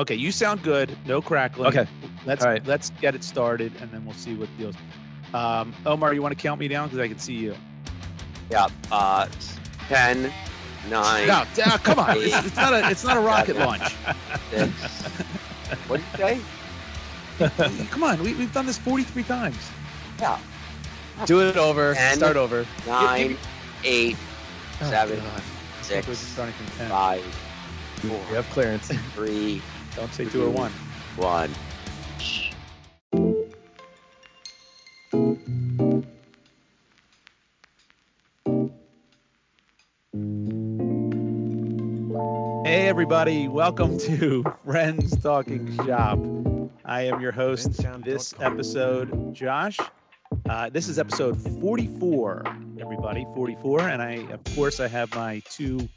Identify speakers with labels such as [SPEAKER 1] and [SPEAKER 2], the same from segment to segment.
[SPEAKER 1] Okay, you sound good. No crackling.
[SPEAKER 2] Okay.
[SPEAKER 1] Let's
[SPEAKER 2] all right.
[SPEAKER 1] let's get it started, and then we'll see what deals. Um, Omar, you want to count me down because I can see you.
[SPEAKER 3] Yeah. Uh, 10, 9,
[SPEAKER 1] No, d- uh, come on. It's, it's not a it's not a rocket launch.
[SPEAKER 3] six. What'd you say?
[SPEAKER 1] Come on, we, we've done this 43 times.
[SPEAKER 2] Do it over.
[SPEAKER 3] Ten.
[SPEAKER 2] Start over.
[SPEAKER 3] Nine, eight,
[SPEAKER 1] Oh,
[SPEAKER 3] Seven.
[SPEAKER 1] God.
[SPEAKER 3] six,
[SPEAKER 1] We're just starting from 10.
[SPEAKER 3] five,
[SPEAKER 2] You
[SPEAKER 3] four,
[SPEAKER 2] have clearance.
[SPEAKER 3] three,
[SPEAKER 1] Don't say two or one.
[SPEAKER 3] one.
[SPEAKER 1] Hey, everybody. Welcome to Friends Talking Shop. I am your host this episode, Josh. Uh, this is episode 44, everybody, 44. And I, of course, I have my two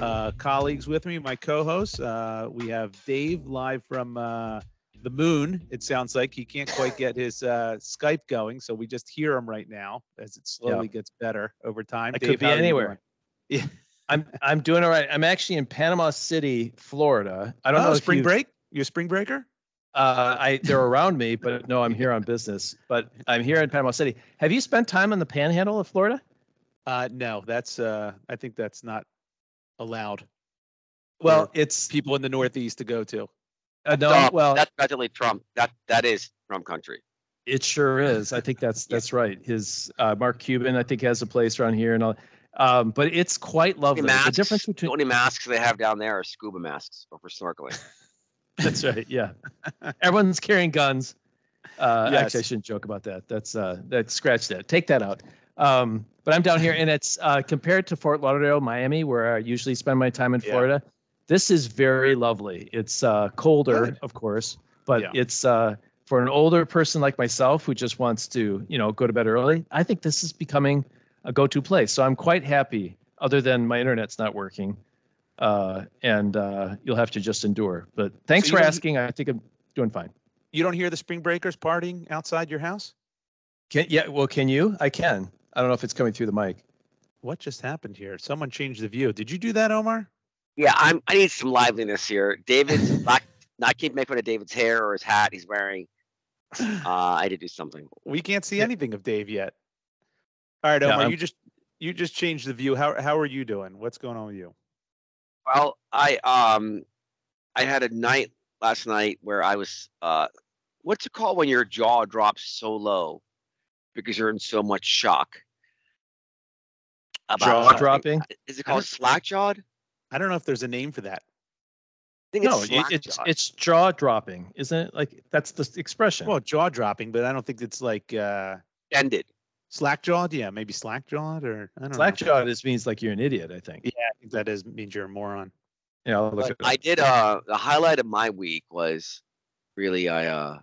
[SPEAKER 1] uh, colleagues with me, my co hosts. Uh, we have Dave live from uh, the moon, it sounds like. He can't quite get his uh, Skype going. So we just hear him right now as it slowly gets better over time.
[SPEAKER 2] I could be
[SPEAKER 1] how are you
[SPEAKER 2] anywhere.
[SPEAKER 1] doing?
[SPEAKER 2] I'm I'm doing all right. I'm actually in Panama City, Florida. I don't
[SPEAKER 1] oh,
[SPEAKER 2] know if
[SPEAKER 1] spring
[SPEAKER 2] you've-
[SPEAKER 1] break? You're a spring breaker?
[SPEAKER 2] Uh, I they're around me, but no, I'm here on business. But I'm here in Panama City. Have you spent time on the Panhandle of Florida?
[SPEAKER 1] Uh, no, that's uh, I think that's not allowed.
[SPEAKER 2] Well,
[SPEAKER 1] for
[SPEAKER 2] it's
[SPEAKER 1] people in the Northeast to go to.
[SPEAKER 2] uh, no.
[SPEAKER 3] Oh,
[SPEAKER 2] well,
[SPEAKER 3] that's definitely Trump. That that is Trump country.
[SPEAKER 2] It sure is. I think that's that's right. His uh, Mark Cuban, I think, has a place around here, and all. Um, but it's quite
[SPEAKER 3] The,
[SPEAKER 2] lovely. The
[SPEAKER 3] masks,
[SPEAKER 2] difference
[SPEAKER 3] the
[SPEAKER 2] between
[SPEAKER 3] only masks they have down there are scuba masks or for snorkeling.
[SPEAKER 2] that's right. Yeah, everyone's carrying guns. Uh,
[SPEAKER 1] Yes.
[SPEAKER 2] Actually, I shouldn't joke about that. That's uh, that scratch that. Take that out. Um, but I'm down here, and it's uh, compared to Fort Lauderdale, Miami, where I usually spend my time in
[SPEAKER 1] Yeah.
[SPEAKER 2] Florida. This is very lovely. It's uh, colder,
[SPEAKER 1] Good.
[SPEAKER 2] of course, but
[SPEAKER 1] Yeah.
[SPEAKER 2] it's uh, for an older person like myself who just wants to, you know, go to bed early. I think this is becoming a go-to place. So I'm quite happy. Other than my internet's not working, uh, and uh, you'll have to just endure. But thanks
[SPEAKER 1] you
[SPEAKER 2] for
[SPEAKER 1] don't-
[SPEAKER 2] asking. I think I'm doing fine.
[SPEAKER 1] You don't hear the spring breakers partying outside your house?
[SPEAKER 2] Can yeah, well, can you? I can. I don't know if it's coming through the mic.
[SPEAKER 1] What just happened here? Someone changed the view. Did you do that, Omar?
[SPEAKER 3] Yeah, I'm. I need some liveliness here. David's not. I keep making fun of David's hair or his hat he's wearing. Uh, I did do something.
[SPEAKER 1] We can't see
[SPEAKER 2] Yeah.
[SPEAKER 1] anything of Dave yet. All right,
[SPEAKER 2] Yeah,
[SPEAKER 1] Omar,
[SPEAKER 2] I'm-
[SPEAKER 1] you just you just changed the view. How how are you doing? What's going on with you?
[SPEAKER 3] Well, I um, I had a night last night where I was uh, what's it called when your jaw drops so low because you're in so much shock?
[SPEAKER 1] Jaw
[SPEAKER 2] Jaw
[SPEAKER 3] something.
[SPEAKER 2] dropping.
[SPEAKER 3] Is
[SPEAKER 1] I
[SPEAKER 3] it
[SPEAKER 1] don't-
[SPEAKER 3] called slack jawed? I
[SPEAKER 1] I don't know if there's a name for that.
[SPEAKER 3] think
[SPEAKER 2] No,
[SPEAKER 3] it's
[SPEAKER 2] it,
[SPEAKER 3] slack
[SPEAKER 2] it's it's jaw dropping, isn't it? Like that's the expression.
[SPEAKER 1] Well, jaw dropping, but I don't think it's like uh
[SPEAKER 3] ended.
[SPEAKER 1] slack jawed. Yeah, maybe slack jawed or
[SPEAKER 3] hmm.
[SPEAKER 1] I don't
[SPEAKER 2] slack
[SPEAKER 1] know.
[SPEAKER 2] jaw just means like you're an idiot. I think.
[SPEAKER 1] Yeah, I think that is means you're a moron.
[SPEAKER 2] Yeah, I'll look
[SPEAKER 3] But
[SPEAKER 2] it up.
[SPEAKER 3] I did. Uh, the highlight of my week was really I. Uh,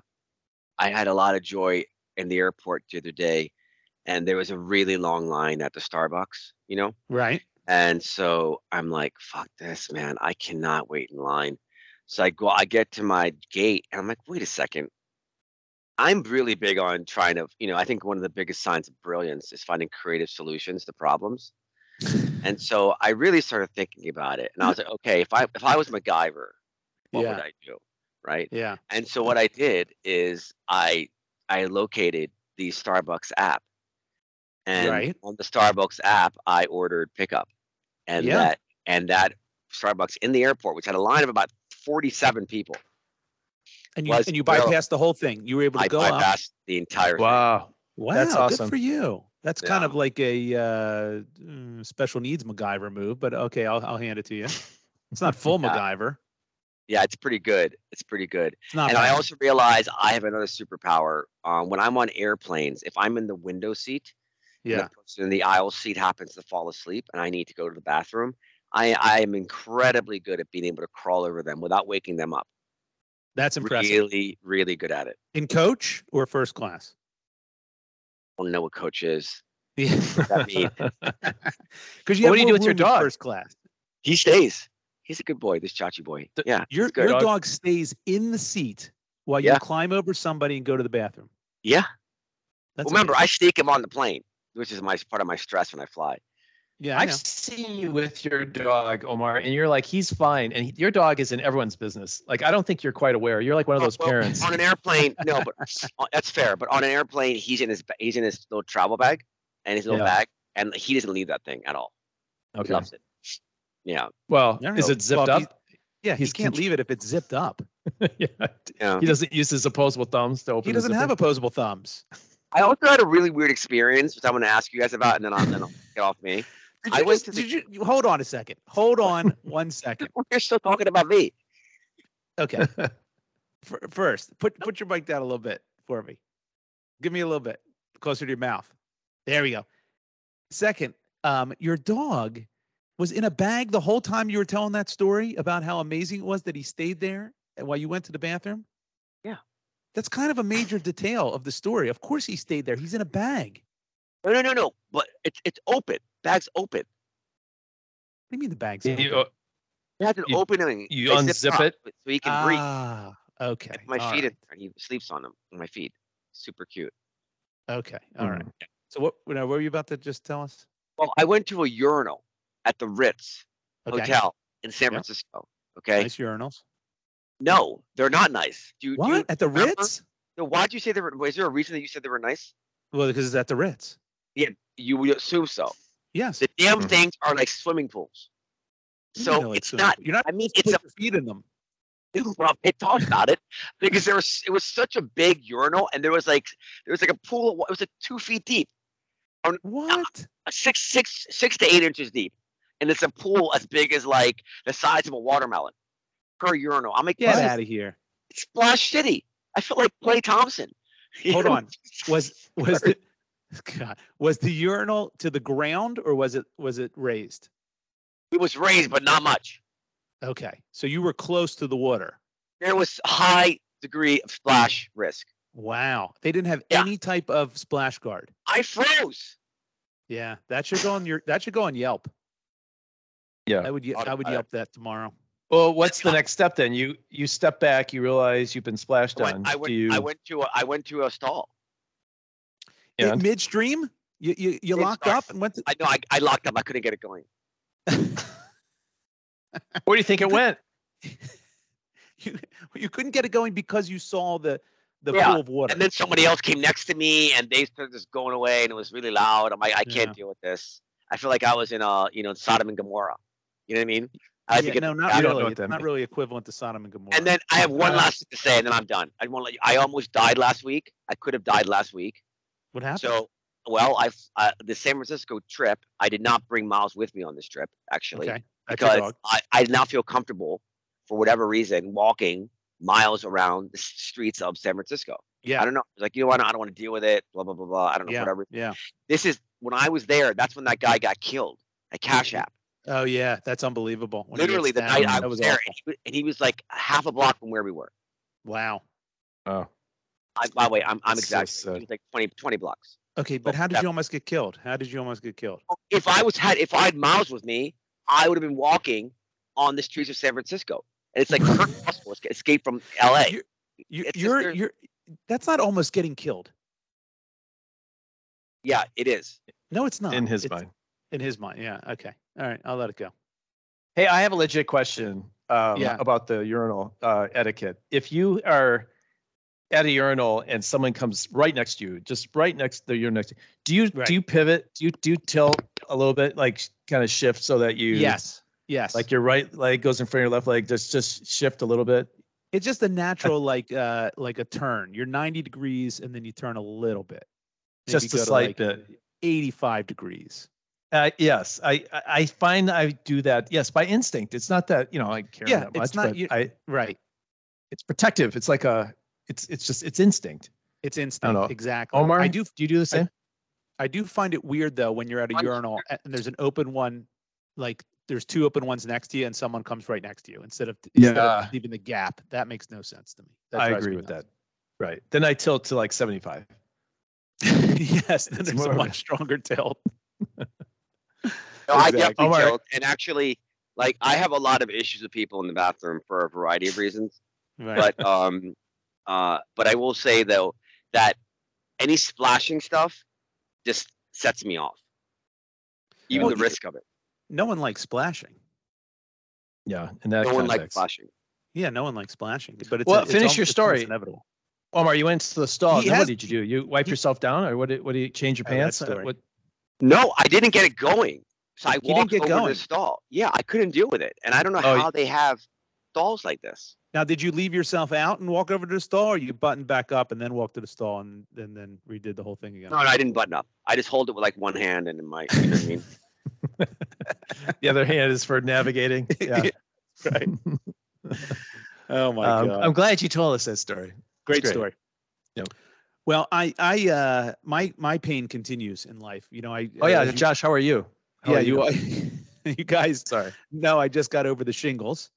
[SPEAKER 3] I had a lot of joy in the airport the other day, and there was a really long line at the Starbucks. You know.
[SPEAKER 1] Right.
[SPEAKER 3] And so I'm like, fuck this, man. I cannot wait in line. So I go, I get to my gate and I'm like, wait a second. I'm really big on trying to, you know, I think one of the biggest signs of brilliance is finding creative solutions to problems. and so I really started thinking about it. And I was like, okay, if I if I was MacGyver, what
[SPEAKER 1] yeah.
[SPEAKER 3] would I do? Right.
[SPEAKER 1] Yeah.
[SPEAKER 3] And so what I did is I I located the Starbucks app. And
[SPEAKER 1] Right.
[SPEAKER 3] on the Starbucks app, I ordered pickup. And
[SPEAKER 1] Yeah.
[SPEAKER 3] that and that Starbucks in the airport, which had a line of about 47 people.
[SPEAKER 1] And you
[SPEAKER 3] was
[SPEAKER 1] and you
[SPEAKER 3] zero.
[SPEAKER 1] bypassed the whole thing. You were able to
[SPEAKER 3] I
[SPEAKER 1] go up.
[SPEAKER 3] bypassed the entire thing.
[SPEAKER 2] Wow.
[SPEAKER 1] Wow,
[SPEAKER 2] That's
[SPEAKER 1] good
[SPEAKER 2] awesome.
[SPEAKER 1] for you. That's kind
[SPEAKER 3] Yeah.
[SPEAKER 1] of like a uh, mm, special needs MacGyver move, but okay, I'll, I'll hand it to you. It's not full
[SPEAKER 3] Yeah.
[SPEAKER 1] MacGyver.
[SPEAKER 3] Yeah, it's pretty good. It's pretty good.
[SPEAKER 1] It's not.
[SPEAKER 3] And I
[SPEAKER 1] bad.
[SPEAKER 3] also realized I have another superpower. Um, when I'm on airplanes, if I'm in the window seat, and
[SPEAKER 1] yeah,
[SPEAKER 3] the person in the aisle seat happens to fall asleep and I need to go to the bathroom, I, I am incredibly good at being able to crawl over them without waking them up.
[SPEAKER 1] that's impressive.
[SPEAKER 3] Really, really good at it.
[SPEAKER 1] In coach or first class?
[SPEAKER 3] I don't know what coach is.
[SPEAKER 1] Yeah,
[SPEAKER 3] That mean
[SPEAKER 1] because
[SPEAKER 2] What do you do with your dog?
[SPEAKER 1] First class.
[SPEAKER 3] he stays. He's a good boy, this Chachi boy.
[SPEAKER 2] Th-
[SPEAKER 3] Yeah.
[SPEAKER 1] Your
[SPEAKER 3] good.
[SPEAKER 1] your
[SPEAKER 2] Dog-
[SPEAKER 1] dog stays in the seat while you
[SPEAKER 3] Yeah.
[SPEAKER 1] climb over somebody and go to the bathroom.
[SPEAKER 3] Yeah.
[SPEAKER 1] That's
[SPEAKER 3] Remember,
[SPEAKER 1] amazing.
[SPEAKER 3] I sneak him on the plane, which is my part of my stress when I fly.
[SPEAKER 1] Yeah, I
[SPEAKER 2] I've
[SPEAKER 1] know.
[SPEAKER 2] seen you with your dog, Omar, and you're like, he's fine. And he- your dog is in everyone's business. Like, I don't think you're quite aware. You're like one of those
[SPEAKER 3] Oh, Well,
[SPEAKER 2] parents.
[SPEAKER 3] on an airplane. No, but uh, that's fair. But on an airplane, he's in his ba- he's in his little travel bag and his little
[SPEAKER 2] Yeah.
[SPEAKER 3] bag, and he doesn't leave that thing at all. He
[SPEAKER 2] Okay.
[SPEAKER 3] loves it. Yeah,
[SPEAKER 2] Well,
[SPEAKER 1] I don't
[SPEAKER 2] is
[SPEAKER 1] know.
[SPEAKER 2] it zipped
[SPEAKER 1] oh, Well,
[SPEAKER 2] up?
[SPEAKER 1] Yeah, he
[SPEAKER 2] he's
[SPEAKER 1] can't
[SPEAKER 2] contr-
[SPEAKER 1] leave it if it's zipped up.
[SPEAKER 2] yeah.
[SPEAKER 3] yeah.
[SPEAKER 2] He doesn't use his opposable thumbs to open
[SPEAKER 1] He doesn't have opposable thumbs.
[SPEAKER 3] I also had a really weird experience, which I'm going to ask you guys about, and then I'll, then I'll get off me.
[SPEAKER 1] Did
[SPEAKER 3] I
[SPEAKER 1] you just-
[SPEAKER 3] went to the-
[SPEAKER 1] did you- you- hold on a second. Hold on one second.
[SPEAKER 3] We're still talking about me.
[SPEAKER 1] Okay. Fir- First, put put your mic down a little bit for me. Give me a little bit closer to your mouth. There we go. Second, um, your dog was in a bag the whole time you were telling that story about how amazing it was that he stayed there and while you went to the bathroom.
[SPEAKER 3] Yeah.
[SPEAKER 1] That's kind of a major detail of the story. Of course he stayed there. He's in a bag.
[SPEAKER 3] No, no, no, no. But it's it's open. Bag's open.
[SPEAKER 1] What do you mean the bag's open?
[SPEAKER 2] You,
[SPEAKER 3] It has an
[SPEAKER 2] You-
[SPEAKER 3] opening.
[SPEAKER 2] you
[SPEAKER 3] They zip
[SPEAKER 2] unzip
[SPEAKER 3] up
[SPEAKER 2] it?
[SPEAKER 3] so he can breathe.
[SPEAKER 1] ah, okay.
[SPEAKER 3] It's my
[SPEAKER 1] all
[SPEAKER 3] feet,
[SPEAKER 1] right.
[SPEAKER 3] in there, and he sleeps on them. On my feet. Super cute.
[SPEAKER 1] Okay. All right.
[SPEAKER 2] Mm.
[SPEAKER 1] So what now, what were you about to just tell us?
[SPEAKER 3] Well, I went to a urinal at the Ritz
[SPEAKER 1] Okay.
[SPEAKER 3] Hotel in San
[SPEAKER 1] Yep.
[SPEAKER 3] Francisco. Okay.
[SPEAKER 1] Nice urinals.
[SPEAKER 3] No, they're not nice. Do you, do you-
[SPEAKER 1] What? At the
[SPEAKER 3] remember?
[SPEAKER 1] Ritz?
[SPEAKER 3] no, why'd you say they were? Was there a reason that you said they were nice?
[SPEAKER 1] Well, because it's at the Ritz.
[SPEAKER 3] You would assume so.
[SPEAKER 1] Yes.
[SPEAKER 3] The damn
[SPEAKER 2] Mhm.
[SPEAKER 3] things are like swimming pools.
[SPEAKER 1] Mm-hmm. You know
[SPEAKER 3] So it's
[SPEAKER 1] swimming
[SPEAKER 3] not.
[SPEAKER 1] pool. You're not
[SPEAKER 3] I mean,
[SPEAKER 1] put
[SPEAKER 3] it's a
[SPEAKER 1] your feet in them.
[SPEAKER 3] well, they talked about it because there was it was such a big urinal and there was like there was like a pool of wa- it was like two feet deep
[SPEAKER 1] What?
[SPEAKER 3] uh, six six six to eight inches deep and it's a pool as big as like the size of a watermelon per urinal i'm like
[SPEAKER 1] Get
[SPEAKER 3] this is
[SPEAKER 1] out of here.
[SPEAKER 3] splash city i feel like clay thompson You
[SPEAKER 1] Hold
[SPEAKER 3] know?
[SPEAKER 1] on. Was was the God, was the urinal to the ground or was it was it raised?
[SPEAKER 3] it was raised but not much
[SPEAKER 1] Okay. So you were close to the water.
[SPEAKER 3] there was a high degree of splash risk
[SPEAKER 1] Wow. They didn't have
[SPEAKER 3] Yeah.
[SPEAKER 1] any type of splash guard.
[SPEAKER 3] i froze
[SPEAKER 1] Yeah. That should go on your that should go on Yelp.
[SPEAKER 2] Yeah.
[SPEAKER 1] I would ye-
[SPEAKER 3] Oughta-
[SPEAKER 1] I would
[SPEAKER 3] I-
[SPEAKER 1] Yelp that tomorrow.
[SPEAKER 2] well, what's the next step then? You you step back. You realize you've been splashed
[SPEAKER 3] I went,
[SPEAKER 2] on.
[SPEAKER 3] I,
[SPEAKER 2] Do
[SPEAKER 3] went,
[SPEAKER 2] you,
[SPEAKER 3] I went to a, i went to a stall
[SPEAKER 1] It-
[SPEAKER 2] and-
[SPEAKER 1] midstream? You you, you locked
[SPEAKER 3] Midstream.
[SPEAKER 1] up and went to
[SPEAKER 3] i know I, I locked up i couldn't get it going
[SPEAKER 2] where do you think it went?
[SPEAKER 1] you, you couldn't get it going because you saw the the
[SPEAKER 3] Yeah,
[SPEAKER 1] pool of water.
[SPEAKER 3] And then somebody else came next to me, and they started just going away, and it was really loud. I'm like, I can't
[SPEAKER 1] Yeah.
[SPEAKER 3] deal with this. I feel like I was in uh, you know, Sodom and Gomorrah. You know what I mean? I
[SPEAKER 1] yeah,
[SPEAKER 3] think it-
[SPEAKER 1] no,
[SPEAKER 3] I
[SPEAKER 1] not
[SPEAKER 2] don't know
[SPEAKER 1] really.
[SPEAKER 2] what
[SPEAKER 1] It's
[SPEAKER 2] that
[SPEAKER 1] not
[SPEAKER 2] means.
[SPEAKER 1] really equivalent to Sodom and Gomorrah.
[SPEAKER 3] and then I have one
[SPEAKER 2] Uh,
[SPEAKER 3] last thing to say, and then I'm done. I want to. I almost died last week. I could have died last week.
[SPEAKER 1] what happened?
[SPEAKER 3] So, well, I uh, the San Francisco trip. I did not bring Miles with me on this trip actually
[SPEAKER 1] okay, that's your
[SPEAKER 3] because
[SPEAKER 1] dog.
[SPEAKER 3] I, I did not feel comfortable for whatever reason walking miles around the s- streets of San Francisco.
[SPEAKER 1] Yeah,
[SPEAKER 3] I don't know. Like you know, what? I don't want to deal with it. Blah blah blah blah. I don't know
[SPEAKER 1] yeah,
[SPEAKER 3] whatever.
[SPEAKER 1] yeah.
[SPEAKER 3] this is when I was there. That's when that guy got killed at Cash App.
[SPEAKER 1] Oh yeah, that's unbelievable. When he
[SPEAKER 3] Literally the
[SPEAKER 1] gets down,
[SPEAKER 3] night I
[SPEAKER 1] that
[SPEAKER 3] was
[SPEAKER 1] was
[SPEAKER 3] there,
[SPEAKER 1] awful.
[SPEAKER 3] and he, and he was like half a block from where we were.
[SPEAKER 1] Wow.
[SPEAKER 2] Oh,
[SPEAKER 3] I, by the way, I'm I'm
[SPEAKER 2] That's so
[SPEAKER 3] exaggerating.
[SPEAKER 2] sad.
[SPEAKER 3] He was like 20, 20 blocks.
[SPEAKER 1] Okay, but
[SPEAKER 3] Well,
[SPEAKER 1] how did
[SPEAKER 3] that-
[SPEAKER 1] you almost get killed? How did you almost get killed?
[SPEAKER 3] If I was had if I had Miles with me, I would have been walking on the streets of San Francisco. And it's like Kurt Russell esca- escaped from L.A.
[SPEAKER 1] You- You,
[SPEAKER 3] It's just
[SPEAKER 1] you're
[SPEAKER 3] there's-
[SPEAKER 1] you're. That's not almost getting killed.
[SPEAKER 3] Yeah, it is.
[SPEAKER 1] No, it's not.
[SPEAKER 2] in his
[SPEAKER 1] It's-
[SPEAKER 2] mind.
[SPEAKER 1] In his mind. Yeah. Okay. All right. I'll let it go.
[SPEAKER 2] Hey, I have a legit question um,
[SPEAKER 1] Yeah.
[SPEAKER 2] about the urinal uh, etiquette. If you are at a urinal and someone comes right next to you, just right next to you next, to- do you
[SPEAKER 1] Right.
[SPEAKER 2] do you pivot? Do you do you tilt a little bit, like kind of shift so that you
[SPEAKER 1] yes. Yes.
[SPEAKER 2] like your right leg goes in front of your left leg, just just shift a little bit.
[SPEAKER 1] It's just a natural like uh like a turn. You're 90 degrees and then you turn a little bit. Maybe
[SPEAKER 2] just
[SPEAKER 1] go
[SPEAKER 2] a
[SPEAKER 1] to,
[SPEAKER 2] slight
[SPEAKER 1] like,
[SPEAKER 2] bit.
[SPEAKER 1] 85 degrees.
[SPEAKER 2] Uh, yes, I I- I find I do that. Yes, by instinct. It's not that you know I care
[SPEAKER 1] Yeah,
[SPEAKER 2] that
[SPEAKER 1] it's
[SPEAKER 2] much,
[SPEAKER 1] not
[SPEAKER 2] but
[SPEAKER 1] you-
[SPEAKER 2] I
[SPEAKER 1] Right.
[SPEAKER 2] it's protective. It's like a it's it's just it's instinct.
[SPEAKER 1] It's
[SPEAKER 2] know.
[SPEAKER 1] instinct. Exactly.
[SPEAKER 2] Omar,
[SPEAKER 1] I do
[SPEAKER 2] do you do the same?
[SPEAKER 1] I do find it weird though when you're at a
[SPEAKER 3] I'm
[SPEAKER 1] urinal a- and there's an open one like there's two open ones next to you and someone comes right next to you instead of instead
[SPEAKER 2] Yeah.
[SPEAKER 1] of leaving the gap. That makes no sense to me. That
[SPEAKER 2] I
[SPEAKER 1] drives
[SPEAKER 2] agree
[SPEAKER 1] me
[SPEAKER 2] with
[SPEAKER 1] nuts.
[SPEAKER 2] that. Right. Then I tilt to like 75.
[SPEAKER 1] yes, then
[SPEAKER 2] It's
[SPEAKER 1] there's
[SPEAKER 2] more
[SPEAKER 1] a
[SPEAKER 2] of a-
[SPEAKER 1] much stronger tilt.
[SPEAKER 3] No, I
[SPEAKER 2] Exactly.
[SPEAKER 3] definitely
[SPEAKER 2] Omar-
[SPEAKER 3] killed. And actually, like I have a lot of issues with people in the bathroom for a variety of reasons.
[SPEAKER 1] Right.
[SPEAKER 3] but um uh but i will say though that any splashing stuff just sets me off even
[SPEAKER 1] Well,
[SPEAKER 3] the
[SPEAKER 1] you-
[SPEAKER 3] risk of it.
[SPEAKER 1] No one likes splashing.
[SPEAKER 2] Yeah, in that
[SPEAKER 3] No one likes
[SPEAKER 2] context.
[SPEAKER 3] flashing.
[SPEAKER 1] Yeah, no one likes splashing. But it's
[SPEAKER 2] Well,
[SPEAKER 1] it's
[SPEAKER 2] finish
[SPEAKER 1] al-
[SPEAKER 2] your
[SPEAKER 1] it's
[SPEAKER 2] story.
[SPEAKER 1] almost inevitable.
[SPEAKER 2] Omar, you went into the stall.
[SPEAKER 1] He
[SPEAKER 2] and then
[SPEAKER 1] has-
[SPEAKER 2] what did you do? You wiped
[SPEAKER 1] he-
[SPEAKER 2] yourself down, or what? Did, what do you change your
[SPEAKER 1] Oh, that
[SPEAKER 2] pants? Uh,
[SPEAKER 1] story.
[SPEAKER 2] What,
[SPEAKER 3] No, I didn't get it going. So I
[SPEAKER 1] You didn't
[SPEAKER 3] walked
[SPEAKER 1] get
[SPEAKER 3] over to
[SPEAKER 1] going.
[SPEAKER 3] the stall. Yeah, I couldn't deal with it, and I don't know
[SPEAKER 2] Oh, y-
[SPEAKER 3] how they have stalls like this.
[SPEAKER 1] Now, did you leave yourself out and walk over to the stall, or you buttoned back up and then walked to the stall and, and then redid the whole thing again?
[SPEAKER 3] No, no, I didn't button up. I just hold it with like one hand and in my. You know what I mean?
[SPEAKER 2] the other hand is for navigating. Yeah.
[SPEAKER 1] Right. Oh my
[SPEAKER 2] Um,
[SPEAKER 1] god!
[SPEAKER 2] I'm glad you told us that story.
[SPEAKER 1] great,
[SPEAKER 2] great.
[SPEAKER 1] story.
[SPEAKER 2] Yep.
[SPEAKER 1] Well, I I uh my my pain continues in life. You know, I
[SPEAKER 2] Oh yeah,
[SPEAKER 1] as you,
[SPEAKER 2] Josh, how are you? How
[SPEAKER 1] yeah
[SPEAKER 2] are
[SPEAKER 1] you you guys
[SPEAKER 2] Sorry.
[SPEAKER 1] No, I just got over the shingles.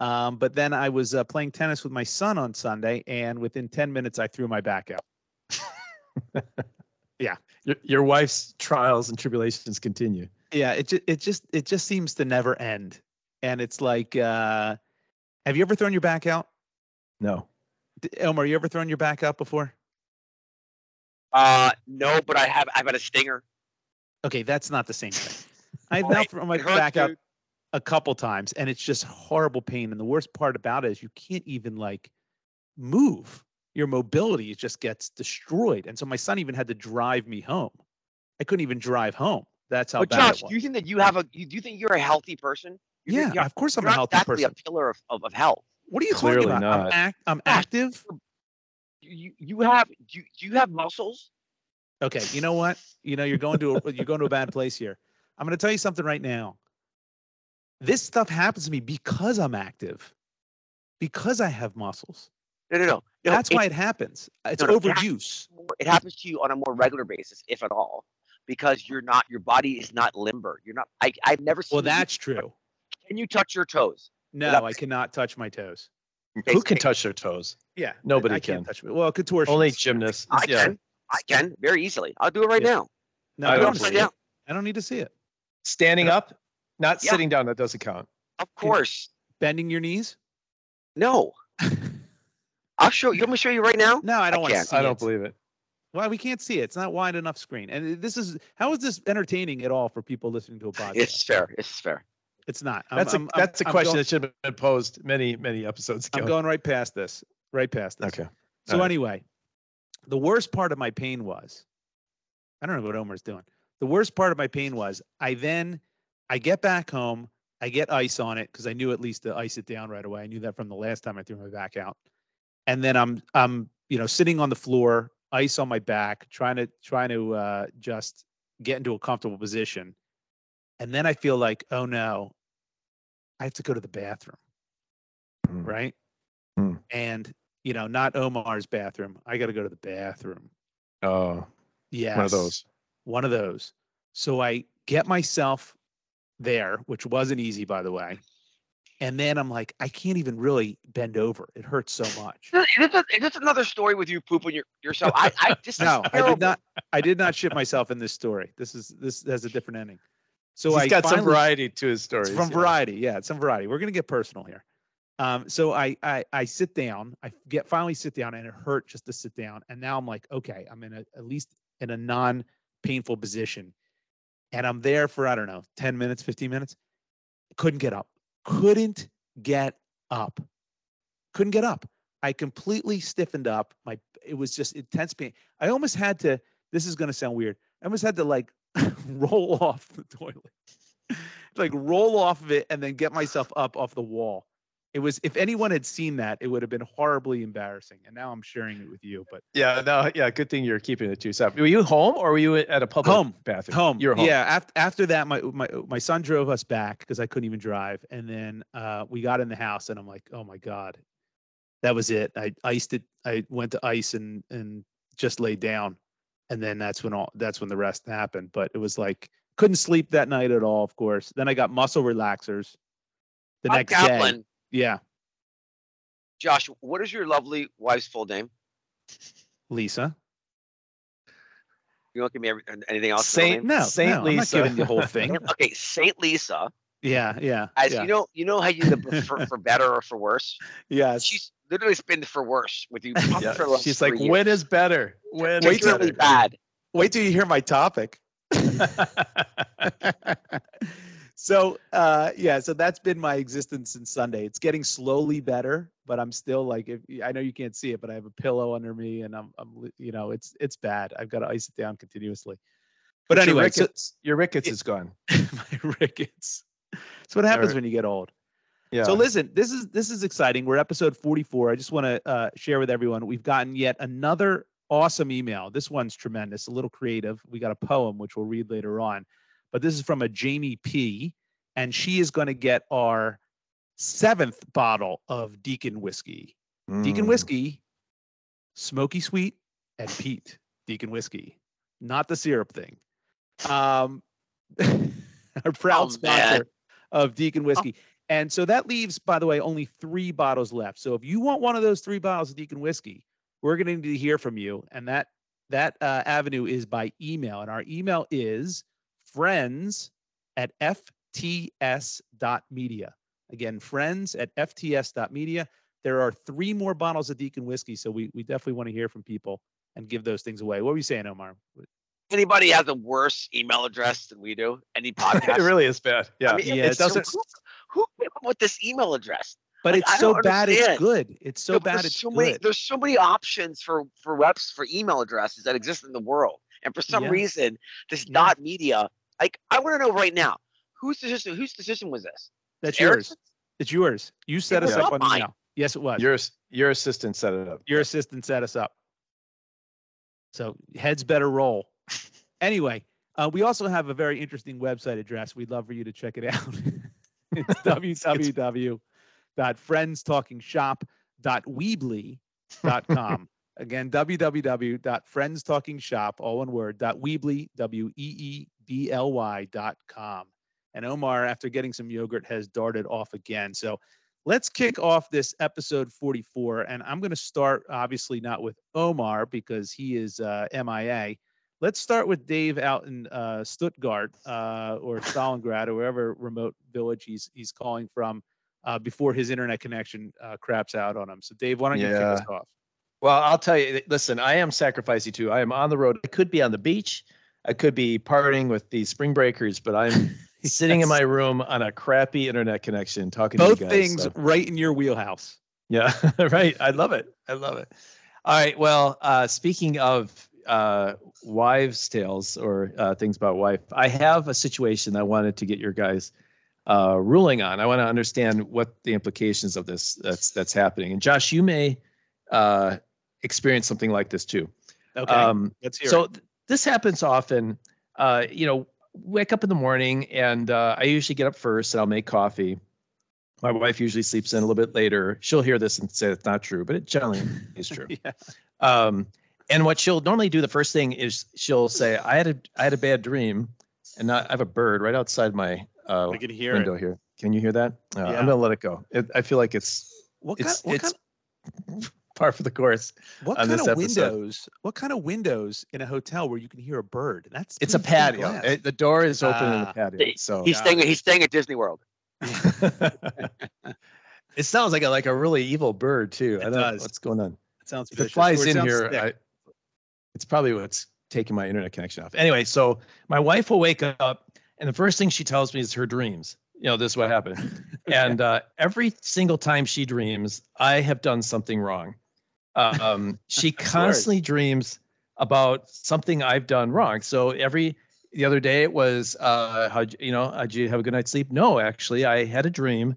[SPEAKER 1] Um, but then I was uh, playing tennis with my son on Sunday, and within 10 minutes, I threw my back out.
[SPEAKER 2] Your, your wife's trials and tribulations continue.
[SPEAKER 1] Yeah, it just, it just it just seems to never end. And it's like, uh, have you ever thrown your back out,
[SPEAKER 2] No.
[SPEAKER 1] D- Elmer? You ever thrown your back out before?
[SPEAKER 3] Uh, no, but I have. I've had a stinger.
[SPEAKER 1] Okay, that's not the same thing. I've now
[SPEAKER 3] Right.
[SPEAKER 1] thrown my
[SPEAKER 3] It hurts,
[SPEAKER 1] back out
[SPEAKER 3] dude.
[SPEAKER 1] a couple times, and it's just horrible pain. And the worst part about it is you can't even like move. Your mobility just gets destroyed. And so my son even had to drive me home. I couldn't even drive home. That's how
[SPEAKER 3] But
[SPEAKER 1] bad
[SPEAKER 3] Josh,
[SPEAKER 1] it
[SPEAKER 3] do
[SPEAKER 1] was.
[SPEAKER 3] you think that you have a? You, do you think you're a healthy person? You
[SPEAKER 1] yeah,
[SPEAKER 3] think you're,
[SPEAKER 1] of course I'm
[SPEAKER 3] you're
[SPEAKER 1] a
[SPEAKER 3] not
[SPEAKER 1] healthy
[SPEAKER 3] exactly
[SPEAKER 1] person.
[SPEAKER 3] a pillar of, of, of health.
[SPEAKER 1] What are you
[SPEAKER 2] Clearly
[SPEAKER 1] talking about? I'm,
[SPEAKER 2] not.
[SPEAKER 1] act, I'm
[SPEAKER 3] Yeah.
[SPEAKER 1] active.
[SPEAKER 3] You you have do you, do you have muscles?
[SPEAKER 1] Okay, you know what? You know you're going to a, you're going to a bad place here. I'm going to tell you something right now. This stuff happens to me because I'm active, because I have muscles.
[SPEAKER 3] No, no, no. no
[SPEAKER 1] That's
[SPEAKER 3] it,
[SPEAKER 1] why it happens. It's
[SPEAKER 3] no, no, yeah.
[SPEAKER 1] overuse.
[SPEAKER 3] it happens to you on a more regular basis, if at all, because you're not your body is not limber. You're not. I I've never seen.
[SPEAKER 1] Well,
[SPEAKER 3] you-
[SPEAKER 1] that's true.
[SPEAKER 3] Can you touch your toes?
[SPEAKER 1] No, I cannot touch my toes.
[SPEAKER 2] Who can touch their toes?
[SPEAKER 1] Yeah,
[SPEAKER 2] Nobody
[SPEAKER 1] I can't
[SPEAKER 2] can.
[SPEAKER 1] touch. my- Well, contortion.
[SPEAKER 2] Only gymnasts.
[SPEAKER 3] I
[SPEAKER 2] yeah.
[SPEAKER 3] can. I can very easily. I'll do it right
[SPEAKER 2] Yeah.
[SPEAKER 3] now.
[SPEAKER 1] No,
[SPEAKER 2] I
[SPEAKER 1] I
[SPEAKER 3] Do
[SPEAKER 2] don't
[SPEAKER 3] it
[SPEAKER 1] don't,
[SPEAKER 2] believe
[SPEAKER 1] see
[SPEAKER 3] upside
[SPEAKER 1] it.
[SPEAKER 3] down.
[SPEAKER 1] I don't need to see it.
[SPEAKER 2] Standing up, not
[SPEAKER 3] Yeah.
[SPEAKER 2] sitting down. That doesn't count.
[SPEAKER 3] Of course.
[SPEAKER 1] Bending your knees?
[SPEAKER 3] No. I'll show you. Want me to show you right now?
[SPEAKER 1] No, I don't want to
[SPEAKER 3] can't.
[SPEAKER 1] see
[SPEAKER 2] I
[SPEAKER 1] it.
[SPEAKER 2] don't believe it.
[SPEAKER 1] Why we can't see it? It's not wide enough screen. And this is how is this entertaining at all for people listening to a podcast?
[SPEAKER 3] It's fair. It's fair.
[SPEAKER 1] It's not. I'm-
[SPEAKER 2] That's a
[SPEAKER 1] I'm- I'm-
[SPEAKER 2] that's a
[SPEAKER 1] I'm
[SPEAKER 2] question
[SPEAKER 1] going-
[SPEAKER 2] that should have been posed many many episodes
[SPEAKER 1] I'm
[SPEAKER 2] ago.
[SPEAKER 1] going right past this. Right past this.
[SPEAKER 2] Okay.
[SPEAKER 1] So
[SPEAKER 2] All right.
[SPEAKER 1] anyway, the worst part of my pain was, I don't know what Omar's doing. The worst part of my pain was I then I get back home, I get ice on it because I knew at least to ice it down right away. I knew that from the last time I threw my back out. And then I'm I'm you know sitting on the floor, ice on my back, trying to trying to uh, just get into a comfortable position. And then I feel like, oh no, I have to go to the bathroom,
[SPEAKER 2] Mm.
[SPEAKER 1] right?
[SPEAKER 2] Hmm.
[SPEAKER 1] And you know, not Omar's bathroom. I got to go to the bathroom.
[SPEAKER 2] Oh,
[SPEAKER 1] Yeah,
[SPEAKER 2] one of those.
[SPEAKER 1] One of those. So I get myself there, which wasn't easy, by the way. And then I'm like, I can't even really bend over. It hurts so much.
[SPEAKER 3] Is this, is this another story with you pooping your, yourself? I, I just
[SPEAKER 1] No, I did not. I did not shit myself in this story. This is this has a different ending. So
[SPEAKER 2] He's
[SPEAKER 1] I
[SPEAKER 2] got some
[SPEAKER 1] finally-
[SPEAKER 2] variety to his stories.
[SPEAKER 1] It's from
[SPEAKER 2] yeah.
[SPEAKER 1] variety. Yeah, it's from variety. We're gonna get personal here. Um, so I, I I sit down. I get finally sit down, and it hurt just to sit down. And now I'm like, okay, I'm in a at least in a non painful position, and I'm there for I don't know, ten minutes, fifteen minutes. Couldn't get up. Couldn't get up. Couldn't get up. I completely stiffened up. My it was just intense pain. I almost had to. This is gonna sound weird. I almost had to like roll off the toilet like roll off of it and then get myself up off the wall. It was if anyone had seen that, it would have been horribly embarrassing. And now I'm sharing it with you, but
[SPEAKER 2] Yeah, no, yeah. Good thing you're keeping it to yourself. Were you home or were you at a public
[SPEAKER 1] Home.
[SPEAKER 2] bathroom?
[SPEAKER 1] home.
[SPEAKER 2] You're home.
[SPEAKER 1] Yeah. After after that, my my my son drove us back because I couldn't even drive, and then uh, we got in the house, and I'm like, oh my god, that was it. I iced it. I went to ice and and just laid down, and then that's when all that's when the rest happened. But it was like couldn't sleep that night at all. Of course, then I got muscle relaxers. The
[SPEAKER 3] Bob
[SPEAKER 1] next
[SPEAKER 3] Kaplan,
[SPEAKER 1] day, yeah,
[SPEAKER 3] Josh, what is your lovely wife's full name?
[SPEAKER 1] Lisa.
[SPEAKER 3] You don't give me every, anything else. middle
[SPEAKER 2] Saint-
[SPEAKER 3] name?
[SPEAKER 1] No,
[SPEAKER 2] Saint
[SPEAKER 1] no,
[SPEAKER 2] Lisa.
[SPEAKER 1] I'm not giving the whole thing.
[SPEAKER 3] Okay, Saint Lisa.
[SPEAKER 1] yeah, yeah.
[SPEAKER 3] As
[SPEAKER 1] yeah.
[SPEAKER 3] you know, you know how you the for, for better or for worse.
[SPEAKER 1] yes.
[SPEAKER 3] She's literally it's been for worse with you. probably
[SPEAKER 2] Yeah,
[SPEAKER 3] for the last
[SPEAKER 2] She's like,
[SPEAKER 3] three
[SPEAKER 2] when
[SPEAKER 3] years.
[SPEAKER 2] is better? When is
[SPEAKER 3] It's
[SPEAKER 1] Wait till-
[SPEAKER 3] really
[SPEAKER 2] better?
[SPEAKER 3] bad.
[SPEAKER 1] Wait till you hear my topic. so uh, yeah, so that's been my existence since Sunday. It's getting slowly better, but I'm still like, if, I know you can't see it, but I have a pillow under me, and I'm, I'm you know, it's it's bad. I've got to ice it down continuously. But,
[SPEAKER 2] Your
[SPEAKER 1] anyway, so,
[SPEAKER 2] rickets, your rickets is gone.
[SPEAKER 1] my rickets. That's what happens
[SPEAKER 2] right.
[SPEAKER 1] when you get old.
[SPEAKER 2] Yeah.
[SPEAKER 1] So listen, this is this is exciting. We're episode 44. I just want to uh, share with everyone we've gotten yet another awesome email. This one's tremendous, a little creative. We got a poem which we'll read later on, but this is from a Jamie P. And she is going to get our seventh bottle of Deacon whiskey. Deacon
[SPEAKER 2] Mm.
[SPEAKER 1] whiskey, smoky sweet, and Pete Deacon whiskey, not the syrup thing. Um, our proud
[SPEAKER 3] Oh, man. Oh.
[SPEAKER 1] sponsor of Deacon whiskey. And so that leaves, by the way, only three bottles left. So if you want one of those three bottles of Deacon whiskey, we're going to need to hear from you. And that that uh, avenue is by email. And our email is friends at fts.media. Again, friends at fts.media. There are three more bottles of Deacon whiskey. So we, we definitely want to hear from people and give those things away. What were you saying, Omar?
[SPEAKER 3] Anybody has a worse email address than we do? Any podcast?
[SPEAKER 2] it really is bad. Yeah.
[SPEAKER 3] I mean,
[SPEAKER 1] Yeah,
[SPEAKER 3] it's
[SPEAKER 1] it
[SPEAKER 3] so-
[SPEAKER 1] doesn't-
[SPEAKER 3] who- who came up with this email address?
[SPEAKER 1] But
[SPEAKER 3] Like,
[SPEAKER 1] it's
[SPEAKER 3] I
[SPEAKER 1] so
[SPEAKER 3] don't
[SPEAKER 1] bad it's
[SPEAKER 3] understand.
[SPEAKER 1] good. It's so
[SPEAKER 3] No, but
[SPEAKER 1] bad
[SPEAKER 3] there's
[SPEAKER 1] it's
[SPEAKER 3] so
[SPEAKER 1] good.
[SPEAKER 3] many there's so many options for for reps for email addresses that exist in the world and for some
[SPEAKER 1] Yeah.
[SPEAKER 3] reason this
[SPEAKER 1] Yeah.
[SPEAKER 3] dot media like i want to know right now whose decision whose decision was this
[SPEAKER 1] That's yours.
[SPEAKER 3] Ericsson's?
[SPEAKER 1] It's yours. You set us
[SPEAKER 3] was
[SPEAKER 1] up
[SPEAKER 3] not
[SPEAKER 1] on
[SPEAKER 3] mine.
[SPEAKER 1] email. Yes, it was.
[SPEAKER 2] Your ass- your assistant set it up.
[SPEAKER 1] Your assistant set us up. So heads better roll. Anyway, uh, we also have a very interesting website address. We'd love for you to check it out. it's www.friendstalkingshop.weebly.com. Again, www.friendstalkingshop, all one word, dot Weebly, W E E B L Y dot com. And Omar, after getting some yogurt, has darted off again. So let's kick off this episode 44 and i'm going to start obviously not with omar because he is uh, mia let's start with dave out in uh, stuttgart uh, or stalingrad or wherever remote village he's he's calling from uh, before his internet connection uh, craps out on him so dave why don't you kick us off
[SPEAKER 2] Well, I'll tell you. th- Listen, I am sacrificing too. I am on the road. I could be on the beach. I could be partying with the spring breakers, but I'm sitting in
[SPEAKER 1] Yes.
[SPEAKER 2] my room on a crappy internet connection talking
[SPEAKER 1] both
[SPEAKER 2] to you guys.
[SPEAKER 1] things
[SPEAKER 2] so-
[SPEAKER 1] right in your wheelhouse
[SPEAKER 2] Yeah, right. I love it. I love it. All right. Well, uh, speaking of uh, wives' tales or uh, things about wife, I have a situation I wanted to get your guys' uh, ruling on. I want to understand what the implications of this that's that's happening. And Josh, you may uh, experience something like this too.
[SPEAKER 1] okay
[SPEAKER 2] Um,
[SPEAKER 1] let's hear
[SPEAKER 2] so
[SPEAKER 1] it.
[SPEAKER 2] th- this happens often. Uh, you know, wake up in the morning, and uh, I usually get up first, and I'll make coffee. My wife usually sleeps in a little bit later. She'll hear this and say it's not true, but it generally is true.
[SPEAKER 1] Yeah.
[SPEAKER 2] Um, and what she'll normally do, the first thing is she'll say, "I had a I had a bad dream," and I I have a bird right outside my uh,
[SPEAKER 1] i can hear
[SPEAKER 2] window
[SPEAKER 1] it
[SPEAKER 2] here. Can you hear that? Uh,
[SPEAKER 1] Yeah.
[SPEAKER 2] I'm gonna let it go. It, I feel like it's
[SPEAKER 1] what kind,
[SPEAKER 2] it's
[SPEAKER 1] what
[SPEAKER 2] it's
[SPEAKER 1] kind,
[SPEAKER 2] par for the course.
[SPEAKER 1] what
[SPEAKER 2] on
[SPEAKER 1] kind
[SPEAKER 2] this
[SPEAKER 1] of
[SPEAKER 2] episode.
[SPEAKER 1] windows what kind of windows in a hotel where you can hear a bird that's
[SPEAKER 2] It's a
[SPEAKER 1] pretty thin
[SPEAKER 2] patio.
[SPEAKER 1] glass.
[SPEAKER 2] It- the door is open in
[SPEAKER 1] Ah.
[SPEAKER 2] the patio. So
[SPEAKER 3] he's
[SPEAKER 1] Got
[SPEAKER 3] staying he's staying at disney world
[SPEAKER 2] it sounds like a, like a really evil bird too.
[SPEAKER 1] It
[SPEAKER 2] I don't
[SPEAKER 1] does.
[SPEAKER 2] know what's going on.
[SPEAKER 1] That sounds
[SPEAKER 2] If
[SPEAKER 1] vicious.
[SPEAKER 2] it
[SPEAKER 1] Or
[SPEAKER 2] flies in
[SPEAKER 1] sounds
[SPEAKER 2] here,
[SPEAKER 1] thick.
[SPEAKER 2] I, it's probably what's taking my internet connection off. Anyway, so my wife will wake up, and the first thing she tells me is her dreams. You know, this is what happened. and uh, every single time she dreams, I have done something wrong. Um, she constantly dreams about something I've done wrong. So every the other day it was uh how you know did you have a good night's sleep? No, actually I had a dream.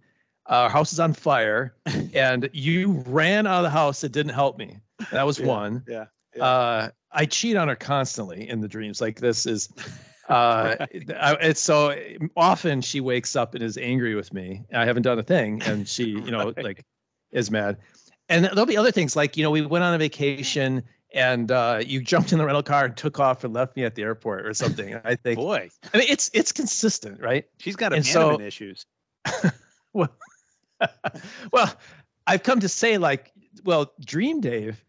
[SPEAKER 2] Our house is on fire, and you ran out of the house and didn't help me. That was
[SPEAKER 1] Yeah,
[SPEAKER 2] one.
[SPEAKER 1] yeah, yeah.
[SPEAKER 2] Uh, I cheat on her constantly in the dreams. Like this is, uh, I, it's so often she wakes up and is angry with me. I haven't done a thing, and she you know
[SPEAKER 1] Right.
[SPEAKER 2] like is mad. And there'll be other things like you know we went on a vacation and uh, you jumped in the rental car and took off and left me at the airport or something. I think
[SPEAKER 1] boy,
[SPEAKER 2] I mean it's it's consistent, right?
[SPEAKER 1] she's got
[SPEAKER 2] And
[SPEAKER 1] abandonment
[SPEAKER 2] so-
[SPEAKER 1] issues.
[SPEAKER 2] well, I've come to say like, well, Dream Dave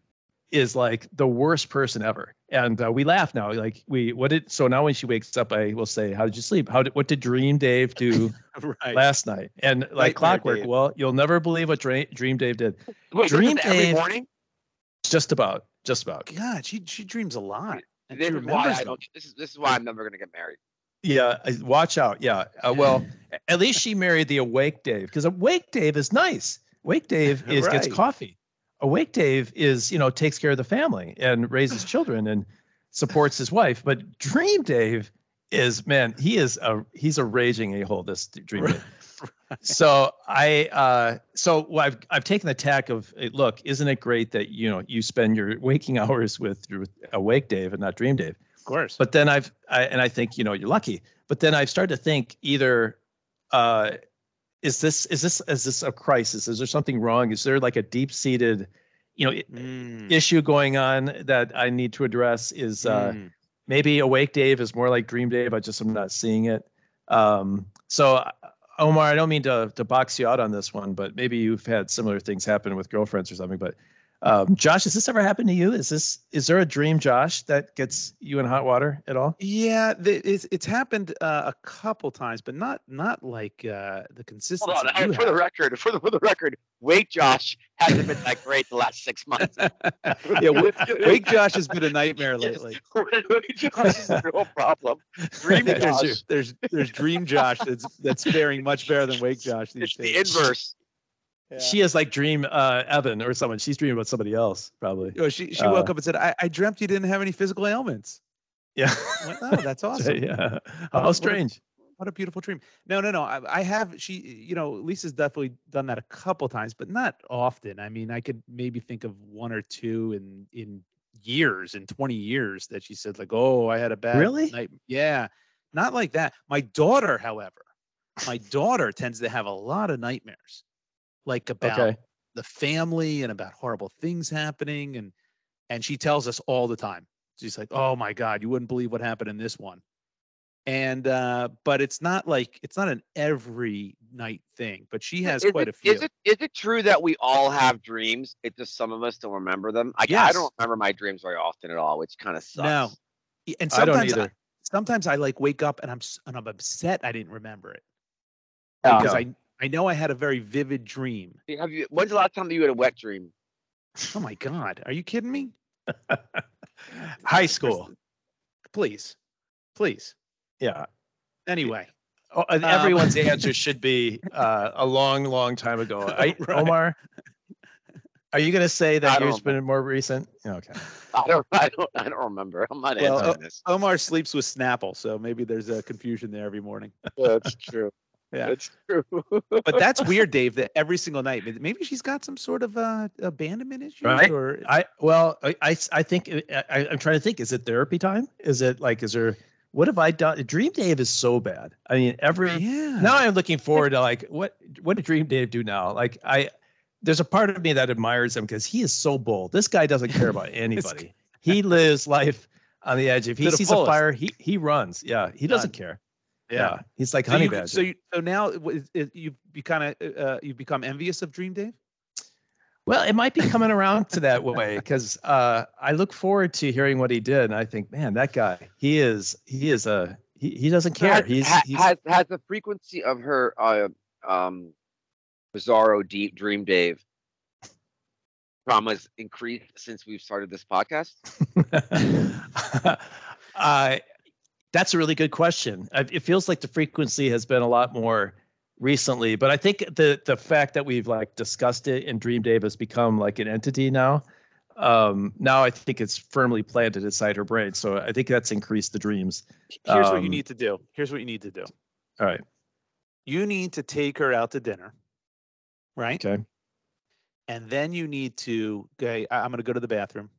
[SPEAKER 2] is like the worst person ever, and uh, we laugh now. Like we, what did? So now when she wakes up, I will say, "How did you sleep? How did? What did Dream Dave do
[SPEAKER 1] right.
[SPEAKER 2] last night?" And like
[SPEAKER 1] Nightmare
[SPEAKER 2] clockwork,
[SPEAKER 1] Dave.
[SPEAKER 2] well, you'll never believe what Dra- Dream Dave did.
[SPEAKER 3] Wait, this is
[SPEAKER 2] Dream
[SPEAKER 3] every
[SPEAKER 2] Dave-
[SPEAKER 3] morning
[SPEAKER 2] Just about, just about.
[SPEAKER 1] God, she she dreams a lot. And
[SPEAKER 3] this
[SPEAKER 1] she
[SPEAKER 3] is why
[SPEAKER 1] remembers
[SPEAKER 3] I don't. This is this is why I'm never gonna get married.
[SPEAKER 2] Yeah, I- watch out. Yeah. Uh, well, at least she married the awake Dave because awake Dave is nice. Awake Dave is gets
[SPEAKER 1] Right.
[SPEAKER 2] coffee. Awake Dave is you know takes care of the family and raises children and supports his wife. But Dream Dave is man, he is a he's a raging a hole. This Dream Dave. So I uh so well, I've I've taken the tack of eh, look, isn't it great that you know you spend your waking hours with, with awake Dave and not Dream Dave?
[SPEAKER 1] Of course.
[SPEAKER 2] But then I've I, and I think you know you're lucky. But then I've started to think either uh, is this is this is this a crisis? Is there something wrong? Is there like a deep seated you know i-
[SPEAKER 1] Mm,
[SPEAKER 2] issue going on that I need to address? Is uh,
[SPEAKER 1] mm.
[SPEAKER 2] maybe Awake Dave is more like Dream Dave? I just am not seeing it. Um, so uh, Omar, I don't mean to to box you out on this one, but maybe you've had similar things happen with girlfriends or something. But um, Josh, has this ever happened to you? Is this is there a dream, Josh, that gets you in hot water at all?
[SPEAKER 1] Yeah, th- it's it's happened uh, a couple times, but not not like uh, the consistency.
[SPEAKER 3] Hold on.
[SPEAKER 1] you
[SPEAKER 3] and for the
[SPEAKER 1] have.
[SPEAKER 3] record, for the for the record, Wake Josh hasn't been that great the last six months.
[SPEAKER 1] yeah, Wa- Wake Josh has been a nightmare
[SPEAKER 3] Yes.
[SPEAKER 1] lately.
[SPEAKER 3] Wake Josh is a real problem. Dream
[SPEAKER 1] there's, your-
[SPEAKER 3] Josh.
[SPEAKER 1] there's there's Dream Josh that's that's faring much better than Wake Josh these
[SPEAKER 3] It's
[SPEAKER 1] days.
[SPEAKER 3] the inverse.
[SPEAKER 2] She is like dream uh, Evan or someone. She's dreaming about somebody else, probably.
[SPEAKER 1] Oh, she she woke
[SPEAKER 2] Uh,
[SPEAKER 1] up and said, I, "I dreamt you didn't have any physical ailments."
[SPEAKER 2] Yeah.
[SPEAKER 1] I went, oh, that's awesome!
[SPEAKER 2] yeah.
[SPEAKER 1] What
[SPEAKER 2] How
[SPEAKER 1] a-
[SPEAKER 2] strange.
[SPEAKER 1] What a beautiful dream. No, no, no. I, I have she. You know, Lisa's definitely done that a couple times, but not often. I mean, I could maybe think of one or two in in years, in twenty years, that she said like, "Oh, I had a bad
[SPEAKER 2] Really?
[SPEAKER 1] night." Yeah, not like that. My daughter, however, my daughter tends to have a lot of nightmares, like about
[SPEAKER 2] Okay.
[SPEAKER 1] the family and about horrible things happening and and she tells us all the time she's like oh my god you wouldn't believe what happened in this one and uh but it's not like it's not an every night thing but she has
[SPEAKER 3] is
[SPEAKER 1] quite
[SPEAKER 3] it,
[SPEAKER 1] a few
[SPEAKER 3] Is it is it true that we all have dreams? It's just some of us don't remember them. I, I
[SPEAKER 1] Yes.
[SPEAKER 3] don't remember my dreams very often at all, which kind of sucks.
[SPEAKER 1] No. Y- and
[SPEAKER 2] I don't
[SPEAKER 1] sometimes I
[SPEAKER 2] either.
[SPEAKER 1] sometimes i like wake up and i'm s- and i'm upset i didn't remember it
[SPEAKER 3] Yeah.
[SPEAKER 1] because i i know i had a very vivid dream
[SPEAKER 3] Have you? When's the last time that you had a wet dream?
[SPEAKER 1] oh my god are you kidding me
[SPEAKER 2] High school.
[SPEAKER 1] please please
[SPEAKER 2] Yeah.
[SPEAKER 1] anyway
[SPEAKER 2] Oh, and
[SPEAKER 1] Um,
[SPEAKER 2] everyone's answer should be uh, a long, long time ago. I,
[SPEAKER 1] Right.
[SPEAKER 2] Omar, are you going to say
[SPEAKER 3] I
[SPEAKER 2] that
[SPEAKER 3] don't
[SPEAKER 2] yours been more recent? Okay.
[SPEAKER 3] I don't. I don't. I don't remember. I'm not
[SPEAKER 1] Well, uh,
[SPEAKER 3] answering this.
[SPEAKER 1] omar sleeps with snapple so maybe there's a confusion there every morning
[SPEAKER 3] That's true.
[SPEAKER 1] Yeah.
[SPEAKER 3] That's true.
[SPEAKER 1] But that's weird, Dave. That every single night, may- maybe she's got some sort of uh, abandonment issues,
[SPEAKER 2] Right.
[SPEAKER 1] or
[SPEAKER 2] I well, I I, I think uh, I, I- I'm trying to think. Is it therapy time? Is it like is there? What have I done? Dream Dave is so bad. I mean, every
[SPEAKER 1] yeah,
[SPEAKER 2] now I'm looking forward to like what what did Dream Dave do now? Like I there's a part of me that admires him because he is so bold. This guy doesn't care about anybody. he lives life on the edge. If he
[SPEAKER 1] To the
[SPEAKER 2] sees
[SPEAKER 1] fullest.
[SPEAKER 2] a fire, he he runs. Yeah, he doesn't care. he's like
[SPEAKER 1] So
[SPEAKER 2] honey
[SPEAKER 1] you,
[SPEAKER 2] badger.
[SPEAKER 1] so you, so now it wa- is- is- you've be kind of uh, you've become envious of Dream Dave.
[SPEAKER 2] Well, it might be coming around to that way because uh, I look forward to hearing what he did, and I think, man, that guy, he is, he is a, he, he doesn't care.
[SPEAKER 3] Has,
[SPEAKER 2] He's,
[SPEAKER 3] ha-
[SPEAKER 2] he's
[SPEAKER 3] has has the frequency of her uh, um, bizarro deep dream Dave traumas increased since we've started this podcast?
[SPEAKER 2] uh, that's a really good question. I- It feels like the frequency has been a lot more recently, but I think the the fact that we've like discussed it and Dream Dave has become like an entity now. Um, now I think it's firmly planted inside her brain, so I think that's increased the dreams.
[SPEAKER 1] Here's what you
[SPEAKER 2] Um,
[SPEAKER 1] need to do. Here's what you need to do.
[SPEAKER 2] All right,
[SPEAKER 1] You need to take her out to dinner, right?
[SPEAKER 2] okay,
[SPEAKER 1] And then you need to. Okay, I- I'm going to go to the bathroom,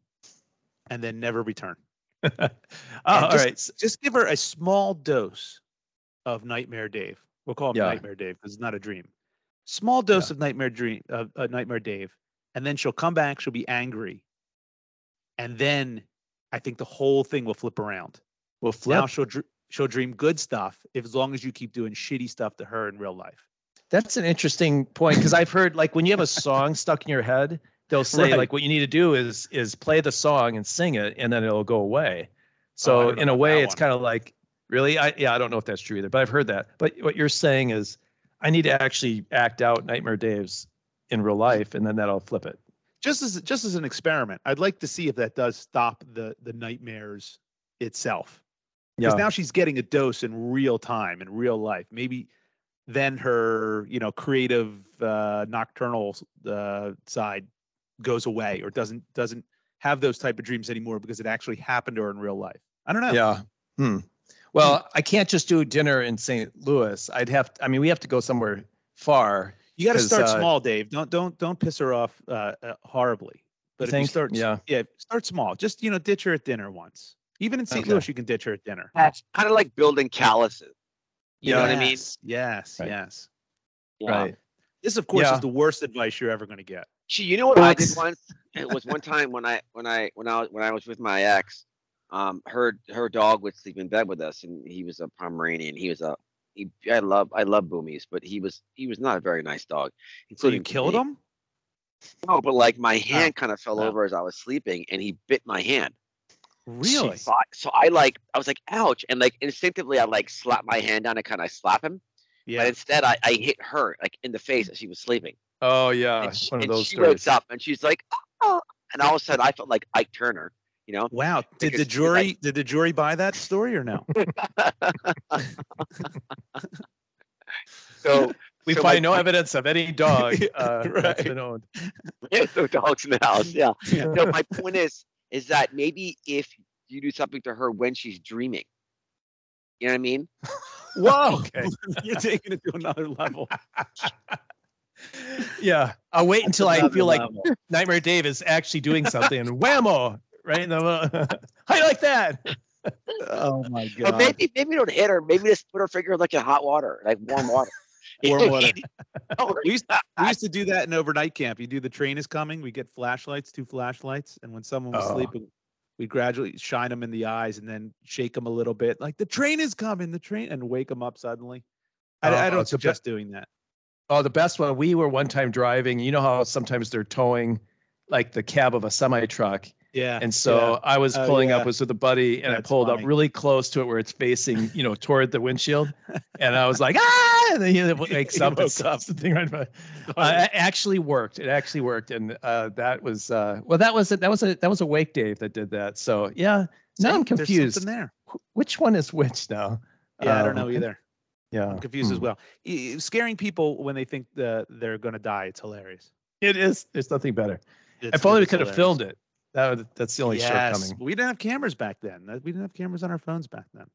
[SPEAKER 1] and then never return.
[SPEAKER 2] oh,
[SPEAKER 1] And
[SPEAKER 2] all
[SPEAKER 1] just-
[SPEAKER 2] right.
[SPEAKER 1] Just give her a small dose of Nightmare Dave. We'll call him
[SPEAKER 2] Yeah.
[SPEAKER 1] Nightmare Dave because it's not a dream. Small dose of Nightmare Dream of uh, Nightmare Dave, and then she'll come back. She'll be angry, and then I think the whole thing will flip around.
[SPEAKER 2] Well, flip.
[SPEAKER 1] Now she'll dr- she'll dream good stuff if as long as you keep doing shitty stuff to her in real life.
[SPEAKER 2] That's an interesting point because I've heard like when you have a song stuck in your head, they'll say
[SPEAKER 1] Right.
[SPEAKER 2] like what you need to do is is play the song and sing it, and then it'll go
[SPEAKER 1] I
[SPEAKER 2] away. So
[SPEAKER 1] don't know
[SPEAKER 2] in a
[SPEAKER 1] about
[SPEAKER 2] way,
[SPEAKER 1] that
[SPEAKER 2] it's
[SPEAKER 1] one.
[SPEAKER 2] kind of like really, I yeah, I don't know if that's true either, but I've heard that. But what you're saying is, I need to actually act out Nightmare Dave's in real life, and then that'll flip it.
[SPEAKER 1] Just as just as an experiment, I'd like to see if that does stop the the nightmares itself. Because now she's getting a dose in real time, in real life. Maybe then her, you know, creative uh, nocturnal uh, side goes away or doesn't doesn't have those type of dreams anymore because it actually happened to her in real life. I don't know.
[SPEAKER 2] Yeah. Hmm. Well, I can't just do dinner in St. Louis. I'd have. I mean, we have to go somewhere far.
[SPEAKER 1] You got to
[SPEAKER 2] 'Cause,
[SPEAKER 1] start
[SPEAKER 2] uh,
[SPEAKER 1] small, Dave. Don't don't don't piss her off uh, uh, horribly. But if you
[SPEAKER 2] think?
[SPEAKER 1] start, s-
[SPEAKER 2] Yeah.
[SPEAKER 1] yeah, start small. Just you know, ditch her at dinner once. Even in St.
[SPEAKER 2] Okay.
[SPEAKER 1] Louis, you can ditch her at dinner.
[SPEAKER 3] Kind of like building calluses. You know what I mean?
[SPEAKER 1] Yes, Yes,
[SPEAKER 2] Right.
[SPEAKER 1] yes.
[SPEAKER 3] Yeah.
[SPEAKER 2] Right.
[SPEAKER 1] This, of course,
[SPEAKER 2] Yeah.
[SPEAKER 1] is the worst advice you're ever going to get.
[SPEAKER 3] Gee, you know what I did
[SPEAKER 2] Books.
[SPEAKER 3] once? It was one time when I when I when I was when I was with my ex. Um, her her dog would sleep in bed with us, and he was a Pomeranian. He was a he, I love I love boomies, but he was he was not a very nice dog.
[SPEAKER 1] So you
[SPEAKER 3] including to
[SPEAKER 1] killed
[SPEAKER 3] me.
[SPEAKER 1] him?
[SPEAKER 3] No, but like my hand kind of fell
[SPEAKER 2] Oh.
[SPEAKER 3] over as I was sleeping, and he bit my hand.
[SPEAKER 1] Really?
[SPEAKER 3] So I, so I like I was like ouch, and like instinctively I like slapped my hand down and kind of slap him, but
[SPEAKER 1] Yeah.
[SPEAKER 3] instead I, I hit her like in the face as she was sleeping.
[SPEAKER 2] Oh yeah.
[SPEAKER 3] and she,
[SPEAKER 2] One of
[SPEAKER 3] and
[SPEAKER 2] those
[SPEAKER 3] she
[SPEAKER 2] stories.
[SPEAKER 3] wakes up and she's like, oh, and all of a sudden I felt like Ike Turner, you know?
[SPEAKER 1] Wow. Did
[SPEAKER 3] Because
[SPEAKER 1] the
[SPEAKER 3] it's
[SPEAKER 1] jury
[SPEAKER 3] like-
[SPEAKER 1] did the jury buy that story or no?
[SPEAKER 3] So
[SPEAKER 2] We
[SPEAKER 3] so
[SPEAKER 2] find
[SPEAKER 3] my-
[SPEAKER 2] no evidence of any dog uh, that's
[SPEAKER 1] Right.
[SPEAKER 2] been owned.
[SPEAKER 3] There's no dogs in the house. Yeah.
[SPEAKER 1] Yeah.
[SPEAKER 3] So my point is, is that maybe if you do something to her when she's dreaming, you know what I mean?
[SPEAKER 1] Whoa.
[SPEAKER 2] Okay.
[SPEAKER 1] you're taking it to another level.
[SPEAKER 2] yeah. I'll wait until I
[SPEAKER 3] another
[SPEAKER 2] feel like Nightmare Dave is actually doing something and whammo, right? in the- How you like that?
[SPEAKER 1] Oh my
[SPEAKER 3] But maybe maybe don't hit her. Maybe just put her finger like in hot water, like warm water.
[SPEAKER 1] Warm water.
[SPEAKER 3] Oh,
[SPEAKER 1] We used, we used to do that in overnight camp. You do the train is coming. We get flashlights, two flashlights, and when someone was
[SPEAKER 2] Oh.
[SPEAKER 1] sleeping, we gradually shine them in the eyes and then shake them a little bit, like the train is coming, the train, and wake them up suddenly. I, I
[SPEAKER 2] Oh,
[SPEAKER 1] don't
[SPEAKER 2] it's a bit-
[SPEAKER 1] suggest doing that.
[SPEAKER 2] Oh, the best one. We were one time driving. You know how sometimes they're towing like the cab of a semi truck.
[SPEAKER 1] Yeah.
[SPEAKER 2] And so I was
[SPEAKER 1] Oh,
[SPEAKER 2] pulling
[SPEAKER 1] yeah.
[SPEAKER 2] up, was with a buddy, and
[SPEAKER 1] That's
[SPEAKER 2] I pulled
[SPEAKER 1] funny.
[SPEAKER 2] up really close to it where it's facing, you know, toward the windshield. And I was like, ah, and then he wakes
[SPEAKER 1] He
[SPEAKER 2] up and
[SPEAKER 1] woke up.
[SPEAKER 2] stops the thing right in my- Uh, it actually worked. It actually worked, and uh, that was uh, well. That was it. That was a that was a wake Dave that did that. So yeah, now I'm
[SPEAKER 1] See, there's
[SPEAKER 2] confused.
[SPEAKER 1] Something there.
[SPEAKER 2] Wh- Which one is which now?
[SPEAKER 1] Yeah, I don't
[SPEAKER 2] Um,
[SPEAKER 1] know either.
[SPEAKER 2] Yeah,
[SPEAKER 1] I'm confused as
[SPEAKER 2] Hmm.
[SPEAKER 1] well. E- e- Scaring people when they think the, they're going to die. It's hilarious.
[SPEAKER 2] It is. There's nothing better.
[SPEAKER 1] It's,
[SPEAKER 2] if only we
[SPEAKER 1] it's
[SPEAKER 2] could have
[SPEAKER 1] hilarious.
[SPEAKER 2] filmed it. That would, that's the only
[SPEAKER 1] yes.
[SPEAKER 2] shortcoming.
[SPEAKER 1] We didn't have cameras back then. That- We didn't have cameras on our phones back then.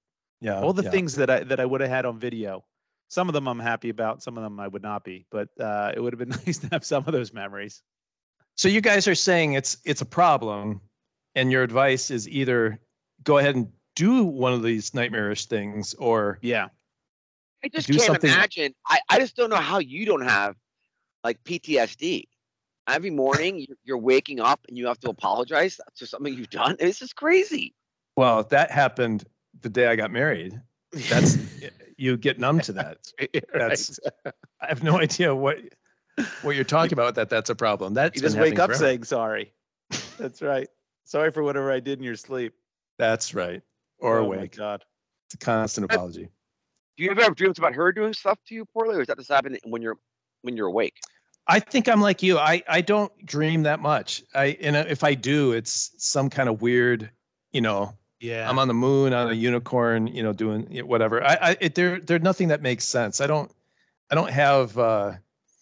[SPEAKER 2] Yeah.
[SPEAKER 1] all the
[SPEAKER 2] Oh, yeah.
[SPEAKER 1] things that I that I would have had on video. Some of them I'm happy about, some of them I would not be. But uh, it would have been nice to have some of those memories.
[SPEAKER 2] So you guys are saying it's it's a problem, and your advice is either go ahead and do one of these nightmarish things, or
[SPEAKER 1] Yeah,
[SPEAKER 3] I just
[SPEAKER 2] do
[SPEAKER 3] can't
[SPEAKER 2] something-
[SPEAKER 3] imagine. I, I just don't know how you don't have like PTSD. Every morning you're, you're waking up and you have to apologize to something you've done. This is crazy.
[SPEAKER 2] well, that happened the day I got married. That's you get numb to that. That's I have no idea what what you're talking about. That that's a problem. That's
[SPEAKER 1] you
[SPEAKER 2] been
[SPEAKER 1] just wake
[SPEAKER 2] happening
[SPEAKER 1] up
[SPEAKER 2] forever.
[SPEAKER 1] saying sorry. That's right. Sorry for whatever I did in your sleep.
[SPEAKER 2] that's right, or
[SPEAKER 1] oh
[SPEAKER 2] awake.
[SPEAKER 1] My God.
[SPEAKER 2] It's a constant
[SPEAKER 3] But-
[SPEAKER 2] apology.
[SPEAKER 3] Do you ever have dreams about her doing stuff to you poorly, or does that just happen when you're when you're awake?
[SPEAKER 2] I think I'm like you. I I don't dream that much. I and if I do, it's some kind of weird, you know,
[SPEAKER 1] Yeah.
[SPEAKER 2] I'm on the moon on a unicorn, you know, doing you know, whatever. I, I it, there there's nothing that makes sense. I don't I don't have uh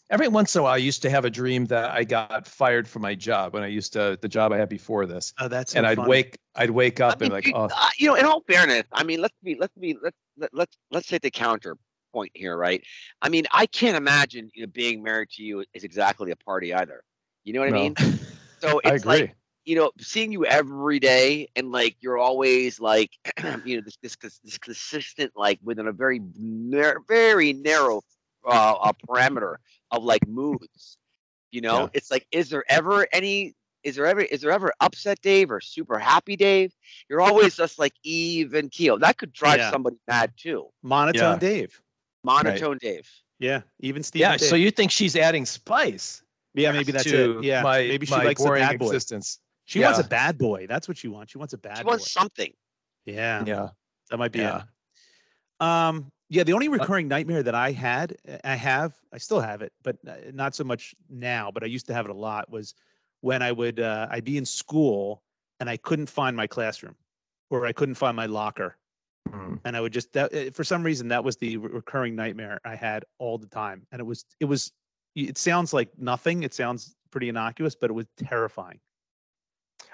[SPEAKER 2] every once in a while I used to have a dream that I got fired from my job when I used to the job I had before this.
[SPEAKER 1] oh, that's so
[SPEAKER 2] and I'd
[SPEAKER 1] funny.
[SPEAKER 2] wake I'd wake
[SPEAKER 3] I
[SPEAKER 2] up
[SPEAKER 3] mean,
[SPEAKER 2] and like,
[SPEAKER 3] you,
[SPEAKER 2] oh
[SPEAKER 3] uh, you know, in all fairness, I mean, let's be let's be let's let, let's let's hit the counterpoint here, right? I mean, I can't imagine you know, being married to you is exactly a party either. You know what
[SPEAKER 2] no.
[SPEAKER 3] I mean? So
[SPEAKER 2] I
[SPEAKER 3] it's
[SPEAKER 2] agree.
[SPEAKER 3] like you know, seeing you every day and like you're always like, you know, this this, cons- this consistent like within a very nar- very narrow uh, uh, parameter of like moods. You know,
[SPEAKER 2] Yeah.
[SPEAKER 3] it's like, is there ever any? Is there ever is there ever upset Dave or super happy Dave? You're always just like even keel. That could drive
[SPEAKER 1] Yeah.
[SPEAKER 3] somebody mad too.
[SPEAKER 1] monotone
[SPEAKER 2] Yeah.
[SPEAKER 1] Dave.
[SPEAKER 3] Monotone Dave.
[SPEAKER 1] Yeah, even Steve.
[SPEAKER 2] yeah, so you think she's adding spice
[SPEAKER 1] yeah, maybe that's
[SPEAKER 2] to
[SPEAKER 1] it. Yeah,
[SPEAKER 2] my
[SPEAKER 1] maybe she
[SPEAKER 2] my
[SPEAKER 1] likes a
[SPEAKER 2] boring
[SPEAKER 1] bad boy.
[SPEAKER 2] existence.
[SPEAKER 1] She wants a
[SPEAKER 2] yeah.
[SPEAKER 1] bad boy. That's what she wants. She wants a bad
[SPEAKER 3] She
[SPEAKER 1] boy.
[SPEAKER 3] wants something.
[SPEAKER 1] Yeah,
[SPEAKER 2] Yeah.
[SPEAKER 1] that might be it.
[SPEAKER 2] Yeah.
[SPEAKER 1] Um, yeah, the only recurring nightmare that I had, uh, I have, I still have it, but uh, not so much now. But I used to have it a lot. Was when I would, uh, I'd be in school and I couldn't find my classroom. or I couldn't find my locker.
[SPEAKER 2] Mm.
[SPEAKER 1] and I would just that eh, for some reason that was the re- recurring nightmare I had all the time, and it was it was it sounds like nothing. It sounds pretty innocuous, but it was terrifying.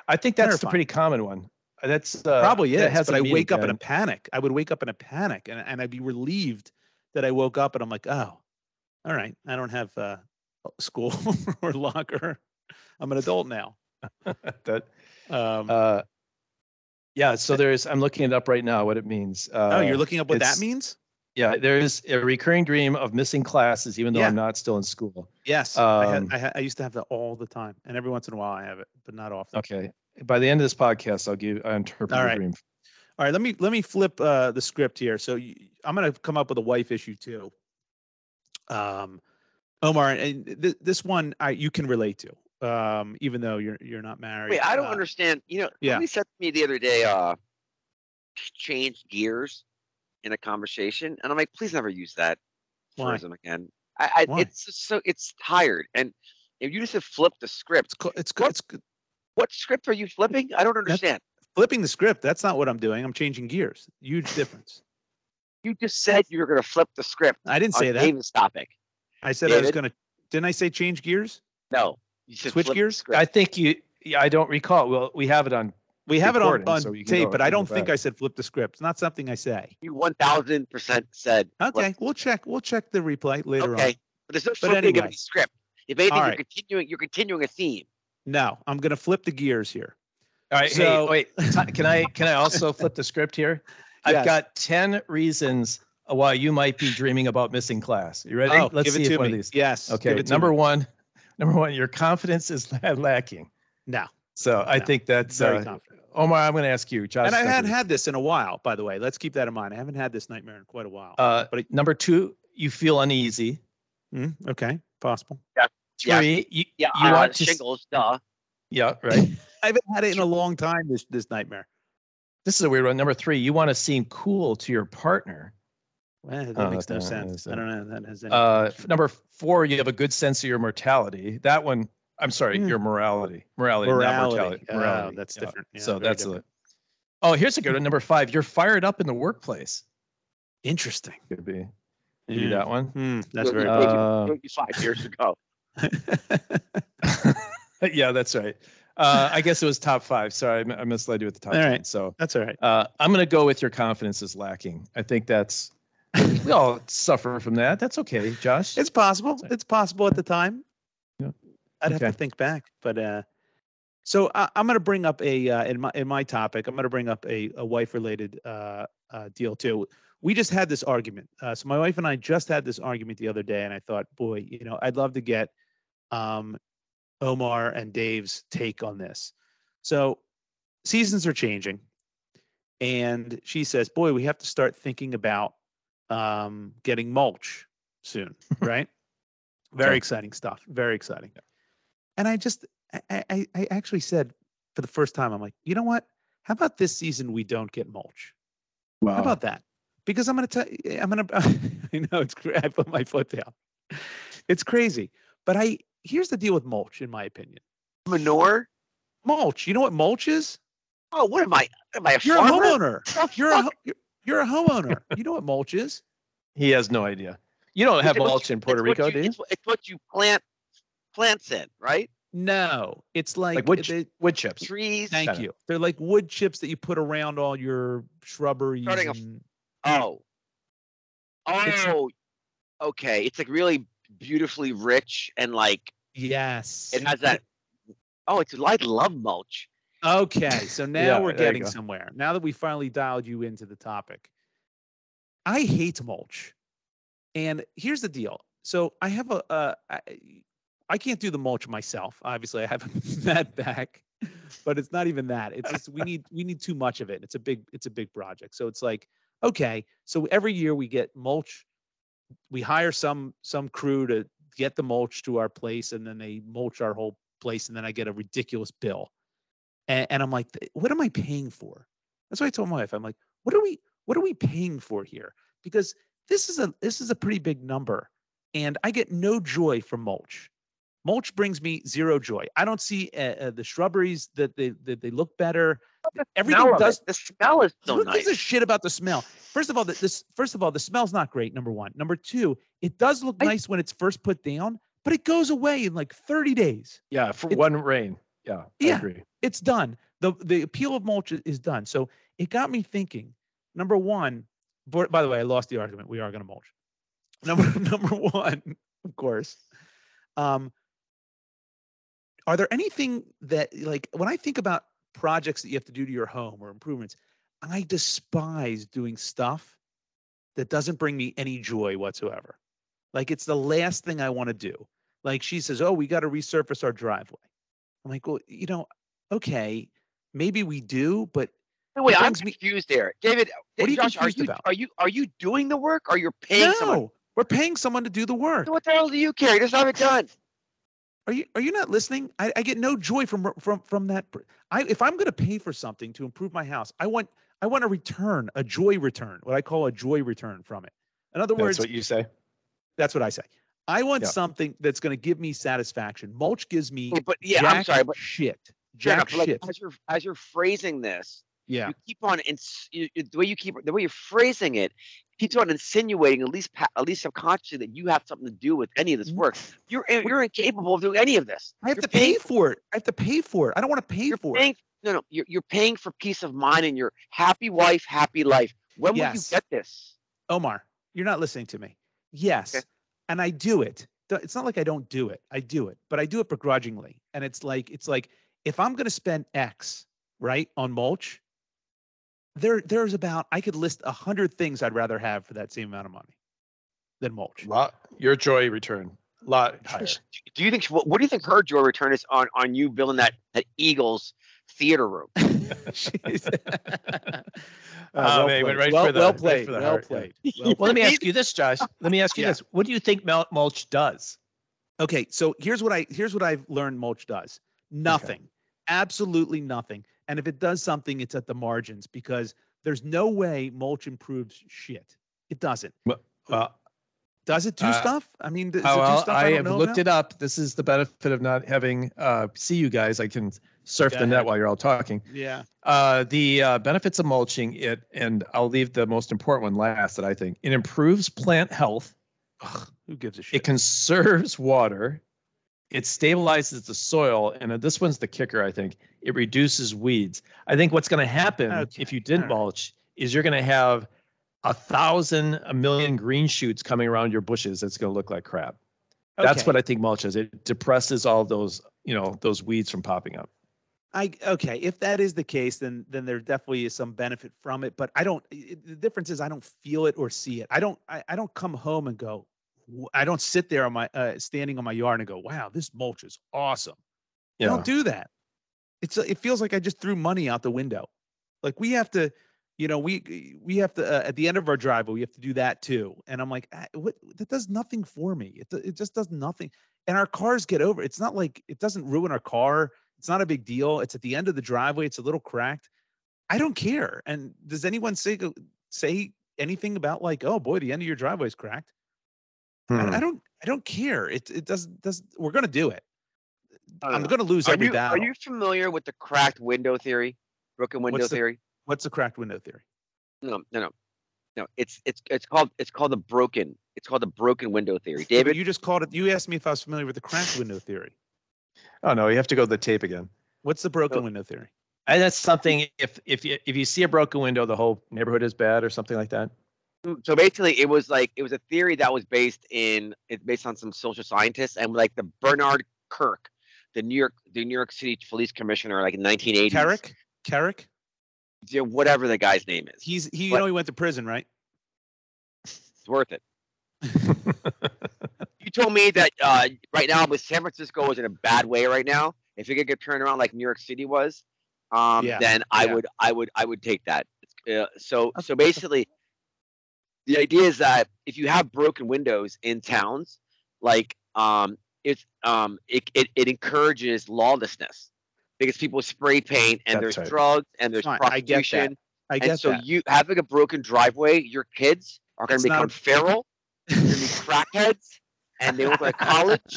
[SPEAKER 2] I think that's the
[SPEAKER 1] Terrifying.
[SPEAKER 2] pretty common one. Uh, That's uh,
[SPEAKER 1] Probably
[SPEAKER 2] that
[SPEAKER 1] is,
[SPEAKER 2] has
[SPEAKER 1] but
[SPEAKER 2] a
[SPEAKER 1] I
[SPEAKER 2] meaning
[SPEAKER 1] wake up in a
[SPEAKER 2] behind
[SPEAKER 1] panic. I would wake up in a panic, and and I'd be relieved that I woke up, and I'm like, oh, all right, I don't have uh, school or locker. I'm an adult now.
[SPEAKER 2] it. that.
[SPEAKER 1] Um,
[SPEAKER 2] Uh, yeah, so there's. I'm looking it up right now. What it means. Uh,
[SPEAKER 1] oh, you're looking up what that
[SPEAKER 2] it's-
[SPEAKER 1] means?
[SPEAKER 2] Yeah, there is a recurring dream of missing classes, even though
[SPEAKER 1] Yeah.
[SPEAKER 2] I'm not still in school.
[SPEAKER 1] Yes, I, had,
[SPEAKER 2] um,
[SPEAKER 1] I, had, I used to have that all the time, and every once in a while I have it, but not often.
[SPEAKER 2] Okay. By the end of this podcast, I'll give. I interpret
[SPEAKER 1] All
[SPEAKER 2] the
[SPEAKER 1] right.
[SPEAKER 2] dream.
[SPEAKER 1] All right, let me let me flip uh, the script here. So y I'm going to come up with a wife issue too. Um, Omar, and th- this one I, you can relate to, um, even though you're you're not married.
[SPEAKER 3] Wait, I don't
[SPEAKER 1] Uh,
[SPEAKER 3] understand. You know,
[SPEAKER 1] yeah.
[SPEAKER 3] somebody said to me the other day, uh, change gears in a conversation, and I'm like, please never use that
[SPEAKER 1] Why?
[SPEAKER 3] tourism again. I, I
[SPEAKER 1] Why?
[SPEAKER 3] it's just so it's tired, and if you just have flipped the script,
[SPEAKER 1] It's co- it's co-
[SPEAKER 3] What?
[SPEAKER 1] it's co-
[SPEAKER 3] what script are you flipping? I don't understand.
[SPEAKER 1] flipping the script. That's not what I'm doing. I'm changing gears. Huge difference.
[SPEAKER 3] You just said you were going to flip the script
[SPEAKER 1] I didn't
[SPEAKER 3] on
[SPEAKER 1] say that.
[SPEAKER 3] David's topic.
[SPEAKER 1] I said I was
[SPEAKER 3] David?
[SPEAKER 1] going to. Didn't I say change gears?
[SPEAKER 3] No, you said
[SPEAKER 1] Switch
[SPEAKER 3] flip the
[SPEAKER 1] gears?
[SPEAKER 3] script.
[SPEAKER 2] I think you. Yeah, I don't recall. Well, we have it on.
[SPEAKER 1] We have
[SPEAKER 2] Recording,
[SPEAKER 1] it on, on
[SPEAKER 2] so you can
[SPEAKER 1] tape,
[SPEAKER 2] go-
[SPEAKER 1] but
[SPEAKER 2] you
[SPEAKER 1] I
[SPEAKER 2] can go
[SPEAKER 1] don't think
[SPEAKER 2] back.
[SPEAKER 1] I said flip the script. It's not something I say.
[SPEAKER 3] you one thousand percent said
[SPEAKER 1] Okay, we'll check. We'll check the replay later on.
[SPEAKER 3] okay, but there's no flipping of
[SPEAKER 1] anyway.
[SPEAKER 3] the script. If anything,
[SPEAKER 1] All
[SPEAKER 3] you're
[SPEAKER 1] right.
[SPEAKER 3] continuing. You're continuing a theme.
[SPEAKER 1] No, I'm going to flip the gears here.
[SPEAKER 2] All right.
[SPEAKER 1] So-
[SPEAKER 2] hey, wait. Ti- Can I? Can I also flip the script here? I've
[SPEAKER 1] Yes.
[SPEAKER 2] got ten reasons why you might be dreaming about missing class. You ready?
[SPEAKER 1] Oh,
[SPEAKER 2] Let's
[SPEAKER 1] give
[SPEAKER 2] see
[SPEAKER 1] it to
[SPEAKER 2] if one
[SPEAKER 1] me.
[SPEAKER 2] of these.
[SPEAKER 1] Yes.
[SPEAKER 2] Okay.
[SPEAKER 1] give it to
[SPEAKER 2] Number
[SPEAKER 1] me.
[SPEAKER 2] one. Number one. Your confidence is lacking.
[SPEAKER 1] No,
[SPEAKER 2] So I
[SPEAKER 1] No,
[SPEAKER 2] think that's
[SPEAKER 1] very
[SPEAKER 2] uh,
[SPEAKER 1] confident.
[SPEAKER 2] Omar. I'm going to ask you, Josh.
[SPEAKER 1] And I hadn't
[SPEAKER 2] Zucker.
[SPEAKER 1] had this in a while, by the way. Let's keep that in mind. I haven't had this nightmare in quite a while.
[SPEAKER 2] Uh,
[SPEAKER 1] but it-
[SPEAKER 2] number two, you feel uneasy.
[SPEAKER 1] Mm, okay, possible.
[SPEAKER 3] Yeah.
[SPEAKER 2] Three, you,
[SPEAKER 3] Yeah,
[SPEAKER 2] you
[SPEAKER 3] I
[SPEAKER 2] want to. s-
[SPEAKER 3] shingles. Duh.
[SPEAKER 2] Yeah, right.
[SPEAKER 1] I haven't had it in a long time. This this nightmare.
[SPEAKER 2] this is a weird one. Number three, you want to seem cool to your partner.
[SPEAKER 1] Well, that
[SPEAKER 2] Oh,
[SPEAKER 1] makes no
[SPEAKER 2] that-
[SPEAKER 1] sense.
[SPEAKER 2] that-
[SPEAKER 1] I don't know. That has any.
[SPEAKER 2] Uh, f- number four, you have a good sense of your mortality. That one, I'm sorry,
[SPEAKER 1] Hmm.
[SPEAKER 2] your morality, morality, not mortality.
[SPEAKER 1] morality. Oh,
[SPEAKER 2] Morality.
[SPEAKER 1] that's
[SPEAKER 2] yeah.
[SPEAKER 1] different. Yeah,
[SPEAKER 2] so
[SPEAKER 1] very
[SPEAKER 2] that's
[SPEAKER 1] different.
[SPEAKER 2] a. Oh, here's a good one. Number five, you're fired up in the workplace.
[SPEAKER 1] interesting.
[SPEAKER 2] Could be. Could be
[SPEAKER 1] Mm.
[SPEAKER 2] that one.
[SPEAKER 1] Hmm, that's
[SPEAKER 3] You're-
[SPEAKER 1] very.
[SPEAKER 3] you're-
[SPEAKER 2] Uh,
[SPEAKER 3] Maybe five years ago.
[SPEAKER 2] yeah, that's right. Uh, I guess it was top five. Sorry, I m- I misled you with the top.
[SPEAKER 1] All
[SPEAKER 2] 10,
[SPEAKER 1] right.
[SPEAKER 2] So.
[SPEAKER 1] that's all right.
[SPEAKER 2] Uh, I'm going to go with your confidence is lacking. I think that's we all suffer from that. That's okay, Josh.
[SPEAKER 1] It's possible. It's possible at the time.
[SPEAKER 2] Yeah.
[SPEAKER 1] I'd have
[SPEAKER 2] Okay.
[SPEAKER 1] to think back, but uh, so I, I'm going to bring up a uh, in my in my topic. I'm going to bring up a, a wife related uh, uh, deal too. We just had this argument. Uh, so my wife and I just had this argument the other day, and I thought, boy, you know, I'd love to get um, Omar and Dave's take on this. So seasons are changing, and she says, boy, we have to start thinking about um, getting mulch soon, right? Very
[SPEAKER 2] Okay.
[SPEAKER 1] exciting stuff. Very exciting. And I just, I, I, I actually said for the first time, I'm like, you know what? How about this season we don't get mulch?
[SPEAKER 2] wow.
[SPEAKER 1] How about that? Because I'm gonna tell eh, I'm gonna I know it's cra- I put my foot down. It's crazy, but I here's the deal with mulch, in my opinion.
[SPEAKER 3] Manure?
[SPEAKER 1] Mulch. You know what mulch is?
[SPEAKER 3] Oh, what am I? Am I a
[SPEAKER 1] You're a
[SPEAKER 3] farmer?
[SPEAKER 1] homeowner. You're a ho- you're, you're a homeowner. You know what mulch is?
[SPEAKER 2] he has no idea. You don't have
[SPEAKER 3] It's what
[SPEAKER 2] mulch
[SPEAKER 3] you-
[SPEAKER 2] in Puerto
[SPEAKER 3] it's
[SPEAKER 2] Rico,
[SPEAKER 3] what you-
[SPEAKER 2] do you?
[SPEAKER 3] It's, what- it's what you plant plants in, right?
[SPEAKER 1] No, it's like,
[SPEAKER 2] Like wood,
[SPEAKER 1] they-
[SPEAKER 2] ch- wood chips.
[SPEAKER 3] Trees.
[SPEAKER 1] Thank
[SPEAKER 2] kinda.
[SPEAKER 1] you. They're like wood chips that you put around all your shrubbery.
[SPEAKER 3] Starting a-
[SPEAKER 1] and,
[SPEAKER 3] Oh. Oh. Okay. It's like really beautifully rich and like
[SPEAKER 1] yes.
[SPEAKER 3] it has that. Oh, it's like love mulch.
[SPEAKER 1] Okay, so now
[SPEAKER 2] Yeah,
[SPEAKER 1] we're
[SPEAKER 2] there you
[SPEAKER 1] getting
[SPEAKER 2] go.
[SPEAKER 1] somewhere. Now that we finally dialed you into the topic, I hate mulch, and here's the deal. So I have a, uh, I, I can't do the mulch myself. Obviously, I haven't that back, but it's not even that. It's just we need we need too much of it. It's a big it's a big project. So it's like okay, so every year we get mulch. We hire some some crew to get the mulch to our place, and then they mulch our whole place, and then I get a ridiculous bill and, and I'm like, "Th- what am I paying for? That's what I told my wife. I'm like, what are we what are we paying for here? Because this is a this is a pretty big number, and I get no joy from mulch. Mulch brings me zero joy. I don't see uh, uh, the shrubberies that they that they look better. everything does.
[SPEAKER 3] The smell is so
[SPEAKER 1] who
[SPEAKER 3] nice.
[SPEAKER 1] gives a shit about the smell? First of all, the, this first of all, the smell's not great. Number one. Number two, it does look
[SPEAKER 3] I-
[SPEAKER 1] nice when it's first put down, but it goes away in like 30 days.
[SPEAKER 2] Yeah, for
[SPEAKER 1] It's-
[SPEAKER 2] one rain. Yeah, I
[SPEAKER 1] Yeah.
[SPEAKER 2] agree.
[SPEAKER 1] It's done. the The appeal of mulch i- is done. So it got me thinking. Number one. By by the way, I lost the argument. We are going to mulch. Number number one, of course. Um, are there anything that like when I think about projects that you have to do to your home or improvements, I despise doing stuff that doesn't bring me any joy whatsoever. Like it's the last thing I want to do. Like she says, "Oh, we got to resurface our driveway." I'm like, "Well, you know, okay, maybe we do, but
[SPEAKER 3] Wait, wait, I'm
[SPEAKER 1] brings me-
[SPEAKER 3] confused there, David.
[SPEAKER 1] What are you
[SPEAKER 3] Josh, are
[SPEAKER 1] confused
[SPEAKER 3] you
[SPEAKER 1] about?
[SPEAKER 3] are you are you doing the work or you're paying
[SPEAKER 1] no,
[SPEAKER 3] someone?
[SPEAKER 1] we're paying someone to do the work."
[SPEAKER 3] So what the hell do you care? You Just have it done.
[SPEAKER 1] Are you are you not listening? I, I get no joy from from from that. pr- I if I'm going to pay for something to improve my house, I want I want a return, a joy return, what I call a joy return from it. In other words,
[SPEAKER 2] That's what you say.
[SPEAKER 1] that's what I say. I want
[SPEAKER 2] Yeah.
[SPEAKER 1] something that's going to give me satisfaction. Mulch gives me
[SPEAKER 3] Yeah, But Oh, yeah,
[SPEAKER 1] jack
[SPEAKER 3] I'm sorry, but
[SPEAKER 1] shit,
[SPEAKER 3] fair
[SPEAKER 1] jack
[SPEAKER 3] enough, but, like,
[SPEAKER 1] shit.
[SPEAKER 3] as you're as you're phrasing this,
[SPEAKER 1] yeah,
[SPEAKER 3] you keep on ins- you, you- the way you keep the way you're phrasing it keeps on insinuating at least pa- at least subconsciously that you have something to do with any of this work. You're in- you're incapable of doing any of this.
[SPEAKER 1] I have
[SPEAKER 3] You're
[SPEAKER 1] to
[SPEAKER 3] paying-
[SPEAKER 1] pay for it. I have to pay for it. I don't want to pay
[SPEAKER 3] You're
[SPEAKER 1] for it.
[SPEAKER 3] paying. No, no, you're you're paying for peace of mind and your happy wife, happy life. When will you
[SPEAKER 1] Yes.
[SPEAKER 3] get this?
[SPEAKER 1] Omar, you're not listening to me. Yes.
[SPEAKER 3] Okay.
[SPEAKER 1] And I do it. Th- It's not like I don't do it. I do it, but I do it begrudgingly. And it's like, it's like if I'm going to spend X, right, on mulch, there, there's about, I could list a hundred things I'd rather have for that same amount of money than mulch.
[SPEAKER 2] Lot your joy return. Lot higher.
[SPEAKER 1] Uh,
[SPEAKER 3] Do you think what, what do you think her joy return is on on you building that that Eagles theater room?
[SPEAKER 1] Jeez.
[SPEAKER 2] Oh,
[SPEAKER 1] Uh, well
[SPEAKER 2] man, he went
[SPEAKER 1] played.
[SPEAKER 2] right
[SPEAKER 1] well,
[SPEAKER 2] for the-
[SPEAKER 1] well
[SPEAKER 2] right
[SPEAKER 1] played.
[SPEAKER 2] for the
[SPEAKER 1] well
[SPEAKER 2] heart, yeah.
[SPEAKER 1] played. Well
[SPEAKER 2] Well, let me ask you this, Josh. Let me ask you
[SPEAKER 1] Yeah.
[SPEAKER 2] this. What do you think mul- mulch does?
[SPEAKER 1] Okay, so here's what I here's what I've learned mulch does. Nothing. Absolutely nothing. And if it does something, it's at the margins because there's no way mulch improves shit. It doesn't.
[SPEAKER 2] Well,
[SPEAKER 1] Does it do
[SPEAKER 2] Uh,
[SPEAKER 1] stuff? I mean, does
[SPEAKER 2] Oh,
[SPEAKER 1] it do
[SPEAKER 2] well,
[SPEAKER 1] stuff
[SPEAKER 2] I,
[SPEAKER 1] don't
[SPEAKER 2] have
[SPEAKER 1] know
[SPEAKER 2] looked
[SPEAKER 1] about?
[SPEAKER 2] it up. This is the benefit of not having uh, see you guys. I can surf
[SPEAKER 1] Go
[SPEAKER 2] the net
[SPEAKER 1] ahead.
[SPEAKER 2] while you're all talking.
[SPEAKER 1] Yeah.
[SPEAKER 2] Uh, the uh, benefits of mulching it, and I'll leave the most important one last. That I think it improves plant health.
[SPEAKER 1] Ugh, who gives a shit?
[SPEAKER 2] It conserves water. It stabilizes the soil, and uh, this one's the kicker. I think it reduces weeds. I think what's going to happen
[SPEAKER 1] Okay,
[SPEAKER 2] if you didn't
[SPEAKER 1] all right.
[SPEAKER 2] mulch is you're going to have a thousand, a million green shoots coming around your bushes. That's going to look like crap. That's
[SPEAKER 1] Okay.
[SPEAKER 2] what I think mulch is. It depresses all those, you know, those weeds from popping up.
[SPEAKER 1] I okay, if that is the case, then then there definitely is some benefit from it. But I don't. i- i- the difference is I don't feel it or see it. I don't. I, I don't come home and go. "W- I don't sit there on my uh, standing on my yard and go, "Wow, this mulch is awesome." I
[SPEAKER 2] Yeah.
[SPEAKER 1] don't do that. It's uh, it feels like I just threw money out the window. Like we have to, you know, we we have to uh, at the end of our driveway we have to do that too. And I'm like, "Ah, what? That does nothing for me. It do- it just does nothing. And our cars get over. It's not like it doesn't ruin our car. It's not a big deal. It's at the end of the driveway. It's a little cracked. I don't care. And does anyone say go- say anything about like, oh boy, the end of your driveway's cracked?
[SPEAKER 2] Hmm.
[SPEAKER 1] I, I don't I don't care. It it doesn't does we're gonna do it.
[SPEAKER 3] I don't
[SPEAKER 1] I'm
[SPEAKER 3] know.
[SPEAKER 1] gonna lose
[SPEAKER 3] Oh, Uh, Are
[SPEAKER 1] every
[SPEAKER 3] you
[SPEAKER 1] battle.
[SPEAKER 3] are you familiar with the cracked window theory, broken window
[SPEAKER 1] What's the-
[SPEAKER 3] theory?
[SPEAKER 1] What's the cracked window theory?
[SPEAKER 3] No, no, no, no. It's it's it's called it's called the broken. It's called the broken window theory,
[SPEAKER 1] Yeah, but
[SPEAKER 3] David.
[SPEAKER 1] you just called it. You asked me if I was familiar with the cracked window theory.
[SPEAKER 2] Oh no, you have to go to the tape again.
[SPEAKER 1] What's the broken
[SPEAKER 3] No.
[SPEAKER 1] window theory?
[SPEAKER 2] And that's something. If if you if you see a broken window, the whole neighborhood is bad, or something like that.
[SPEAKER 3] so basically it was like it was a theory that was based in it's based on some social scientists and like the Bernard Kirk, the New York the New York City police commissioner like in 1980s.
[SPEAKER 1] Carrick. Carrick.
[SPEAKER 3] Yeah, whatever the guy's name is.
[SPEAKER 1] He's he. You
[SPEAKER 3] What?
[SPEAKER 1] know he went to prison, right?
[SPEAKER 3] It's worth it. you told me that uh, right now with San Francisco is in a bad way right now. If it could get turned around like New York City was, um,
[SPEAKER 1] Yeah,
[SPEAKER 3] then I
[SPEAKER 1] yeah.
[SPEAKER 3] would I would I would take that. Uh, so so basically, the idea is that if you have broken windows in towns, like um, it's um, it, it it encourages lawlessness because people spray paint and
[SPEAKER 2] That's
[SPEAKER 3] there's
[SPEAKER 2] right.
[SPEAKER 3] drugs and there's
[SPEAKER 1] Fine, I get that.
[SPEAKER 3] prostitution.
[SPEAKER 1] I
[SPEAKER 3] And
[SPEAKER 1] guess
[SPEAKER 3] so
[SPEAKER 1] that.
[SPEAKER 3] you having a broken driveway, your kids are going
[SPEAKER 1] It's
[SPEAKER 3] to
[SPEAKER 1] not
[SPEAKER 3] become
[SPEAKER 1] a-
[SPEAKER 3] feral. They're going to be crackheads, and they will go to college,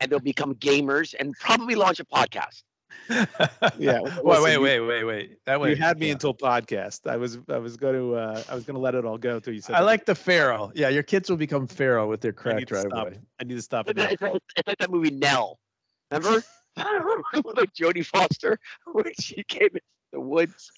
[SPEAKER 3] and they'll become gamers, and probably launch a podcast.
[SPEAKER 1] Yeah,
[SPEAKER 2] wait,
[SPEAKER 1] listen,
[SPEAKER 2] wait,
[SPEAKER 1] you-
[SPEAKER 2] wait, wait, wait. That way.
[SPEAKER 1] You had me until podcast. I was I was going to uh, I was going to let it all go till you said.
[SPEAKER 2] I
[SPEAKER 1] that.
[SPEAKER 2] like the feral. Yeah, your kids will become feral with their
[SPEAKER 1] I
[SPEAKER 2] crack
[SPEAKER 1] need to stop.
[SPEAKER 2] driveway.
[SPEAKER 1] I need to stop. it
[SPEAKER 3] It's
[SPEAKER 1] now.
[SPEAKER 3] like, it's like- it's like that movie Nell. Remember? With Jodie Foster when she came in the woods.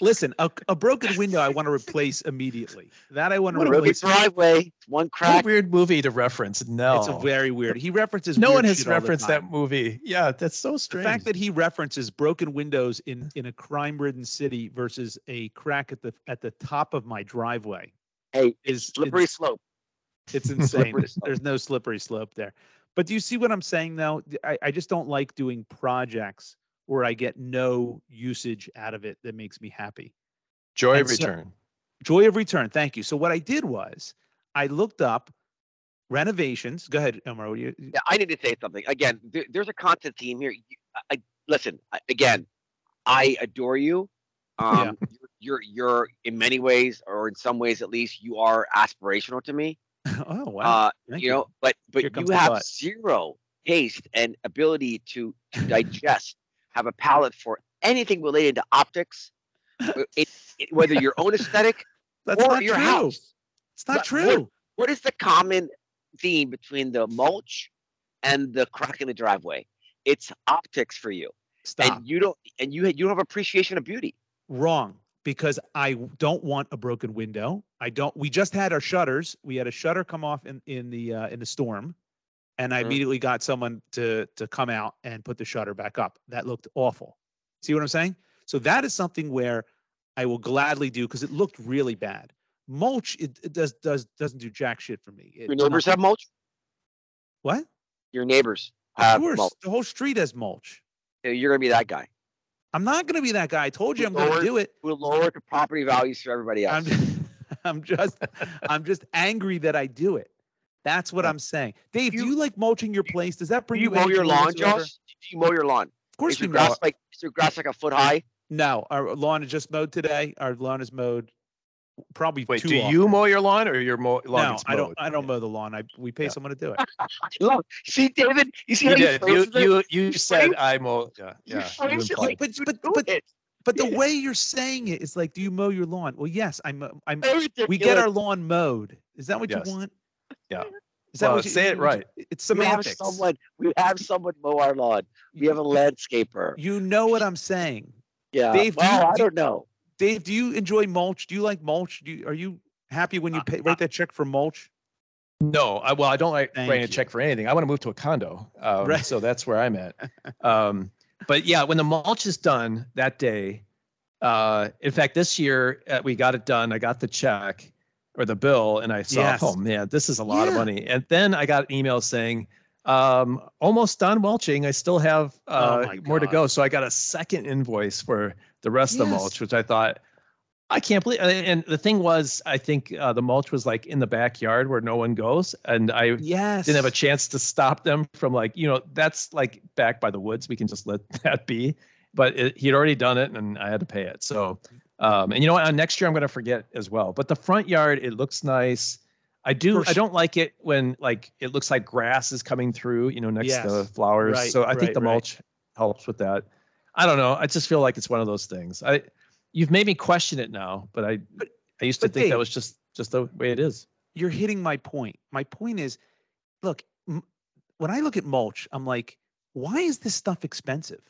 [SPEAKER 1] Listen, a, a broken window I want to replace immediately. That I want to
[SPEAKER 3] What a
[SPEAKER 1] replace.
[SPEAKER 3] driveway, one
[SPEAKER 2] What a
[SPEAKER 3] crack.
[SPEAKER 2] weird movie to reference. No.
[SPEAKER 1] It's a very weird. He references.
[SPEAKER 2] no
[SPEAKER 1] weird
[SPEAKER 2] one has
[SPEAKER 1] shit all the
[SPEAKER 2] referenced
[SPEAKER 1] time.
[SPEAKER 2] that movie. Yeah, that's so
[SPEAKER 1] The
[SPEAKER 2] strange.
[SPEAKER 1] fact that he references broken windows in in a crime-ridden city versus a crack at the at the top of my driveway
[SPEAKER 3] Hey,
[SPEAKER 1] is
[SPEAKER 3] slippery slope.
[SPEAKER 1] It's insane.
[SPEAKER 3] Slippery slope.
[SPEAKER 1] There's no slippery slope there. But do you see what I'm saying though? Th- I, I just don't like doing projects where I get no usage out of it that makes me happy.
[SPEAKER 2] Joy
[SPEAKER 1] and so-
[SPEAKER 2] Return.
[SPEAKER 1] Joy of return. Thank you. So what I did was I looked up renovations. Go ahead, Elmer. What do you,
[SPEAKER 3] Yeah, I need to say something. Again, there, there's a constant theme here. You- I, I- listen, I, again, I adore you. Um, you're, you're, you're, in many ways, or in some ways at least, you are aspirational to me.
[SPEAKER 1] oh wow.
[SPEAKER 3] Uh,
[SPEAKER 1] Thank
[SPEAKER 3] you know, but but
[SPEAKER 1] Here comes
[SPEAKER 3] you
[SPEAKER 1] the
[SPEAKER 3] have
[SPEAKER 1] butt.
[SPEAKER 3] zero taste and ability to, to digest, have a palate for anything related to optics, w- it, it- whether your own aesthetic
[SPEAKER 1] That's
[SPEAKER 3] or
[SPEAKER 1] not
[SPEAKER 3] your
[SPEAKER 1] true.
[SPEAKER 3] house.
[SPEAKER 1] It's not
[SPEAKER 3] But
[SPEAKER 1] true.
[SPEAKER 3] What is the common theme between the mulch and the crack in the driveway? It's optics for you,
[SPEAKER 1] Stop.
[SPEAKER 3] and you don't and you you don't have appreciation of beauty.
[SPEAKER 1] wrong because I w- don't want a broken window. I don't. We just had our shutters. We had a shutter come off in in the uh, in the storm, and I
[SPEAKER 3] Mhm.
[SPEAKER 1] immediately got someone to to come out and put the shutter back up. That looked awful. See what I'm saying? So that is something where I will gladly do because it looked really bad. Mulch it, it does does doesn't do jack shit for me.
[SPEAKER 3] Your
[SPEAKER 1] It's not-
[SPEAKER 3] neighbors have mulch.
[SPEAKER 1] what?
[SPEAKER 3] Your neighbors
[SPEAKER 1] Of
[SPEAKER 3] have
[SPEAKER 1] course,
[SPEAKER 3] mulch.
[SPEAKER 1] the whole street has mulch.
[SPEAKER 3] You're gonna be that guy
[SPEAKER 1] I'm not gonna be that guy. I told you I'm
[SPEAKER 3] Lower-
[SPEAKER 1] gonna do it.
[SPEAKER 3] who lowered the property values for everybody else.
[SPEAKER 1] I'm, I'm just, I'm just angry that I do it. That's what
[SPEAKER 2] Yeah.
[SPEAKER 1] I'm saying. Dave, do
[SPEAKER 3] You-
[SPEAKER 1] you like mulching your place? Does that
[SPEAKER 3] Do
[SPEAKER 1] bring
[SPEAKER 3] you
[SPEAKER 1] you,
[SPEAKER 3] mow
[SPEAKER 1] any
[SPEAKER 3] your
[SPEAKER 1] joy
[SPEAKER 3] lawn,
[SPEAKER 1] whatsoever?
[SPEAKER 3] Josh? Do you mow your lawn?
[SPEAKER 1] Of course
[SPEAKER 3] Is
[SPEAKER 1] we
[SPEAKER 3] your
[SPEAKER 1] mow.
[SPEAKER 3] grass
[SPEAKER 1] it.
[SPEAKER 3] like is your grass like a foot high?
[SPEAKER 1] No, our lawn is just mowed today. Our lawn is mowed probably
[SPEAKER 2] Wait,
[SPEAKER 1] too
[SPEAKER 2] do
[SPEAKER 1] often.
[SPEAKER 2] you mow your lawn or your mo- lawn
[SPEAKER 1] No,
[SPEAKER 2] gets
[SPEAKER 1] I don't.
[SPEAKER 2] mowed?
[SPEAKER 1] I don't mow the lawn. I we pay
[SPEAKER 2] Yeah.
[SPEAKER 1] someone to do it.
[SPEAKER 3] Look, see, David, you see
[SPEAKER 2] You
[SPEAKER 3] how you
[SPEAKER 2] did. You
[SPEAKER 3] phrased it?
[SPEAKER 2] you you said
[SPEAKER 3] phrased-
[SPEAKER 2] I mow. Yeah, yeah.
[SPEAKER 3] You
[SPEAKER 2] you
[SPEAKER 3] phrased it
[SPEAKER 2] implied.
[SPEAKER 3] like
[SPEAKER 1] But
[SPEAKER 3] you
[SPEAKER 1] but
[SPEAKER 3] do
[SPEAKER 1] but
[SPEAKER 3] it.
[SPEAKER 1] but the
[SPEAKER 3] Yeah.
[SPEAKER 1] way you're saying it is like, do you mow your lawn? Well, yes, I'm. I'm.
[SPEAKER 3] So ridiculous.
[SPEAKER 1] We get our lawn mowed. Is that what
[SPEAKER 2] Yes.
[SPEAKER 1] you want?
[SPEAKER 2] Yeah.
[SPEAKER 1] Is that
[SPEAKER 2] Well,
[SPEAKER 1] what you
[SPEAKER 2] say it
[SPEAKER 1] what you- It's
[SPEAKER 3] we have
[SPEAKER 1] semantics.
[SPEAKER 3] someone. We have someone mow our lawn. We have a landscaper.
[SPEAKER 1] You know what I'm saying.
[SPEAKER 3] Yeah.
[SPEAKER 1] Dave, do
[SPEAKER 3] well,
[SPEAKER 1] you-
[SPEAKER 3] I
[SPEAKER 1] do-
[SPEAKER 3] don't know.
[SPEAKER 1] Dave, do you enjoy mulch? Do you like mulch? Do you, are you happy when you
[SPEAKER 3] Uh,
[SPEAKER 1] pay, write that check for mulch?
[SPEAKER 2] No, I, well, I don't like
[SPEAKER 1] Thank
[SPEAKER 2] writing a
[SPEAKER 1] you.
[SPEAKER 2] check for anything. I want to move to a condo. Um,
[SPEAKER 1] Right.
[SPEAKER 2] So that's where I'm at. Um, but yeah, when the mulch is done that day, uh, in fact, this year uh, we got it done. I got the check or the bill and I saw,
[SPEAKER 1] Yes.
[SPEAKER 2] oh man, this is a lot of
[SPEAKER 1] Yeah.
[SPEAKER 2] money. And then I got an email saying, um, almost done mulching. I still have uh,
[SPEAKER 1] Oh my
[SPEAKER 2] more to
[SPEAKER 1] God.
[SPEAKER 2] go. So I got a second invoice for the rest of the
[SPEAKER 1] Yes.
[SPEAKER 2] mulch, which I thought, I can't believe. And and the thing was, I think uh, the mulch was like in the backyard where no one goes, and I
[SPEAKER 1] Yes.
[SPEAKER 2] didn't have a chance to stop them from like, you know, that's like back by the woods. We can just let that be. But it, he'd already done it, and I had to pay it. So, um, and you know, what? Uh, next year I'm going to forget as well. But the front yard, it looks nice. I do.
[SPEAKER 1] For
[SPEAKER 2] I
[SPEAKER 1] su-
[SPEAKER 2] don't like it when like it looks like grass is coming through, you know, next to
[SPEAKER 1] Yes.
[SPEAKER 2] flowers.
[SPEAKER 1] Right,
[SPEAKER 2] so I
[SPEAKER 1] right,
[SPEAKER 2] think the
[SPEAKER 1] right.
[SPEAKER 2] mulch helps with that. I don't know. I just feel like it's one of those things. I, you've made me question it now, but I,
[SPEAKER 1] But-
[SPEAKER 2] I used to
[SPEAKER 1] but
[SPEAKER 2] think that
[SPEAKER 1] Dave-
[SPEAKER 2] was just just the way it is.
[SPEAKER 1] You're hitting my point. My point is, look, m- when I look at mulch, I'm like, why is this stuff expensive?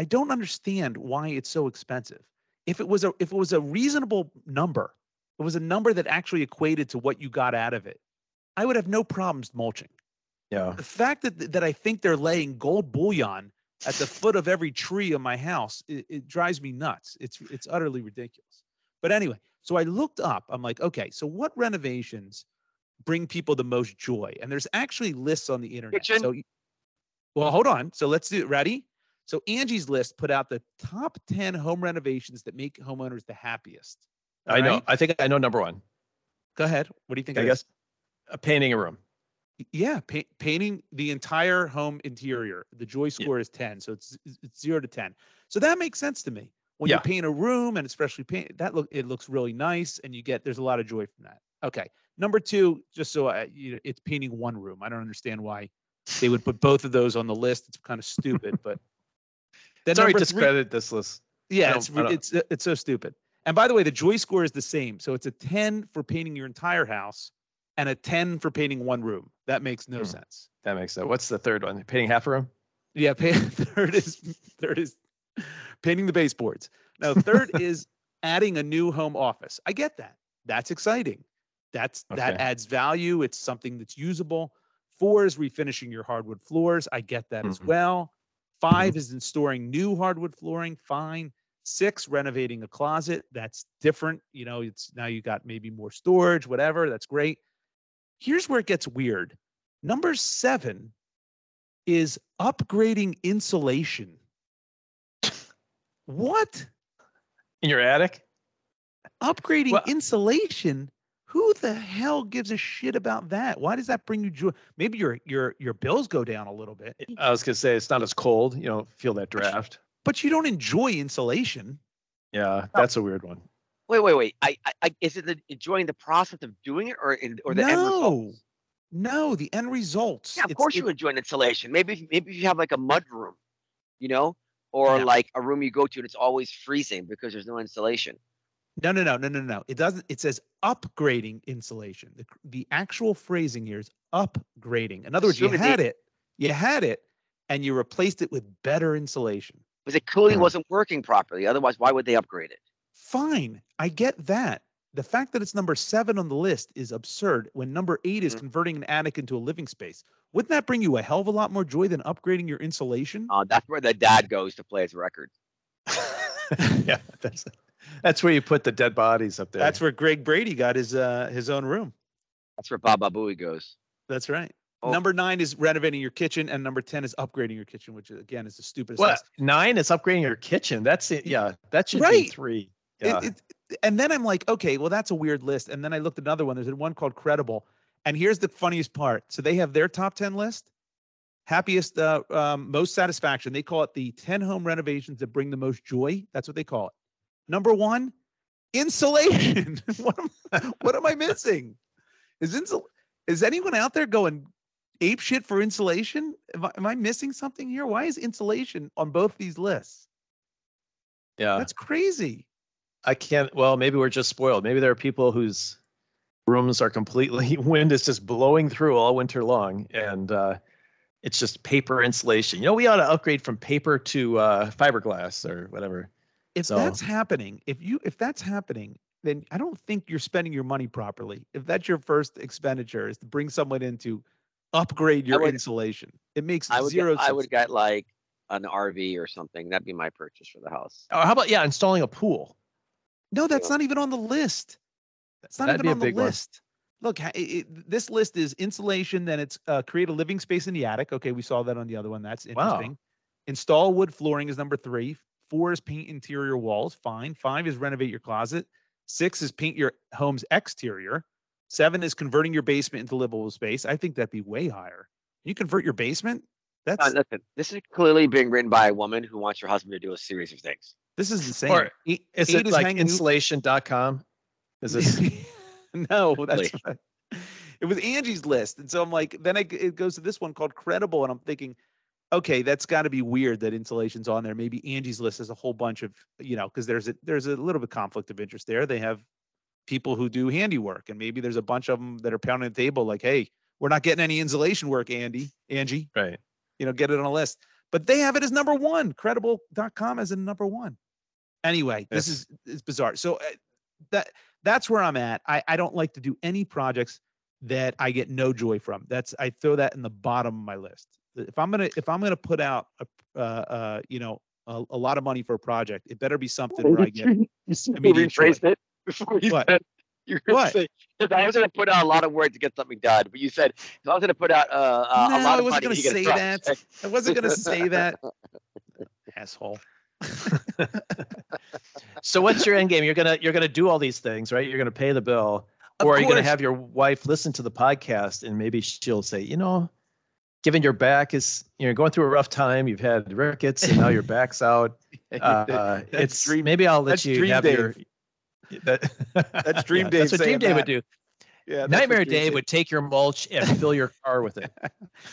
[SPEAKER 1] I don't understand why it's so expensive. If it was a if it was a reasonable number, it was a number that actually equated to what you got out of it, I would have no problems mulching.
[SPEAKER 2] Yeah.
[SPEAKER 1] the fact that that I think they're laying gold bullion at the foot of every tree in my house, it, it drives me nuts. It's it's utterly ridiculous. But anyway, so I looked up. I'm like, okay, so what renovations bring people the most joy? And there's actually lists on the internet.
[SPEAKER 3] Kitchen.
[SPEAKER 1] So, well, hold on. So let's do it. Ready? So Angie's List put out the top 10 home renovations that make homeowners the happiest. All
[SPEAKER 2] I know.
[SPEAKER 1] right?
[SPEAKER 2] I think I know number one.
[SPEAKER 1] Go ahead. What do you think?
[SPEAKER 2] I
[SPEAKER 1] it is?
[SPEAKER 2] guess uh, painting a room.
[SPEAKER 1] Y- Yeah, pa- painting the entire home interior. The joy score is 10, so it's it's- it's 0 to 10. So that makes sense to me. When
[SPEAKER 2] Yeah.
[SPEAKER 1] you paint a room and it's freshly painted, that look it looks really nice and you get there's a lot of joy from that. Okay. Number 2, just so I, you know, it's painting one room. I don't understand why they would put both of those on the list. It's kind of stupid, but Then
[SPEAKER 2] Sorry,
[SPEAKER 1] number three-
[SPEAKER 2] discredit this list.
[SPEAKER 1] Yeah,
[SPEAKER 2] No,
[SPEAKER 1] it's
[SPEAKER 2] I
[SPEAKER 1] re-
[SPEAKER 2] don't-
[SPEAKER 1] it's uh, it's so stupid. And by the way, the joy score is the same. So it's a 10 for painting your entire house and a 10 for painting one room. That makes no
[SPEAKER 2] Hmm.
[SPEAKER 1] sense.
[SPEAKER 2] That makes sense. What's the third one? Painting half a room?
[SPEAKER 1] Yeah, pa- third is third is painting the baseboards. No, third is adding a new home office. I get that. That's exciting. That's that
[SPEAKER 2] Okay.
[SPEAKER 1] adds value. It's something that's usable. Four is refinishing your hardwood floors. I get that as
[SPEAKER 2] Mhm.
[SPEAKER 1] well. 5 is installing new hardwood flooring. Fine. Six, renovating a closet. That's different. You know, it's now you got maybe more storage, whatever. That's great. Here's where it gets weird. Number seven is upgrading insulation. What?
[SPEAKER 2] In your attic?
[SPEAKER 1] Upgrading
[SPEAKER 2] Well-
[SPEAKER 1] insulation? Who the hell gives a shit about that? Why does that bring you joy? Maybe your your your bills go down a little bit,
[SPEAKER 2] I was gonna say it's not as cold. You don't feel that draft.
[SPEAKER 1] but you don't enjoy insulation.
[SPEAKER 2] Yeah, that's a weird one.
[SPEAKER 3] Wait, wait, wait. I, I, I is it the, enjoying the process of doing it or in, or the end result?
[SPEAKER 1] no, no, the end results.
[SPEAKER 3] Yeah, of
[SPEAKER 1] It's-
[SPEAKER 3] course
[SPEAKER 1] it-
[SPEAKER 3] you enjoy an installation. Maybe if- maybe if you have like a mud room, you know, or
[SPEAKER 1] Yeah.
[SPEAKER 3] like a room you go to and it's always freezing because there's no insulation.
[SPEAKER 1] No, no, no, no, no, no. It doesn't. It says upgrading insulation. The, cr- the actual phrasing here is upgrading. In other words, you
[SPEAKER 3] Assuming
[SPEAKER 1] had it, you had it, and you replaced it with better insulation.
[SPEAKER 3] Because it clearly
[SPEAKER 1] Mm.
[SPEAKER 2] Mhm.
[SPEAKER 3] wasn't working properly. Otherwise, why would they upgrade it?
[SPEAKER 1] Fine, I get that. The fact that it's number seven on the list is absurd. When number eight is
[SPEAKER 3] Mhm.
[SPEAKER 1] converting an attic into a living space, wouldn't that bring you a hell of a lot more joy than upgrading your insulation?
[SPEAKER 3] Uh, that's where the dad goes to play his record.
[SPEAKER 2] yeah, that's that's where you put the dead bodies up there.
[SPEAKER 1] That's where Greg Brady got his uh, his own room.
[SPEAKER 3] That's where Baba Booey goes.
[SPEAKER 1] That's right.
[SPEAKER 3] Oh.
[SPEAKER 1] Number nine is renovating your kitchen, and number ten is upgrading your kitchen, which again is the stupidest.
[SPEAKER 2] what
[SPEAKER 1] list.
[SPEAKER 2] nine is upgrading your kitchen. That's it. Yeah, that should be
[SPEAKER 1] Right.
[SPEAKER 2] three.
[SPEAKER 1] It-
[SPEAKER 2] Yeah,
[SPEAKER 1] it- and then I'm like, okay, well, that's a weird list. And then I looked at another one. There's one called Credible. And here's the funniest part. So they have their top 10 list, happiest, uh, um, most satisfaction. They call it the 10 home renovations that bring the most joy. That's what they call it. Number one, insulation. what, am, what am I missing? Is, insul- is anyone out there going ape shit for insulation? Am I, am I missing something here? Why is insulation on both these lists?
[SPEAKER 2] yeah.
[SPEAKER 1] That's crazy.
[SPEAKER 2] I can't. Well, maybe we're just spoiled. Maybe there are people whose rooms are completely wind is just blowing through all winter long, and uh, it's just paper insulation. You know, we ought to upgrade from paper to uh, fiberglass or whatever.
[SPEAKER 1] if
[SPEAKER 2] So-
[SPEAKER 1] that's happening if you if that's happening then i don't think you're spending your money properly if that's your first expenditure is to bring someone in to upgrade your
[SPEAKER 3] would-
[SPEAKER 1] insulation it makes
[SPEAKER 3] I would
[SPEAKER 1] zero
[SPEAKER 3] get, I
[SPEAKER 1] sense
[SPEAKER 3] would get like an RV or something. That'd be my purchase for the house.
[SPEAKER 2] Or Oh, how about yeah, installing a pool?
[SPEAKER 1] no that's not even on the list it's not
[SPEAKER 2] That'd
[SPEAKER 1] even
[SPEAKER 2] be a
[SPEAKER 1] on the
[SPEAKER 2] big one.
[SPEAKER 1] list look ha- it, it- this list is insulation then it's uh, create a living space in the attic okay we saw that on the other one that's
[SPEAKER 2] Wow.
[SPEAKER 1] interesting install wood flooring is number three four is paint interior walls fine five is renovate your closet Six is paint your home's exterior. Seven is converting your basement into livable space. I think that'd be way higher. You convert your basement?
[SPEAKER 3] Uh,
[SPEAKER 1] That's
[SPEAKER 3] listen, this is clearly being written by a woman who wants her husband to do a series of things.
[SPEAKER 1] this is insane.
[SPEAKER 2] Or
[SPEAKER 1] Eight-
[SPEAKER 2] Is
[SPEAKER 1] eight
[SPEAKER 2] it like
[SPEAKER 1] hanging-
[SPEAKER 2] insulation.com? Is this
[SPEAKER 1] no, that's
[SPEAKER 3] Like-
[SPEAKER 1] right. It was Angie's list, and so I'm like, then I, g- it goes to this one called Credible, and I'm thinking, okay, that's got to be weird that insulation's on there. Maybe Angie's list has a whole bunch of you know, because there's a there's a little bit conflict of interest there. They have people who do handiwork, and maybe there's a bunch of them that are pounding the table like, hey, we're not getting any insulation work, Andy, Angie,
[SPEAKER 2] right?
[SPEAKER 1] you know, get it on a list. But they have it as number one. Credible.com as a number one. Anyway, this
[SPEAKER 2] Yes.
[SPEAKER 1] is it's bizarre. So uh, that that's where I'm at. I, I don't like to do any projects that I get no joy from. That's I throw that in the bottom of my list. If I'm gonna if I'm gonna put out a uh, uh you know a, a lot of money for a project, it better be something where I get immediate joy.
[SPEAKER 3] rephrased it before you
[SPEAKER 1] What?
[SPEAKER 3] said you were
[SPEAKER 1] What?
[SPEAKER 3] saying- 'cause I was going to put out a lot of work to get something done, but you said "If I was going to put out uh, uh,
[SPEAKER 1] No,
[SPEAKER 3] a lot
[SPEAKER 1] I wasn't
[SPEAKER 3] of money
[SPEAKER 1] gonna
[SPEAKER 3] to get
[SPEAKER 1] say
[SPEAKER 3] done."
[SPEAKER 1] that. I wasn't gonna say that. Asshole.
[SPEAKER 2] So what's your end game? You're gonna you're gonna do all these things, right? You're gonna pay the bill.
[SPEAKER 1] Of
[SPEAKER 2] or are you going
[SPEAKER 1] course.
[SPEAKER 2] to have your wife listen to the podcast and maybe she'll say, you know, given your back is you're going through a rough time, you've had rickets and now your back's out. Uh,
[SPEAKER 1] That's
[SPEAKER 2] it's
[SPEAKER 1] dream-
[SPEAKER 2] maybe I'll let
[SPEAKER 1] that's
[SPEAKER 2] you
[SPEAKER 1] Dream
[SPEAKER 2] have your. That,
[SPEAKER 1] That's Dream
[SPEAKER 2] Yeah,
[SPEAKER 1] Dave
[SPEAKER 2] That's what Dream
[SPEAKER 1] saying
[SPEAKER 2] Dave
[SPEAKER 1] that.
[SPEAKER 2] would do.
[SPEAKER 1] Yeah, that's what
[SPEAKER 2] Nightmare
[SPEAKER 1] Dream
[SPEAKER 2] Dave
[SPEAKER 1] Dave-
[SPEAKER 2] would take your mulch and fill your car with it.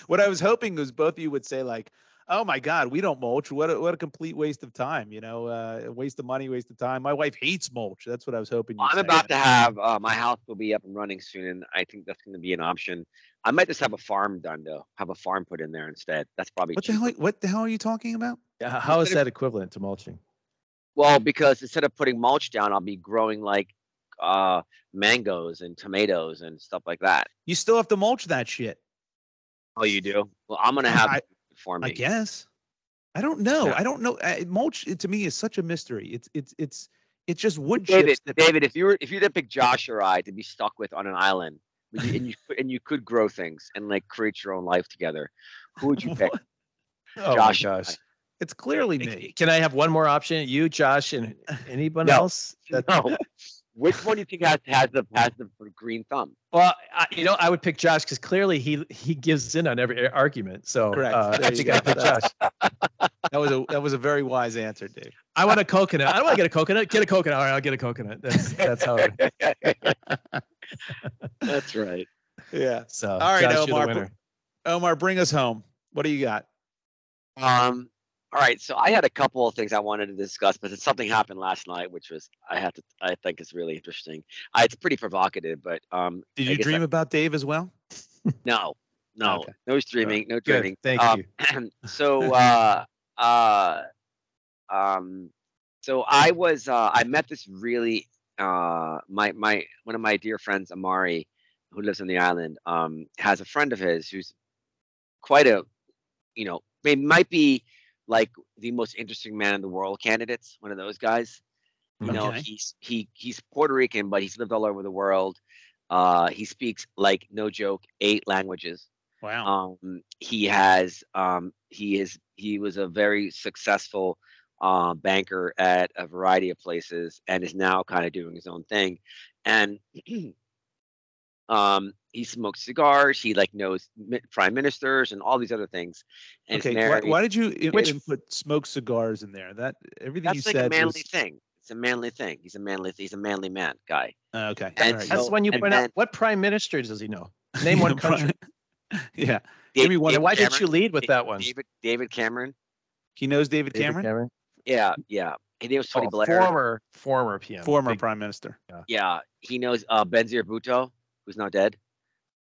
[SPEAKER 1] What I was hoping was both of you would say like, oh my God, we don't mulch. What a, what a complete waste of time. You know, uh, waste of money, waste of time. My wife hates mulch. That's what I was hoping.
[SPEAKER 3] I'm about to have uh, my house will be up and running soon, and I think that's going to be an option. I might just have a farm done though. Have a farm put in there instead. That's probably
[SPEAKER 1] What the hell? What the hell are you talking about?
[SPEAKER 2] Yeah, How is that equivalent to mulching?
[SPEAKER 3] Well, because instead of putting mulch down, I'll be growing like uh mangoes and tomatoes and stuff like that.
[SPEAKER 1] You still have to mulch that shit.
[SPEAKER 3] Oh, you do? Well, I'm gonna have
[SPEAKER 1] I-
[SPEAKER 3] it for me.
[SPEAKER 1] I guess. I don't know.
[SPEAKER 3] Yeah.
[SPEAKER 1] I don't know. I, mulch it, to me is such a mystery. It's it's it's it's just wood
[SPEAKER 3] David,
[SPEAKER 1] chips. That,
[SPEAKER 3] David, if you were if you did pick Josh or I to be stuck with on an island, would you- and you and you could grow things and like create your own life together, who would you pick?
[SPEAKER 2] Oh
[SPEAKER 3] Josh.
[SPEAKER 2] my gosh.
[SPEAKER 1] It's clearly
[SPEAKER 2] C-
[SPEAKER 1] me.
[SPEAKER 2] Can I have one more option? You, Josh, and anyone
[SPEAKER 3] No.
[SPEAKER 2] else? That-
[SPEAKER 3] no. Which one do you think has has the has the green thumb?
[SPEAKER 2] Well, I, you know, I would pick Josh because clearly he he gives in on every argument. So
[SPEAKER 1] Correct.
[SPEAKER 2] uh,
[SPEAKER 1] There
[SPEAKER 2] I
[SPEAKER 1] you
[SPEAKER 2] think
[SPEAKER 1] go.
[SPEAKER 2] I pick Josh.
[SPEAKER 1] That was a that was a very wise answer, Dave.
[SPEAKER 2] I want a coconut. I don't want to get a coconut. Get a coconut. All right, I'll get a coconut. That's that's how. It,
[SPEAKER 3] That's right.
[SPEAKER 1] Yeah.
[SPEAKER 2] so
[SPEAKER 1] All right, Omar,
[SPEAKER 2] Josh, you're
[SPEAKER 1] put-
[SPEAKER 2] the winner.
[SPEAKER 1] Omar, bring us home. What do you got?
[SPEAKER 3] Um. All right. So I had a couple of things I wanted to discuss, but then something happened last night, which was I have to I think is really interesting. I, it's pretty provocative, but um.
[SPEAKER 1] Did
[SPEAKER 3] I
[SPEAKER 1] you
[SPEAKER 3] guess
[SPEAKER 1] dream about Dave as well?
[SPEAKER 3] No, no,
[SPEAKER 1] Okay.
[SPEAKER 3] no streaming, no
[SPEAKER 2] Good.
[SPEAKER 3] dreaming.
[SPEAKER 2] Thank
[SPEAKER 3] Um,
[SPEAKER 2] you.
[SPEAKER 3] so, uh, uh, um, so I was, uh, I met this really, uh, my, my, one of my dear friends, Amari, who lives on the island, um, has a friend of his who's quite a, you know, they might be like the most interesting man in the world candidates, one of those guys. You know,
[SPEAKER 1] Okay.
[SPEAKER 3] he's he he's Puerto Rican, but he's lived all over the world. Uh, he speaks like no joke eight languages.
[SPEAKER 1] Wow.
[SPEAKER 3] Um, he has um, he is he was a very successful uh, banker at a variety of places and is now kind of doing his own thing. And um, he smokes cigars. He like knows mi- prime ministers and all these other things. And is
[SPEAKER 1] okay. Why,
[SPEAKER 3] married.
[SPEAKER 1] why did you i-
[SPEAKER 3] Which-
[SPEAKER 1] input smoke cigars in there? That everything you
[SPEAKER 3] That's like a
[SPEAKER 1] said
[SPEAKER 3] manly
[SPEAKER 1] was
[SPEAKER 3] thing. It's a manly thing. He's a manly. He's a manly man guy.
[SPEAKER 1] Uh, okay.
[SPEAKER 3] And
[SPEAKER 1] All right.
[SPEAKER 3] so-
[SPEAKER 2] That's when you
[SPEAKER 3] and
[SPEAKER 2] point out
[SPEAKER 3] then-
[SPEAKER 2] what prime minister does he know? Name one country.
[SPEAKER 1] yeah. Give me one.
[SPEAKER 2] And
[SPEAKER 3] David
[SPEAKER 2] why did
[SPEAKER 3] Cameron.
[SPEAKER 2] you lead with that one?
[SPEAKER 3] David David Cameron.
[SPEAKER 1] He knows David,
[SPEAKER 2] David
[SPEAKER 1] Cameron,
[SPEAKER 3] Yeah, yeah. He knows Tony
[SPEAKER 2] Oh,
[SPEAKER 3] Blair.
[SPEAKER 2] former former PM.
[SPEAKER 1] former
[SPEAKER 2] Big-
[SPEAKER 1] prime minister.
[SPEAKER 3] Yeah, he knows uh, Benzir Bhutto, who's now dead.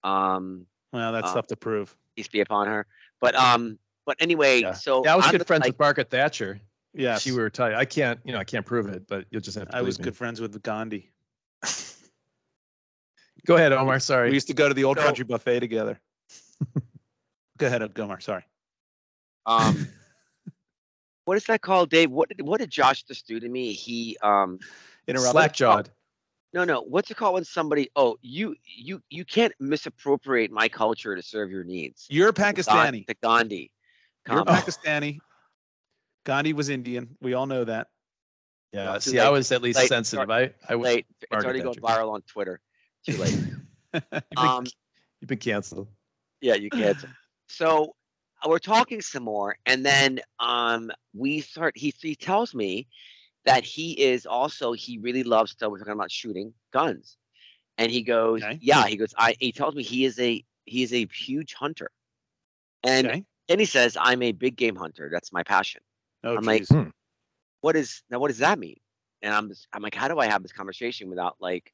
[SPEAKER 3] Um,
[SPEAKER 1] Well, that's
[SPEAKER 3] Uh,
[SPEAKER 1] tough to prove.
[SPEAKER 3] peace be upon her. But um, but anyway,
[SPEAKER 2] Yeah.
[SPEAKER 3] so
[SPEAKER 2] Yeah, I was
[SPEAKER 3] I'm
[SPEAKER 2] good
[SPEAKER 3] just
[SPEAKER 2] friends
[SPEAKER 3] like,
[SPEAKER 2] with Margaret Thatcher.
[SPEAKER 1] Yes.
[SPEAKER 2] She would retire. I can't, you know, I can't prove it, but you'll just have to.
[SPEAKER 1] I was
[SPEAKER 2] believe me.
[SPEAKER 1] good friends with Gandhi.
[SPEAKER 2] Go ahead, Omar.
[SPEAKER 1] We
[SPEAKER 2] Sorry.
[SPEAKER 1] used to go to the old
[SPEAKER 3] So-
[SPEAKER 1] country buffet together. go ahead, uh, Gomar. Sorry.
[SPEAKER 3] um, what is that called, Dave? What did what did Josh just do to me? He um,
[SPEAKER 1] Interrupt.
[SPEAKER 2] Slack jawed.
[SPEAKER 3] no, no. What's it called when somebody? Oh, you you you can't misappropriate my culture to serve your needs.
[SPEAKER 1] You're
[SPEAKER 3] The Gan-
[SPEAKER 1] Pakistani.
[SPEAKER 3] The Gandhi.
[SPEAKER 1] You're
[SPEAKER 3] comment.
[SPEAKER 1] Pakistani. Gandhi was Indian. We all know that.
[SPEAKER 2] Yeah.
[SPEAKER 3] too
[SPEAKER 2] Uh, See,
[SPEAKER 3] late.
[SPEAKER 2] I was at least
[SPEAKER 3] Late.
[SPEAKER 2] sensitive. I, I was.
[SPEAKER 3] Late. It's
[SPEAKER 2] Margaret
[SPEAKER 3] already going
[SPEAKER 2] Thatcher.
[SPEAKER 3] viral on Twitter. Too late.
[SPEAKER 2] You've been,
[SPEAKER 3] um,
[SPEAKER 2] you've been canceled.
[SPEAKER 3] Yeah, you can't. so uh, we're talking some more, and then um, we start. He he tells me that he is also he really loves to. We're talking about shooting guns, and he goes,
[SPEAKER 1] Okay.
[SPEAKER 3] yeah. He goes. I. He tells me he is a he is a huge hunter, and
[SPEAKER 1] okay.
[SPEAKER 3] then he says, I'm a big game hunter. That's my passion.
[SPEAKER 1] Oh,
[SPEAKER 3] I'm like,
[SPEAKER 1] jeez.
[SPEAKER 3] What is now? What does that mean? And I'm just, I'm like, how do I have this conversation without like,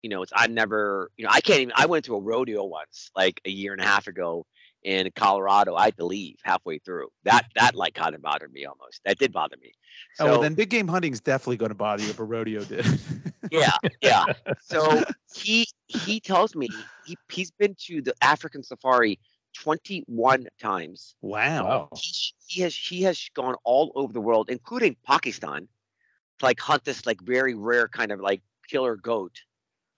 [SPEAKER 3] you know, it's I've never, you know, I can't even. I went to a rodeo once, like a year and a half ago in Colorado. I had to leave halfway through. That that like kind of bothered me almost. That did bother me. So
[SPEAKER 1] oh, well, then big game hunting's definitely going to bother you if a rodeo did.
[SPEAKER 3] yeah, yeah. So he he tells me he he's been to the African safari 21 times.
[SPEAKER 1] wow.
[SPEAKER 2] Wow.
[SPEAKER 3] he, sh- he has he has gone all over the world, including Pakistan, to like hunt this like very rare kind of like killer goat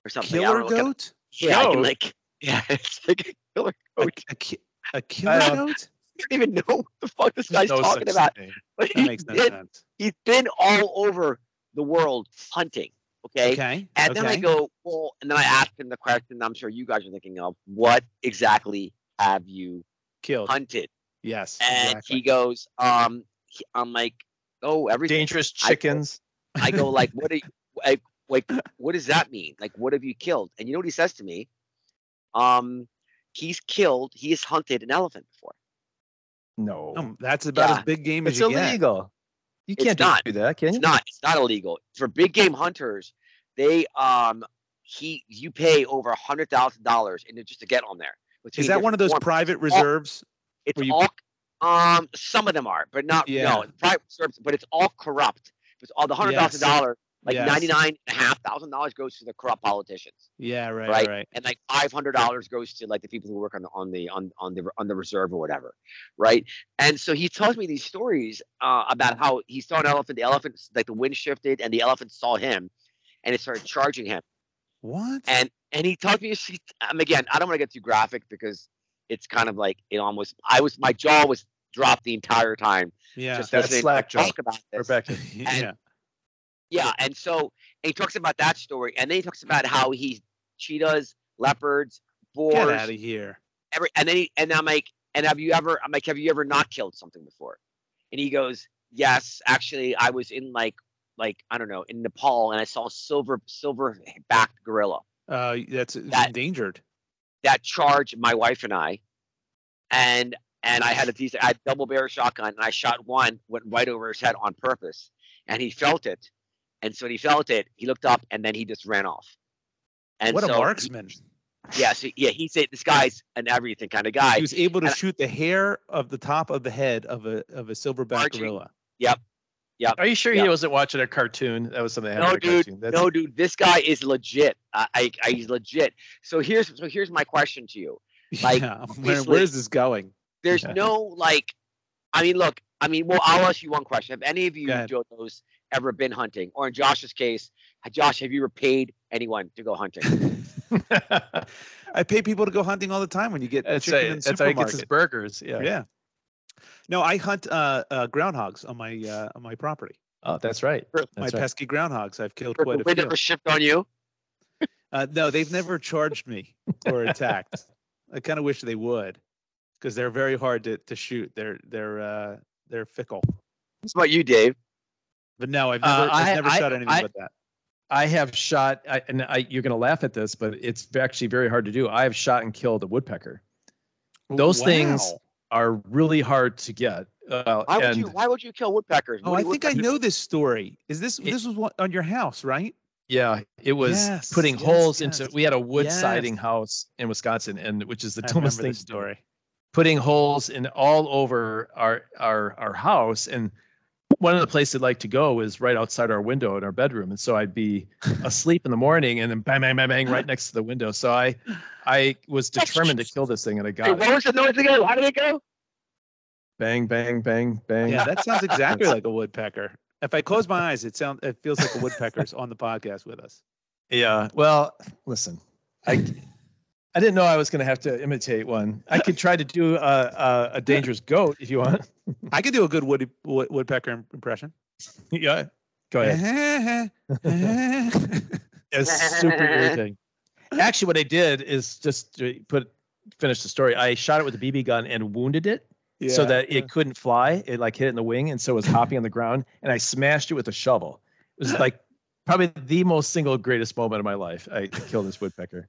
[SPEAKER 3] or something. I don't
[SPEAKER 1] Killer
[SPEAKER 3] know what kind of-
[SPEAKER 1] goat?
[SPEAKER 3] yeah, I can,
[SPEAKER 2] Goat?
[SPEAKER 3] like yeah, it's like a killer
[SPEAKER 1] A,
[SPEAKER 3] goat.
[SPEAKER 1] a, ki- a killer
[SPEAKER 3] Uh,
[SPEAKER 2] don't-
[SPEAKER 1] goat?
[SPEAKER 3] I don't even know what the fuck this
[SPEAKER 2] There's
[SPEAKER 3] guy's
[SPEAKER 2] no
[SPEAKER 3] talking
[SPEAKER 2] such
[SPEAKER 3] about.
[SPEAKER 2] thing.
[SPEAKER 3] But
[SPEAKER 1] That
[SPEAKER 3] he's
[SPEAKER 1] makes no
[SPEAKER 3] been,
[SPEAKER 1] sense.
[SPEAKER 3] he's been all over the world hunting. Okay.
[SPEAKER 1] Okay.
[SPEAKER 3] And then I
[SPEAKER 1] okay.
[SPEAKER 3] go, well, and then I ask him the question I'm sure you guys are thinking of, what exactly have you
[SPEAKER 1] killed.
[SPEAKER 3] hunted?
[SPEAKER 1] Yes.
[SPEAKER 3] And
[SPEAKER 1] exactly.
[SPEAKER 3] he goes, um, he- I'm like, oh, everything.
[SPEAKER 2] Dangerous
[SPEAKER 3] I go-
[SPEAKER 2] chickens.
[SPEAKER 3] I go like, what are you, like, like, what does that mean? Like, what have you killed? And you know what he says to me? Um, he's killed. He has hunted an elephant before.
[SPEAKER 2] No,
[SPEAKER 1] Um, that's about
[SPEAKER 3] Yeah.
[SPEAKER 1] as big game
[SPEAKER 2] it's
[SPEAKER 1] as you get.
[SPEAKER 2] illegal. You
[SPEAKER 3] It's
[SPEAKER 2] can't do-
[SPEAKER 3] not.
[SPEAKER 2] do that, can you?
[SPEAKER 3] It's not. It's not illegal for big game hunters. They um he you pay over a hundred thousand dollars and just to get on there.
[SPEAKER 1] Is that one of those private reserves?
[SPEAKER 3] It's
[SPEAKER 1] where you-
[SPEAKER 3] all um some of them are, but not
[SPEAKER 1] Yeah.
[SPEAKER 3] no. it's Private service, but it's all corrupt. It's all the hundred thousand thousand dollar, like
[SPEAKER 1] Yes.
[SPEAKER 3] ninety nine and a half thousand dollars goes to the corrupt politicians,
[SPEAKER 1] Yeah, right, right.
[SPEAKER 3] Right. and like five hundred dollars goes to like the people who work on the on the on, on the on the reserve or whatever, right? And so he tells me these stories uh, about how he saw an elephant, the elephant like the wind shifted, and the elephant saw him, and it started charging him.
[SPEAKER 1] What?
[SPEAKER 3] And and he tells me she um, again, I don't want to get too graphic because it's kind of like it almost I was my jaw was dropped the entire time.
[SPEAKER 1] yeah.
[SPEAKER 3] just
[SPEAKER 2] that's
[SPEAKER 3] listening to
[SPEAKER 2] slack
[SPEAKER 3] her talk
[SPEAKER 2] jaw,
[SPEAKER 3] about this.
[SPEAKER 2] Rebecca.
[SPEAKER 1] yeah.
[SPEAKER 3] Yeah, and so and he talks about that story and then he talks about how he cheetahs, leopards,
[SPEAKER 1] Get out
[SPEAKER 3] boars,
[SPEAKER 1] of here.
[SPEAKER 3] every and then he, and I'm like, and have you ever I'm like, have you ever not killed something before? And he goes, Yes, actually I was in like like I don't know, in Nepal and I saw a silver silver backed gorilla.
[SPEAKER 1] Uh, that's it's
[SPEAKER 3] That-
[SPEAKER 1] endangered.
[SPEAKER 3] that charge my wife and I, and and I had a decent, I had double barrel shotgun, and I shot one, went right over his head on purpose, and he felt it, and so when he felt it, he looked up, and then he just ran off. And
[SPEAKER 1] what
[SPEAKER 3] so,
[SPEAKER 1] a marksman.
[SPEAKER 3] Yeah, so yeah, he said this guy's an everything kind of guy.
[SPEAKER 1] he was able to
[SPEAKER 3] and-
[SPEAKER 1] shoot the hair of the top of the head of a of a silverback
[SPEAKER 3] Archie.
[SPEAKER 1] gorilla.
[SPEAKER 2] Are you sure
[SPEAKER 3] Yeah.
[SPEAKER 2] he wasn't watching a cartoon? That was something that
[SPEAKER 3] No,
[SPEAKER 2] happened in a
[SPEAKER 3] dude.
[SPEAKER 2] cartoon. That's,
[SPEAKER 3] no, dude, this guy is legit. I, I, I, he's legit. So here's, so here's my question to you. Like,
[SPEAKER 1] yeah. Where, where
[SPEAKER 3] obviously-
[SPEAKER 1] is this going?
[SPEAKER 3] there's
[SPEAKER 2] Yeah.
[SPEAKER 3] no like i mean look i mean well i'll ask you one question have any of you
[SPEAKER 1] Go ahead.
[SPEAKER 3] jotos ever been hunting or in josh's case josh have you ever paid anyone to go hunting
[SPEAKER 1] I pay people to go hunting all the time when you get
[SPEAKER 2] that's,
[SPEAKER 1] chicken
[SPEAKER 2] how-
[SPEAKER 1] in the
[SPEAKER 2] that's how he gets his
[SPEAKER 1] supermarket.
[SPEAKER 2] burgers.
[SPEAKER 1] Yeah.
[SPEAKER 2] Yeah.
[SPEAKER 1] No, I hunt uh, uh, groundhogs on my uh, on my property.
[SPEAKER 2] Oh, that's right.
[SPEAKER 3] For-
[SPEAKER 1] my
[SPEAKER 2] That's right.
[SPEAKER 1] pesky groundhogs. I've killed
[SPEAKER 3] Or
[SPEAKER 1] quite
[SPEAKER 3] the
[SPEAKER 1] a
[SPEAKER 3] wind
[SPEAKER 1] few.
[SPEAKER 3] ever shift on you
[SPEAKER 1] Uh, no, they've never charged me or attacked. I kind of wish they would, because they're very hard to, to shoot. They're they're uh, they're fickle.
[SPEAKER 3] that's about you dave
[SPEAKER 1] But no, I've
[SPEAKER 2] Uh,
[SPEAKER 1] never I've
[SPEAKER 2] I-
[SPEAKER 1] never
[SPEAKER 2] I-
[SPEAKER 1] shot anything
[SPEAKER 2] I-
[SPEAKER 1] but that.
[SPEAKER 2] I have shot, I, and I, you're going to laugh at this, but it's actually very hard to do. I have shot and killed a woodpecker. those things-
[SPEAKER 1] Wow.
[SPEAKER 2] Are really hard to get. Uh,
[SPEAKER 3] why would
[SPEAKER 2] and
[SPEAKER 3] you why would you kill woodpeckers
[SPEAKER 1] Oh,
[SPEAKER 3] Woody
[SPEAKER 1] I think I
[SPEAKER 3] Woodpecker-
[SPEAKER 1] know this story. Is this
[SPEAKER 2] It-
[SPEAKER 1] this was one, on your house, right?
[SPEAKER 2] yeah, it was
[SPEAKER 1] Yes,
[SPEAKER 2] putting
[SPEAKER 1] yes,
[SPEAKER 2] holes
[SPEAKER 1] yes.
[SPEAKER 2] into. We had a wood
[SPEAKER 1] Yes.
[SPEAKER 2] siding house in Wisconsin, and which is the
[SPEAKER 1] I
[SPEAKER 2] dumbest
[SPEAKER 1] remember
[SPEAKER 2] thing
[SPEAKER 1] this
[SPEAKER 2] to do.
[SPEAKER 1] story.
[SPEAKER 2] putting holes in all over our our our house and one of the places I'd like to go is right outside our window in our bedroom and so I'd be asleep in the morning and then bang bang bang bang right next to the window so I I was determined to kill this thing and I
[SPEAKER 3] Wait,
[SPEAKER 2] got
[SPEAKER 3] what
[SPEAKER 2] it.
[SPEAKER 3] was the noise again how did it go
[SPEAKER 2] bang bang bang bang
[SPEAKER 1] Yeah, that sounds exactly like a woodpecker. If I close my eyes, it sounds it feels like a woodpecker's on the podcast with us.
[SPEAKER 2] yeah well listen I I didn't know I was going to have to imitate one I could try to do a, a a dangerous goat if you want
[SPEAKER 1] I could do a good wood, wood woodpecker im- impression.
[SPEAKER 2] yeah go ahead It's super irritating. Actually, what I did is just to put finish the story. I shot it with a BB gun and wounded it so
[SPEAKER 1] Yeah.
[SPEAKER 2] that it couldn't fly. It like hit it in the wing, and so it was hopping on the ground. And I smashed it with a shovel. It was like probably the most single greatest moment of my life. I killed this woodpecker.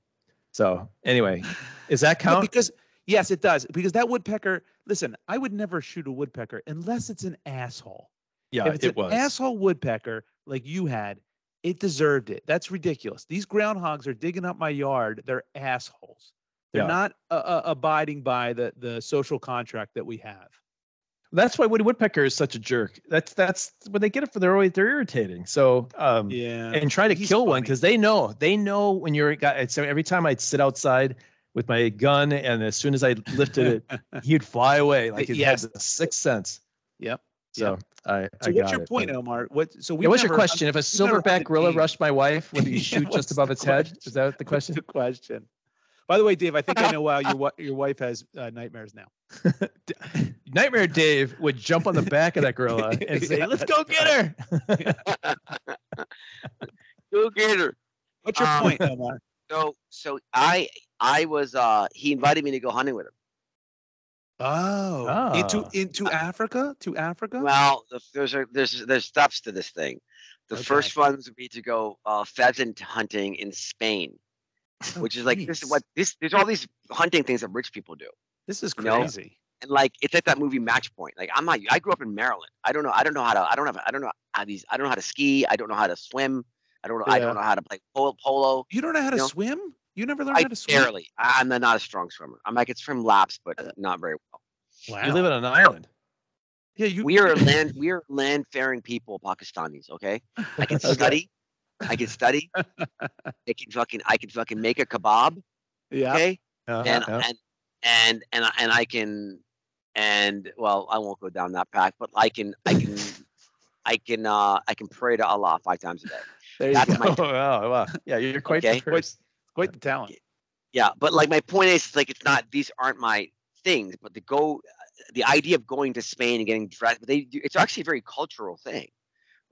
[SPEAKER 2] So anyway, is that
[SPEAKER 1] No,
[SPEAKER 2] count?
[SPEAKER 1] because yes, it does. Because that woodpecker. Listen, I would never shoot a woodpecker unless it's an asshole.
[SPEAKER 2] Yeah,
[SPEAKER 1] if it's
[SPEAKER 2] it
[SPEAKER 1] an
[SPEAKER 2] was.
[SPEAKER 1] asshole woodpecker like you had, it deserved it. That's ridiculous. These groundhogs are digging up my yard. They're assholes. They're
[SPEAKER 2] Yeah.
[SPEAKER 1] not uh, uh, abiding by the the social contract that we have.
[SPEAKER 2] That's why Woody Woodpecker is such a jerk. That's that's when they get it for their always they're irritating. So um,
[SPEAKER 1] Yeah.
[SPEAKER 2] and try to
[SPEAKER 1] He's
[SPEAKER 2] kill one
[SPEAKER 1] funny.
[SPEAKER 2] because they know they know when you're a guy. So every time I'd sit outside with my gun, and as soon as I lifted it, he'd fly away like it
[SPEAKER 1] Yes.
[SPEAKER 2] had the sixth sense.
[SPEAKER 1] Yep.
[SPEAKER 2] So I,
[SPEAKER 1] So
[SPEAKER 2] I
[SPEAKER 1] what's
[SPEAKER 2] got
[SPEAKER 1] your
[SPEAKER 2] it,
[SPEAKER 1] point,
[SPEAKER 2] but-
[SPEAKER 1] Omar? What? So we.
[SPEAKER 2] Yeah, what's your
[SPEAKER 1] never-
[SPEAKER 2] question? If a
[SPEAKER 1] we've never won
[SPEAKER 2] silverback
[SPEAKER 1] the
[SPEAKER 2] gorilla
[SPEAKER 1] game.
[SPEAKER 2] rushed my wife, would you
[SPEAKER 1] Yeah,
[SPEAKER 2] shoot
[SPEAKER 1] what's
[SPEAKER 2] just above
[SPEAKER 1] the
[SPEAKER 2] its head?
[SPEAKER 1] question?
[SPEAKER 2] Is that the
[SPEAKER 1] What's
[SPEAKER 2] question?
[SPEAKER 1] the question. By the way, Dave, I think I know why your wi- your wife has uh, nightmares now.
[SPEAKER 2] Nightmare Dave would jump on the back of that gorilla and say,
[SPEAKER 1] Yeah,
[SPEAKER 2] "Let's go
[SPEAKER 1] that's
[SPEAKER 2] get her."
[SPEAKER 3] go get her
[SPEAKER 1] What's your
[SPEAKER 3] Um,
[SPEAKER 1] point, Omar?
[SPEAKER 3] so so i i was uh he invited me to go hunting with him
[SPEAKER 1] Oh, into
[SPEAKER 2] Ah.
[SPEAKER 1] into Africa, to Africa.
[SPEAKER 3] Well, the, there's a, there's there's steps to this thing. The
[SPEAKER 1] Okay.
[SPEAKER 3] first one would be to go uh, pheasant hunting in Spain,
[SPEAKER 1] Oh,
[SPEAKER 3] which is like this is
[SPEAKER 1] jeez.
[SPEAKER 3] what this there's all these hunting things that rich people do,
[SPEAKER 1] This is
[SPEAKER 3] you know?
[SPEAKER 1] crazy.
[SPEAKER 3] and like it's like that movie Match Point. Like I'm not. I grew up in Maryland. I don't know. I don't know how to. I don't have. I don't know how these. I don't know how to ski. I don't know how to swim. I don't know. I
[SPEAKER 2] Yeah.
[SPEAKER 3] don't know how to play pol- polo.
[SPEAKER 1] You don't know how to
[SPEAKER 3] No.
[SPEAKER 1] swim? You never learned
[SPEAKER 3] I
[SPEAKER 1] how to swim? Uh,
[SPEAKER 3] barely. I'm not a strong swimmer. I'm like it's from laps, but not very well.
[SPEAKER 1] Wow.
[SPEAKER 2] You live on an island.
[SPEAKER 1] yeah, you.
[SPEAKER 3] We are land. We are land-faring people, Pakistanis. Okay. I can
[SPEAKER 2] Okay.
[SPEAKER 3] study. I can study. I can fucking. I can fucking make a kebab.
[SPEAKER 1] Yeah.
[SPEAKER 3] Okay.
[SPEAKER 1] Uh-huh.
[SPEAKER 3] and
[SPEAKER 2] yeah.
[SPEAKER 3] and and and I, and I can and well I won't go down that path, but I can I can I can uh I can pray to Allah five times a day.
[SPEAKER 1] there you
[SPEAKER 3] that's
[SPEAKER 1] go.
[SPEAKER 3] my-
[SPEAKER 2] Oh, wow, wow. Yeah, you're quite
[SPEAKER 3] Okay.
[SPEAKER 2] the person.
[SPEAKER 1] Quite the talent.
[SPEAKER 3] Yeah, but like my point is it's like it's not these aren't my things, but to go the idea of going to Spain and getting dressed, but they do, it's actually a very cultural thing.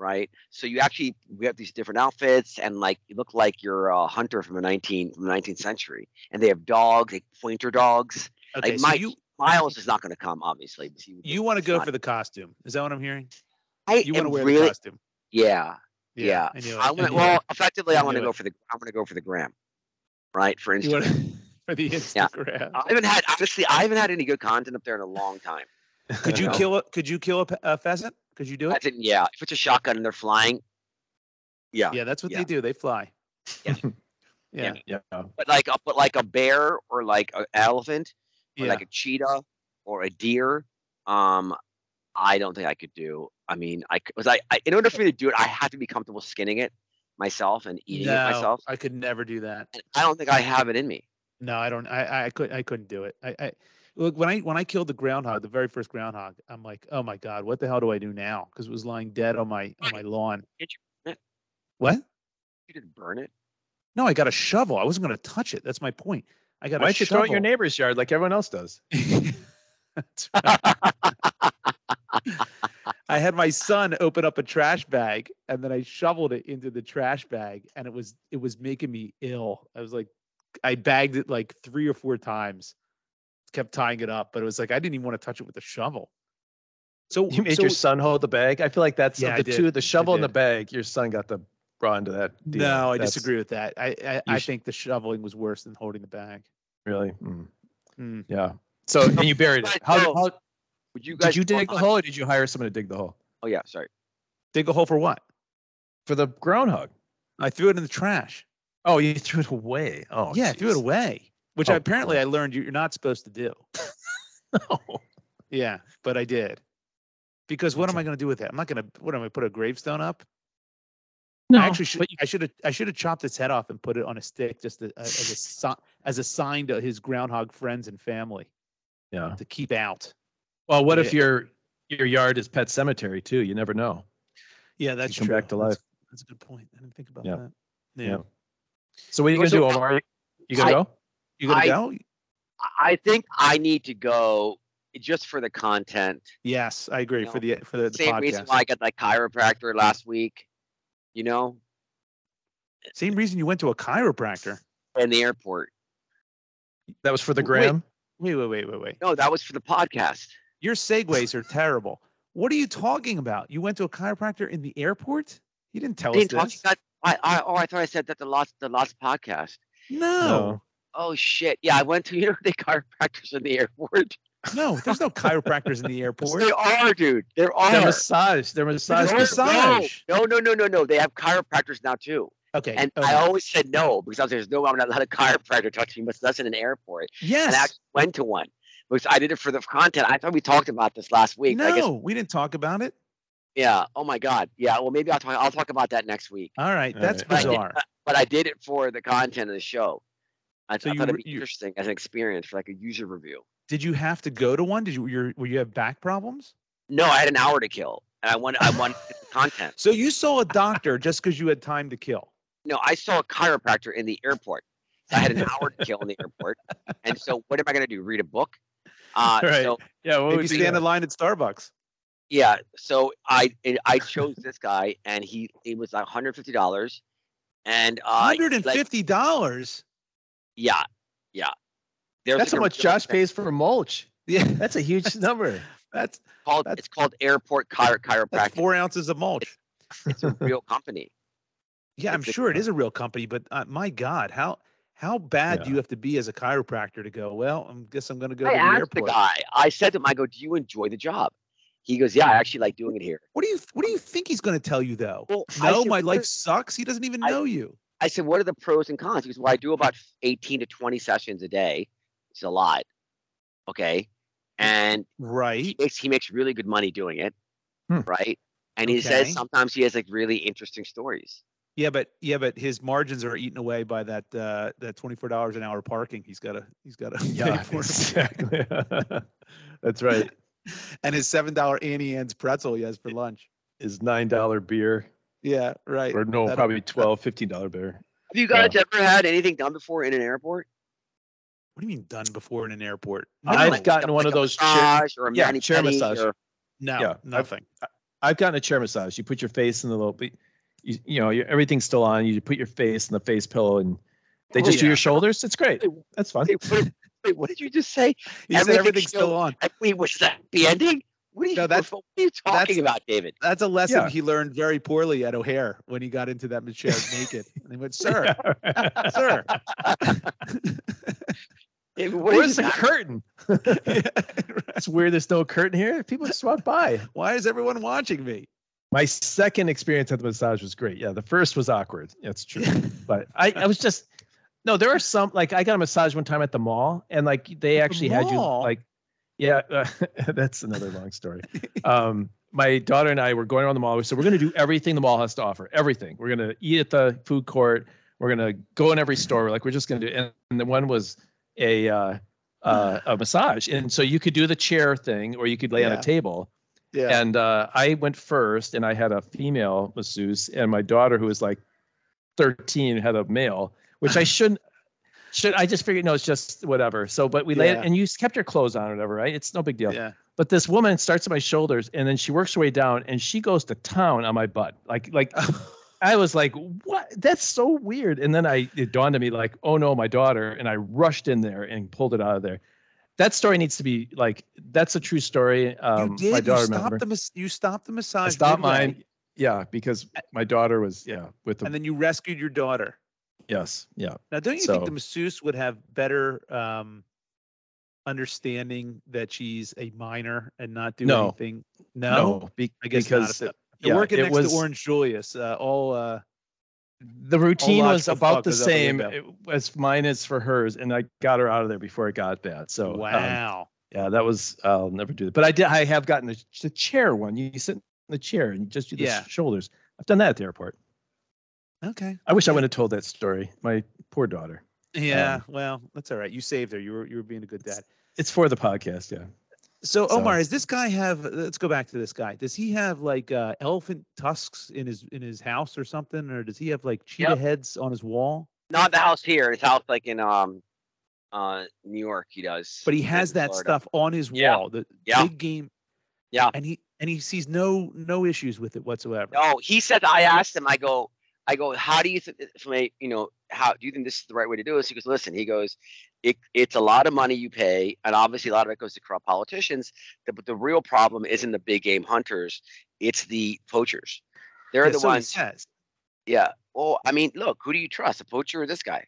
[SPEAKER 3] Right, so you actually we have these different outfits, and like you look like you're a hunter from the 19 from the 19th century, and they have dogs, like pointer dogs.
[SPEAKER 1] Okay,
[SPEAKER 3] like
[SPEAKER 1] so
[SPEAKER 3] my
[SPEAKER 1] you
[SPEAKER 3] Miles is not going to come, obviously. because he-
[SPEAKER 1] you want to
[SPEAKER 3] it's
[SPEAKER 1] go
[SPEAKER 3] not-
[SPEAKER 1] for the costume. Is that what I'm hearing?
[SPEAKER 3] I
[SPEAKER 1] You want to
[SPEAKER 3] am
[SPEAKER 1] wear the
[SPEAKER 3] really,
[SPEAKER 1] costume.
[SPEAKER 3] yeah, yeah.
[SPEAKER 1] I knew it.
[SPEAKER 3] I
[SPEAKER 1] I
[SPEAKER 3] want
[SPEAKER 1] knew
[SPEAKER 3] well,
[SPEAKER 1] it.
[SPEAKER 3] effectively, I
[SPEAKER 1] I
[SPEAKER 3] want to
[SPEAKER 1] knew
[SPEAKER 3] go
[SPEAKER 1] it.
[SPEAKER 3] for the. I'm going to go for the gram, right? For
[SPEAKER 1] You
[SPEAKER 3] instance,
[SPEAKER 1] wanna- for the Instagram.
[SPEAKER 3] I haven't had honestly, I haven't had any good content up there in a long time.
[SPEAKER 1] Could you
[SPEAKER 3] No.
[SPEAKER 1] kill a could you kill a, pe- a pheasant? Could you do
[SPEAKER 3] I
[SPEAKER 1] it?
[SPEAKER 3] think, yeah, if it's a shotgun and they're flying, yeah.
[SPEAKER 1] Yeah, that's what
[SPEAKER 3] yeah.
[SPEAKER 1] they do. They fly.
[SPEAKER 3] Yeah.
[SPEAKER 1] Yeah.
[SPEAKER 2] Yeah.
[SPEAKER 3] But like, a, but like a bear or like an elephant or
[SPEAKER 1] Yeah.
[SPEAKER 3] like a cheetah or a deer, um, I don't think I could do. I mean, I was I, I in order for me to do it, I have to be comfortable skinning it myself and eating
[SPEAKER 1] no,
[SPEAKER 3] it myself.
[SPEAKER 1] I could never do that.
[SPEAKER 3] And I don't think I have it in me.
[SPEAKER 1] No, I don't. I I couldn't. I couldn't do it. I, I look when I when I killed the groundhog, the very first groundhog. I'm like, oh my god, what the hell do I do now? Because it was lying dead on my on my lawn.
[SPEAKER 3] Did you-
[SPEAKER 1] What?
[SPEAKER 3] You didn't burn it.
[SPEAKER 1] No, I got a shovel. I wasn't going to touch it. That's my point. I got
[SPEAKER 2] Why
[SPEAKER 1] a
[SPEAKER 2] don't you throw
[SPEAKER 1] shovel.
[SPEAKER 2] it in your neighbor's yard like everyone else does?
[SPEAKER 1] That's right. I had my son open up a trash bag and then I shoveled it into the trash bag and it was it was making me ill. I was like I bagged it like 3 or 4 times. Kept tying it up, but it was like I didn't even want to touch it with a shovel. So
[SPEAKER 2] You made
[SPEAKER 1] Oh, so,
[SPEAKER 2] your son hold the bag. I feel like that's
[SPEAKER 1] Yeah, I
[SPEAKER 2] of the
[SPEAKER 1] did.
[SPEAKER 2] two, the shovel and the
[SPEAKER 1] did.
[SPEAKER 2] bag. Your son got the raw into that. Deal.
[SPEAKER 1] No, I
[SPEAKER 2] That's
[SPEAKER 1] disagree with that. I I,
[SPEAKER 2] You
[SPEAKER 1] I
[SPEAKER 2] sh-
[SPEAKER 1] think the shoveling was worse than holding the bag.
[SPEAKER 2] Really? Mm.
[SPEAKER 1] Mm.
[SPEAKER 2] Yeah. So and you buried it.
[SPEAKER 3] Right,
[SPEAKER 2] How,
[SPEAKER 3] so-
[SPEAKER 2] how
[SPEAKER 3] Would you guys
[SPEAKER 2] did you dig the
[SPEAKER 3] burn-
[SPEAKER 2] hole? or Did you hire someone to dig the hole
[SPEAKER 3] Oh yeah, sorry.
[SPEAKER 1] Dig a hole for what?
[SPEAKER 2] for the groundhog?
[SPEAKER 1] I threw it in the trash.
[SPEAKER 2] Oh, you threw it away. Oh,
[SPEAKER 1] yeah, I threw it
[SPEAKER 2] jeez.
[SPEAKER 1] away, which
[SPEAKER 2] Oh,
[SPEAKER 1] apparently I learned you- you're not supposed to do. Yeah, but I did. Because what am I going to do with that? I'm not going to. What am I put a gravestone up?
[SPEAKER 2] No,
[SPEAKER 1] I actually should.
[SPEAKER 2] but you-
[SPEAKER 1] I should have. I should have chopped its head off and put it on a stick, just to- as a si- as a sign to his groundhog friends and family
[SPEAKER 2] yeah.
[SPEAKER 1] to keep out.
[SPEAKER 2] Well, what
[SPEAKER 1] Yeah.
[SPEAKER 2] if your your yard is pet cemetery too? You never know.
[SPEAKER 1] Yeah, that's
[SPEAKER 2] come back to
[SPEAKER 1] That's-
[SPEAKER 2] life.
[SPEAKER 1] That's, a good point. I didn't think about
[SPEAKER 2] Yeah.
[SPEAKER 1] that.
[SPEAKER 2] Yeah. So what are you
[SPEAKER 3] Well,
[SPEAKER 2] gonna do,
[SPEAKER 3] so-
[SPEAKER 2] Omar? You gonna
[SPEAKER 3] I-
[SPEAKER 2] go?
[SPEAKER 1] you gonna
[SPEAKER 3] I-
[SPEAKER 1] go?
[SPEAKER 3] I think I need to go just for the content.
[SPEAKER 1] Yes, I agree.
[SPEAKER 3] No.
[SPEAKER 1] For the for the, the
[SPEAKER 3] Same
[SPEAKER 1] podcast,
[SPEAKER 3] reason why I got that chiropractor last week, you know,
[SPEAKER 1] same reason you went to a chiropractor.
[SPEAKER 3] in the airport.
[SPEAKER 2] That was for the
[SPEAKER 1] Wait.
[SPEAKER 2] gram.
[SPEAKER 1] Wait, wait, wait, wait, wait.
[SPEAKER 3] No, that was for the podcast.
[SPEAKER 1] Your segues are terrible. What are you talking about? You went to a chiropractor in the airport? You didn't tell
[SPEAKER 3] I didn't
[SPEAKER 1] us
[SPEAKER 3] talk
[SPEAKER 1] this.
[SPEAKER 3] about. I, I oh I thought I said that the last the last podcast.
[SPEAKER 1] No,
[SPEAKER 3] Oh shit! Yeah, I went to you know the chiropractors in the airport.
[SPEAKER 1] no, there's no chiropractors in the airport.
[SPEAKER 3] There are, dude. There are.
[SPEAKER 2] They're massage. They're massage.
[SPEAKER 1] There's
[SPEAKER 3] No,
[SPEAKER 2] people.
[SPEAKER 1] massage.
[SPEAKER 3] No, no, no, no, no. They have chiropractors now too.
[SPEAKER 1] Okay,
[SPEAKER 3] And
[SPEAKER 1] okay.
[SPEAKER 3] I always said no because I was like, there's no, I'm not allowed a chiropractor touching me, but that's in an airport.
[SPEAKER 1] yes,
[SPEAKER 3] and I actually went to one because I did it for the content. I thought we talked about this last week.
[SPEAKER 1] no,
[SPEAKER 3] I guess,
[SPEAKER 1] we didn't talk about it.
[SPEAKER 3] yeah. Oh my God. Yeah. Well, maybe I'll talk. I'll talk about that next week.
[SPEAKER 1] All right,
[SPEAKER 2] All
[SPEAKER 1] that's
[SPEAKER 2] right.
[SPEAKER 3] I did- uh,
[SPEAKER 1] bizarre.
[SPEAKER 3] But I did it for the content of the show. I,
[SPEAKER 1] So
[SPEAKER 3] I
[SPEAKER 1] you
[SPEAKER 3] thought it'd
[SPEAKER 1] re-
[SPEAKER 3] be
[SPEAKER 1] you-
[SPEAKER 3] interesting as an experience for like a user review.
[SPEAKER 1] Did you have to go to one? Did you your, were you have back problems?
[SPEAKER 3] No, I had an hour to kill, and I wanted I wanted the content.
[SPEAKER 1] So you saw a doctor just because you had time to kill.
[SPEAKER 3] No, I saw a chiropractor in the airport. So I had an hour to kill in the airport, and so what am I going to do? Read a book? Uh,
[SPEAKER 2] Right.
[SPEAKER 3] So
[SPEAKER 2] Yeah. What
[SPEAKER 1] Maybe
[SPEAKER 2] would you
[SPEAKER 1] stand
[SPEAKER 2] do?
[SPEAKER 1] in line at Starbucks.
[SPEAKER 3] Yeah, so I I- I chose this guy, and he it was one hundred fifty dollars, and uh,
[SPEAKER 1] Hundred and fifty dollars.
[SPEAKER 3] yeah, yeah. There's
[SPEAKER 2] That's
[SPEAKER 3] like
[SPEAKER 2] how
[SPEAKER 3] a
[SPEAKER 2] much
[SPEAKER 3] real
[SPEAKER 2] Josh
[SPEAKER 3] thing
[SPEAKER 2] pays for mulch.
[SPEAKER 1] Yeah,
[SPEAKER 2] That's a huge number.
[SPEAKER 1] that's
[SPEAKER 3] Called
[SPEAKER 1] that's-
[SPEAKER 3] it's called Airport Chiro-
[SPEAKER 1] that's
[SPEAKER 3] Chiropractic.
[SPEAKER 1] four ounces of mulch.
[SPEAKER 3] It's a real company.
[SPEAKER 1] Yeah, I'm
[SPEAKER 3] It's a-
[SPEAKER 1] sure it is a real company, but uh, my God, how How bad do you have to be as a chiropractor to go? Well, I guess I'm going to go
[SPEAKER 3] I
[SPEAKER 1] to the
[SPEAKER 3] asked
[SPEAKER 1] airport.
[SPEAKER 3] the guy. I said to him, I go, "Do you enjoy the job?" He goes, "Yeah, I actually like doing it here."
[SPEAKER 1] What do you What do you think he's going to tell you though?
[SPEAKER 3] Well, I
[SPEAKER 1] no,
[SPEAKER 3] said,
[SPEAKER 1] my
[SPEAKER 3] "What
[SPEAKER 1] life
[SPEAKER 3] are-
[SPEAKER 1] sucks. He doesn't even
[SPEAKER 3] I-
[SPEAKER 1] know you.
[SPEAKER 3] I said, "What are the pros and cons?" He goes, "Well, I do about 18 to 20 sessions a day. It's a lot, okay." And he
[SPEAKER 1] Right.
[SPEAKER 3] makes he makes really good money doing it,
[SPEAKER 2] Hmm.
[SPEAKER 3] right? And he
[SPEAKER 1] Okay.
[SPEAKER 3] says sometimes he has like really interesting stories.
[SPEAKER 1] Yeah, but yeah, but his margins are eaten away by that uh, that twenty four dollars an hour parking. He's got to he's got to
[SPEAKER 2] Yeah,
[SPEAKER 1] pay for it.
[SPEAKER 2] exactly. That's right.
[SPEAKER 1] and his seven dollar Annie Ann's pretzel he has for lunch.
[SPEAKER 2] Is nine dollar beer
[SPEAKER 1] Yeah, right.
[SPEAKER 2] or no,
[SPEAKER 1] That-
[SPEAKER 2] probably 12 fifteen dollar beer.
[SPEAKER 3] Have you guys ever had anything done before in an airport?
[SPEAKER 1] What do you mean done before in an airport?
[SPEAKER 3] No,
[SPEAKER 2] I've
[SPEAKER 1] No,
[SPEAKER 3] like-
[SPEAKER 2] gotten
[SPEAKER 3] like
[SPEAKER 2] one
[SPEAKER 3] a
[SPEAKER 2] of those chair-
[SPEAKER 3] massage or a
[SPEAKER 2] yeah,
[SPEAKER 3] mani
[SPEAKER 2] chair
[SPEAKER 3] pedi
[SPEAKER 2] massage.
[SPEAKER 3] or-
[SPEAKER 1] no,
[SPEAKER 2] yeah, I've-
[SPEAKER 1] nothing.
[SPEAKER 2] I've gotten a chair massage. You put your face in the little, but you, you know, you everything's still on. You put your face in the face pillow, and they
[SPEAKER 3] Oh,
[SPEAKER 2] just do
[SPEAKER 1] yeah.
[SPEAKER 2] your shoulders. It's great. That's fun.
[SPEAKER 3] Wait, what, wait, what did you just say?
[SPEAKER 1] He said
[SPEAKER 3] everything's
[SPEAKER 1] everything's still
[SPEAKER 3] still-
[SPEAKER 1] on.
[SPEAKER 3] I mean, was that the ending? What are you,
[SPEAKER 1] No, that's-
[SPEAKER 3] what are you talking
[SPEAKER 1] that's-
[SPEAKER 3] about, David?
[SPEAKER 1] That's a lesson
[SPEAKER 2] Yeah.
[SPEAKER 1] he learned very poorly at O'Hare when he got into that chair naked. And he went, "Sir,
[SPEAKER 2] Yeah.
[SPEAKER 1] sir,
[SPEAKER 3] David, what
[SPEAKER 2] Where's
[SPEAKER 3] is
[SPEAKER 2] the
[SPEAKER 3] that?
[SPEAKER 2] curtain? It's weird. There's no curtain here. People just walk by.
[SPEAKER 1] why is everyone watching me?"
[SPEAKER 2] My second experience at the massage was great. Yeah, the first was awkward. That's true. But I, I was just no. There are some like I got a massage one time at the mall, and like they
[SPEAKER 1] the
[SPEAKER 2] actually had you
[SPEAKER 1] mall?
[SPEAKER 2] like, yeah, uh, that's another long story. Um, my daughter and I were going around the mall. We said we're going to do everything the mall has to offer. Everything. We're going to eat at the food court. We're going to go in every store. We're like we're just going to do. And, and the one was a uh, uh, a massage, and so you could do the chair thing, or you could lay on
[SPEAKER 1] Yeah.
[SPEAKER 2] a table.
[SPEAKER 1] Yeah,
[SPEAKER 2] And uh, I went first, and I had a female masseuse, and my daughter, who was like 13, had a male, which I shouldn't. Should I just figured no, it's just whatever. So, but we laid
[SPEAKER 1] Yeah.
[SPEAKER 2] and you kept your clothes on or whatever, right? It's no big deal.
[SPEAKER 1] yeah.
[SPEAKER 2] But this woman starts at my shoulders, and then she works her way down, and she goes to town on my butt. Like, like I was like, what? That's so weird. And then I it dawned on me like, oh no, my daughter, and I rushed in there and pulled it out of there. That story needs to be like that's a true story. Um,
[SPEAKER 1] you did.
[SPEAKER 2] My
[SPEAKER 1] You
[SPEAKER 2] daughter
[SPEAKER 1] stopped
[SPEAKER 2] remember.
[SPEAKER 1] the mas- you stopped the
[SPEAKER 2] I
[SPEAKER 1] massage.
[SPEAKER 2] stopped
[SPEAKER 1] midway,
[SPEAKER 2] mine. Yeah, because my daughter was yeah with the
[SPEAKER 1] and then you rescued your daughter.
[SPEAKER 2] yes yeah
[SPEAKER 1] Now, don't you think the
[SPEAKER 2] So-
[SPEAKER 1] masseuse would have better um, understanding that she's a minor and not do
[SPEAKER 2] No.
[SPEAKER 1] anything? No,
[SPEAKER 2] no, be-
[SPEAKER 1] I guess not. If
[SPEAKER 2] because
[SPEAKER 1] they're-
[SPEAKER 2] the,
[SPEAKER 1] They're
[SPEAKER 2] yeah,
[SPEAKER 1] working
[SPEAKER 2] it
[SPEAKER 1] next
[SPEAKER 2] was
[SPEAKER 1] to Orange Julius. Uh, all uh,
[SPEAKER 2] the routine was
[SPEAKER 1] logical thought
[SPEAKER 2] about the
[SPEAKER 1] goes out the
[SPEAKER 2] same
[SPEAKER 1] window.
[SPEAKER 2] it- as mine is for hers, and I got her out of there before it got bad. So um,
[SPEAKER 1] wow.
[SPEAKER 2] yeah, that was I'll never do that. But I did. I have gotten the, the chair one. You sit in the chair and you just do the
[SPEAKER 1] Yeah.
[SPEAKER 2] shoulders. I've done that at the airport.
[SPEAKER 1] okay.
[SPEAKER 2] I wish I would have told that story. My poor daughter.
[SPEAKER 1] Yeah. well, that's all right. You saved her. You were you were being a good dad.
[SPEAKER 2] It's for the podcast. Yeah.
[SPEAKER 1] So
[SPEAKER 2] so-
[SPEAKER 1] Omar, is this guy have? Let's go back to this guy. Does he have like uh, elephant tusks in his in his house or something, or does he have like cheetah
[SPEAKER 3] Yep.
[SPEAKER 1] heads on his wall?
[SPEAKER 3] Not the house here. His house, like in um, uh, New York, he does.
[SPEAKER 1] But he
[SPEAKER 3] and
[SPEAKER 1] has
[SPEAKER 3] in
[SPEAKER 1] that
[SPEAKER 3] Florida.
[SPEAKER 1] stuff on his
[SPEAKER 3] Yeah.
[SPEAKER 1] wall. The
[SPEAKER 3] Yeah.
[SPEAKER 1] big game.
[SPEAKER 3] Yeah.
[SPEAKER 1] And he and he sees no no issues with it whatsoever.
[SPEAKER 3] No, he said. I asked him. I go. I go. How do you think? From a, you know, how do you think this is the right way to do this? He goes. Listen. He goes. It, it's a lot of money you pay, and obviously a lot of it goes to corrupt politicians. The, but the real problem isn't the big game hunters; it's the poachers. They're
[SPEAKER 1] Yeah,
[SPEAKER 3] the
[SPEAKER 1] so he
[SPEAKER 3] ones.
[SPEAKER 1] says.
[SPEAKER 3] Yeah. Well, I mean, look, who do you trust, a poacher or this guy?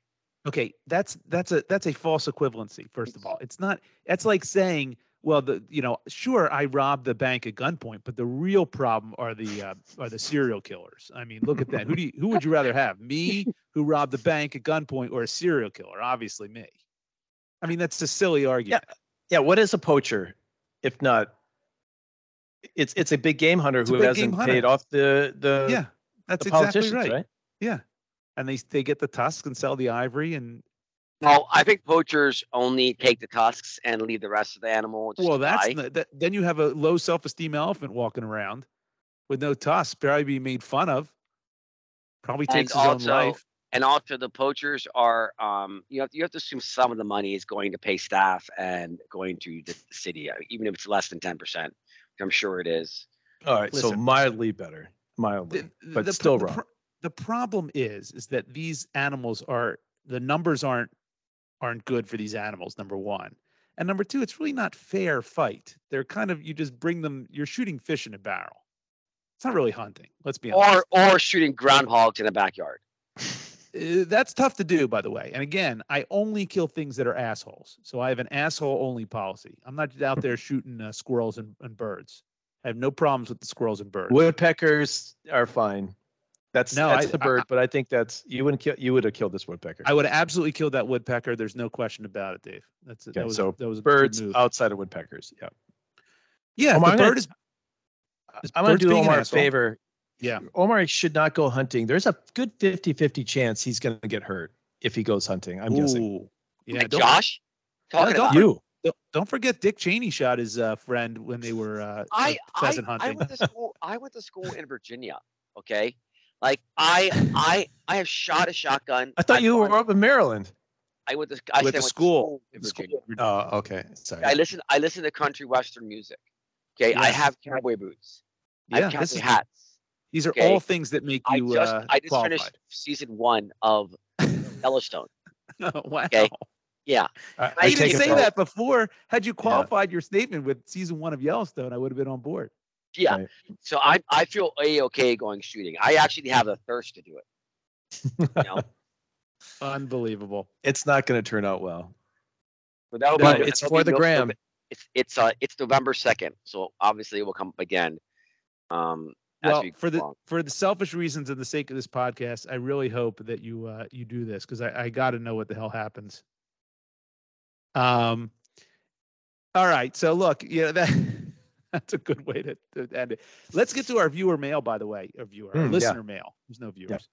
[SPEAKER 1] Okay, that's that's a that's a false equivalency. First of all, it's not. That's like saying, well, the you know, sure, I robbed the bank at gunpoint, but the real problem are the uh, are the serial killers. I mean, look at that. Who do you, who would you rather have? Me, who robbed the bank at gunpoint, or a serial killer? Obviously, me. I mean, that's a silly argument.
[SPEAKER 2] Yeah. What is a poacher, if not? It's it's a big game hunter
[SPEAKER 1] It's a
[SPEAKER 2] who
[SPEAKER 1] big game
[SPEAKER 2] hasn't
[SPEAKER 1] hunter.
[SPEAKER 2] paid off the the
[SPEAKER 1] Yeah, that's
[SPEAKER 2] the
[SPEAKER 1] exactly
[SPEAKER 2] politicians,
[SPEAKER 1] right.
[SPEAKER 2] right?
[SPEAKER 1] And they they get the tusks and sell the ivory and
[SPEAKER 3] Well, Oh, I think poachers only take the tusks and leave the rest of the animal. Just
[SPEAKER 1] Well, that's
[SPEAKER 3] die.
[SPEAKER 1] n- that, then you have a low self-esteem elephant walking around with no tusks, probably being made fun of. Probably
[SPEAKER 3] And
[SPEAKER 1] takes his
[SPEAKER 3] also-
[SPEAKER 1] own life.
[SPEAKER 3] and also the poachers are. Um, you have you have to assume some of the money is going to pay staff and going to the city, uh, even if it's less than ten percent. I'm sure it is.
[SPEAKER 2] All right. so
[SPEAKER 1] Listen.
[SPEAKER 2] mildly better. Mildly. but
[SPEAKER 1] pro-
[SPEAKER 2] still
[SPEAKER 1] the
[SPEAKER 2] wrong.
[SPEAKER 1] pro- the problem is, is that these animals are the numbers aren't aren't good for these animals. Number one, and number two, it's really not fair fight. They're kind of you just bring them. You're shooting fish in a barrel. It's not really hunting. Let's be honest.
[SPEAKER 3] Or or shooting groundhogs in a backyard.
[SPEAKER 1] uh, that's tough to do, by the way. And again, I only kill things that are assholes. So I have an asshole only policy. I'm not out there shooting uh, squirrels and, and birds. I have no problems with the squirrels and birds.
[SPEAKER 2] Woodpeckers are fine. That's
[SPEAKER 1] No,
[SPEAKER 2] that's
[SPEAKER 1] I-
[SPEAKER 2] the bird, but I think that's you wouldn't kill you would have killed this woodpecker.
[SPEAKER 1] I would have absolutely killed that woodpecker. There's no question about it, Dave. That's
[SPEAKER 2] Okay,
[SPEAKER 1] that was,
[SPEAKER 2] so
[SPEAKER 1] that was a good
[SPEAKER 2] Birds
[SPEAKER 1] move.
[SPEAKER 2] outside of woodpeckers. Yeah.
[SPEAKER 1] yeah,
[SPEAKER 2] Oh,
[SPEAKER 1] the
[SPEAKER 2] I'm gonna-
[SPEAKER 1] bird is. is
[SPEAKER 2] I'm gonna
[SPEAKER 1] birds
[SPEAKER 2] do
[SPEAKER 1] being an
[SPEAKER 2] Omar a
[SPEAKER 1] asshole?
[SPEAKER 2] favor.
[SPEAKER 1] Yeah.
[SPEAKER 2] Omar should not go hunting. There's a good 50-50 chance he's gonna get hurt if he goes hunting. I'm guessing.
[SPEAKER 1] Ooh. Yeah,
[SPEAKER 3] Like
[SPEAKER 1] don't-
[SPEAKER 3] Josh, talking
[SPEAKER 1] don't-
[SPEAKER 3] about.
[SPEAKER 2] You.
[SPEAKER 1] Don't, don't forget Dick Cheney shot his uh, friend when they were uh,
[SPEAKER 3] I, I,
[SPEAKER 1] pheasant
[SPEAKER 3] I
[SPEAKER 1] hunting.
[SPEAKER 3] went to school. I went to school in Virginia. Okay, like I, I, I have shot a shotgun.
[SPEAKER 2] I thought
[SPEAKER 3] I've
[SPEAKER 2] you were
[SPEAKER 3] gone-
[SPEAKER 2] up in Maryland.
[SPEAKER 3] I went to. I
[SPEAKER 1] Went
[SPEAKER 3] said I
[SPEAKER 1] to
[SPEAKER 3] went
[SPEAKER 1] school.
[SPEAKER 3] in
[SPEAKER 1] It's
[SPEAKER 3] Virginia.
[SPEAKER 1] cool.
[SPEAKER 2] Oh, okay. Sorry.
[SPEAKER 3] I listen. I listen to country western music. Okay, I
[SPEAKER 1] Yes.
[SPEAKER 3] have cowboy boots. I
[SPEAKER 1] Yeah,
[SPEAKER 3] have cowboy
[SPEAKER 1] this is,
[SPEAKER 3] hats.
[SPEAKER 1] these are
[SPEAKER 3] okay.
[SPEAKER 1] all things that make
[SPEAKER 3] I
[SPEAKER 1] you
[SPEAKER 3] just,
[SPEAKER 1] uh,
[SPEAKER 3] I just
[SPEAKER 1] qualified.
[SPEAKER 3] finished season one of Yellowstone.
[SPEAKER 1] Oh, wow.
[SPEAKER 3] Okay. Yeah,
[SPEAKER 2] I, I
[SPEAKER 1] I
[SPEAKER 3] You
[SPEAKER 1] didn't
[SPEAKER 2] take it
[SPEAKER 1] say
[SPEAKER 2] back.
[SPEAKER 1] that before. Had you qualified your statement with season one of Yellowstone, I would have been on board.
[SPEAKER 3] yeah.
[SPEAKER 2] Right.
[SPEAKER 3] So I, I feel a okay going shooting. I actually have the thirst to do it. You know,
[SPEAKER 1] Unbelievable.
[SPEAKER 2] It's not going to turn out well.
[SPEAKER 3] but that'll
[SPEAKER 2] No,
[SPEAKER 3] be-
[SPEAKER 2] it's
[SPEAKER 3] that'll
[SPEAKER 2] for
[SPEAKER 3] be
[SPEAKER 2] the
[SPEAKER 3] no-
[SPEAKER 2] gram.
[SPEAKER 3] It's it's uh it's November second, so obviously it will come up again. Um, as
[SPEAKER 1] Well,
[SPEAKER 3] we go
[SPEAKER 1] for the
[SPEAKER 3] along.
[SPEAKER 1] for the selfish reasons and the sake of this podcast, I really hope that you uh, you do this because I, I got to know what the hell happens. Um. All right, so look, you know that that's a good way to, to end it. Let's get to our viewer mail, by the way, or viewer, our
[SPEAKER 2] Hmm, yeah.
[SPEAKER 1] listener mail. There's no viewers.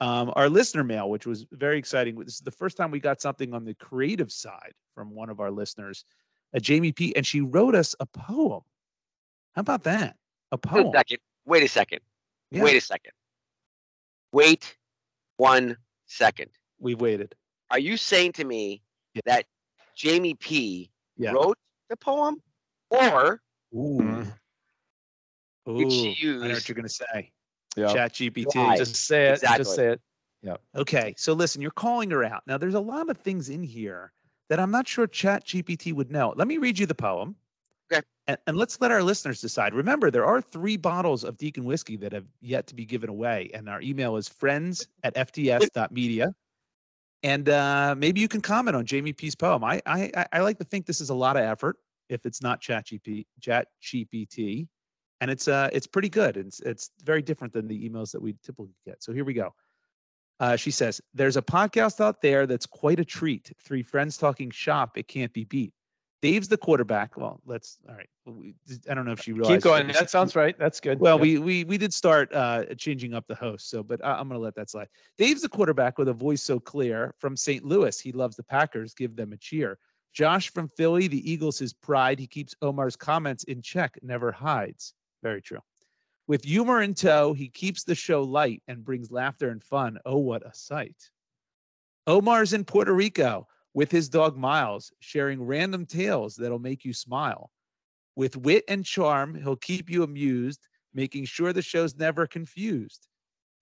[SPEAKER 1] Um, our listener mail, which was very exciting. This is the first time we got something on the creative side from one of our listeners, uh, Jamie P, and she wrote us a poem. How about that? A
[SPEAKER 3] Wait a
[SPEAKER 1] poem.
[SPEAKER 3] second. Wait a second.
[SPEAKER 1] Oh. Yeah.
[SPEAKER 3] Wait a second. Wait one second.
[SPEAKER 1] We've waited.
[SPEAKER 3] Are you saying to me
[SPEAKER 1] Yeah.
[SPEAKER 3] that Jamie P
[SPEAKER 1] Yeah.
[SPEAKER 3] wrote the poem, or Hmm.
[SPEAKER 2] Mm.
[SPEAKER 3] did she
[SPEAKER 1] I know
[SPEAKER 3] use
[SPEAKER 1] what you're gonna say.
[SPEAKER 2] Yeah.
[SPEAKER 1] Chat GPT.
[SPEAKER 3] Right.
[SPEAKER 2] Just say it.
[SPEAKER 3] Exactly.
[SPEAKER 2] Just say it.
[SPEAKER 1] Okay, so listen, you're calling her out. Now there's a lot of things in here that I'm not sure Chat GPT would know. Let me read you the poem.
[SPEAKER 3] Okay.
[SPEAKER 1] And, and let's let our listeners decide. Remember, there are three bottles of Deacon whiskey that have yet to be given away, and our email is friends at fts.media. And uh, maybe you can comment on Jamie P's poem. I, I I- I like to think this is a lot of effort if it's not Chat GPT, Chat GPT, and it's uh it's pretty good. It's it's very different than the emails that we typically get. So here we go. Uh, she says, There's a podcast out there that's quite a treat. Three friends talking shop. It can't be beat. Dave's the quarterback. Well, let's, all right. Well, we- I don't know if she realized.
[SPEAKER 2] Keep going.
[SPEAKER 1] was-
[SPEAKER 2] That sounds right. That's good.
[SPEAKER 1] well,
[SPEAKER 2] Yeah.
[SPEAKER 1] we we we did start uh, changing up the host, so but I, I'm going to let that slide. Dave's the quarterback with a voice so clear from St. Louis. He loves the Packers. Give them a cheer. Josh from Philly, the Eagles, his pride. He keeps Omar's comments in check. Never hides. Very true. With humor in tow, he keeps the show light and brings laughter and fun. Oh, what a sight! Omar's in Puerto Rico with his dog Miles, sharing random tales that'll make you smile. With wit and charm, he'll keep you amused making sure the show's never confused.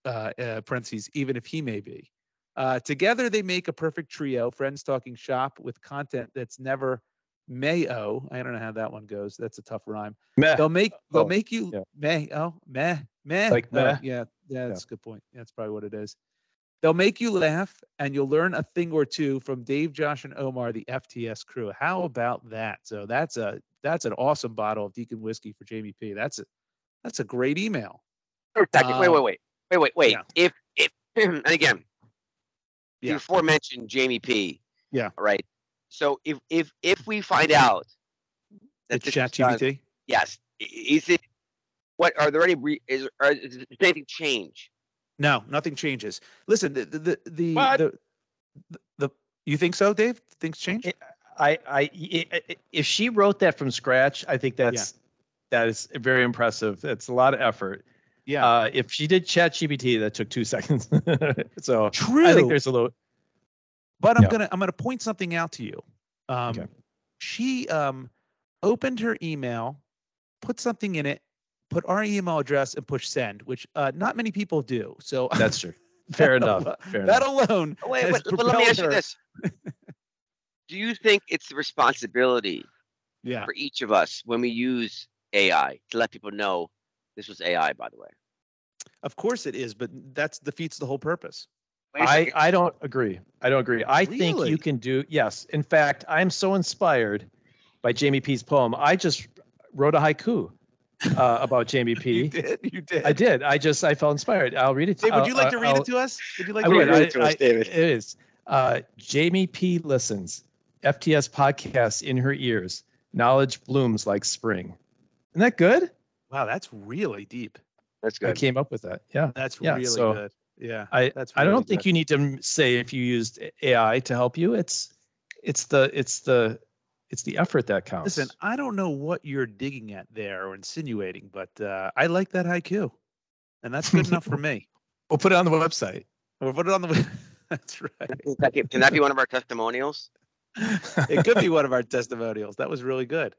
[SPEAKER 1] Uh, uh, parentheses, even if he may be. Uh, together, they make a perfect trio, friends talking shop with content that's never mayo. I don't know how that one goes. That's a tough rhyme.
[SPEAKER 2] Meh.
[SPEAKER 1] They'll make they'll
[SPEAKER 2] Oh,
[SPEAKER 1] make you
[SPEAKER 2] yeah.
[SPEAKER 1] meh oh meh meh
[SPEAKER 2] Like
[SPEAKER 1] Oh,
[SPEAKER 2] meh.
[SPEAKER 1] yeah yeah that's a good point. That's probably what it is. They'll make you laugh, and you'll learn a thing or two from Dave, Josh, and Omar, the FTS crew. How about that? So that's a that's an awesome bottle of Deacon whiskey for Jamie P. That's a that's a great email.
[SPEAKER 3] Wait a second. Wait,
[SPEAKER 1] Uh,
[SPEAKER 3] wait, wait, wait, wait, wait.
[SPEAKER 1] yeah.
[SPEAKER 3] If if and again,
[SPEAKER 1] Yeah.
[SPEAKER 3] the aforementioned Jamie P.
[SPEAKER 1] Yeah.
[SPEAKER 3] all Right. So if if if we find out that
[SPEAKER 1] It's
[SPEAKER 3] this
[SPEAKER 1] Chat
[SPEAKER 3] was done-
[SPEAKER 1] GPT.
[SPEAKER 3] yes, i- is it? What are there any? Re, is, are, is anything change?
[SPEAKER 1] No, nothing changes. Listen, the the the the,
[SPEAKER 2] What?
[SPEAKER 1] the, the, you think so, Dave? Things change?
[SPEAKER 2] It- I, I, i- i- if she wrote that from scratch, I think that's that is very impressive. That's a lot of effort.
[SPEAKER 1] yeah.
[SPEAKER 2] Uh, if she did Chat GPT, that took two seconds. so
[SPEAKER 1] True.
[SPEAKER 2] I think there's a little.
[SPEAKER 1] But I'm
[SPEAKER 2] Yeah.
[SPEAKER 1] gonna I'm gonna point something out to you. Um,
[SPEAKER 2] Okay.
[SPEAKER 1] She um, opened her email, put something in it, put our email address, and push send, which uh, not many people do. So
[SPEAKER 2] That's true. Fair
[SPEAKER 1] that
[SPEAKER 2] enough.
[SPEAKER 1] al-
[SPEAKER 2] Fair
[SPEAKER 1] that
[SPEAKER 2] enough.
[SPEAKER 1] alone.
[SPEAKER 3] Wait,
[SPEAKER 1] has
[SPEAKER 3] wait but let me
[SPEAKER 1] propelled
[SPEAKER 3] ask you
[SPEAKER 1] her-
[SPEAKER 3] this: Do you think it's the responsibility
[SPEAKER 1] Yeah.
[SPEAKER 3] for each of us when we use AI to let people know this was AI? By the way,
[SPEAKER 1] Of course it is, but that's defeats the whole purpose.
[SPEAKER 3] Wait a
[SPEAKER 2] I,
[SPEAKER 3] second.
[SPEAKER 2] I don't agree. I don't agree. I think
[SPEAKER 1] Really?
[SPEAKER 2] you can do yes. In fact, I'm so inspired by Jamie P's poem. I just wrote a haiku uh, about Jamie
[SPEAKER 1] You
[SPEAKER 2] P.
[SPEAKER 1] did. You did.
[SPEAKER 2] I did. I just I felt inspired. I'll read it.
[SPEAKER 1] Dave, would
[SPEAKER 2] I'll-
[SPEAKER 1] you like to read
[SPEAKER 2] I'll-
[SPEAKER 1] it to us? Would you like
[SPEAKER 2] I
[SPEAKER 1] to
[SPEAKER 2] would.
[SPEAKER 1] read
[SPEAKER 3] Read
[SPEAKER 1] it?
[SPEAKER 3] it to us, David.
[SPEAKER 2] It is. Uh, Jamie P. listens. FTS podcasts in her ears. Knowledge blooms like spring. Isn't that good?
[SPEAKER 1] Wow, that's really deep.
[SPEAKER 3] That's
[SPEAKER 2] I
[SPEAKER 3] good.
[SPEAKER 2] came up with that. Yeah.
[SPEAKER 1] That's
[SPEAKER 2] Yeah,
[SPEAKER 1] really
[SPEAKER 2] so
[SPEAKER 1] good. Yeah.
[SPEAKER 2] I-
[SPEAKER 1] that's
[SPEAKER 2] I
[SPEAKER 1] really
[SPEAKER 2] don't think
[SPEAKER 1] good.
[SPEAKER 2] you need to m- say if you used AI to help you. It's it's the it's the it's the effort that counts.
[SPEAKER 1] Listen, I don't know what you're digging at there or insinuating, but uh, I like that haiku, and that's good enough for me.
[SPEAKER 2] we'll put it on the website.
[SPEAKER 1] We'll put it on the. that's right.
[SPEAKER 3] Is that- Can that be one of our testimonials?
[SPEAKER 1] It could be one of our testimonials. That was really good.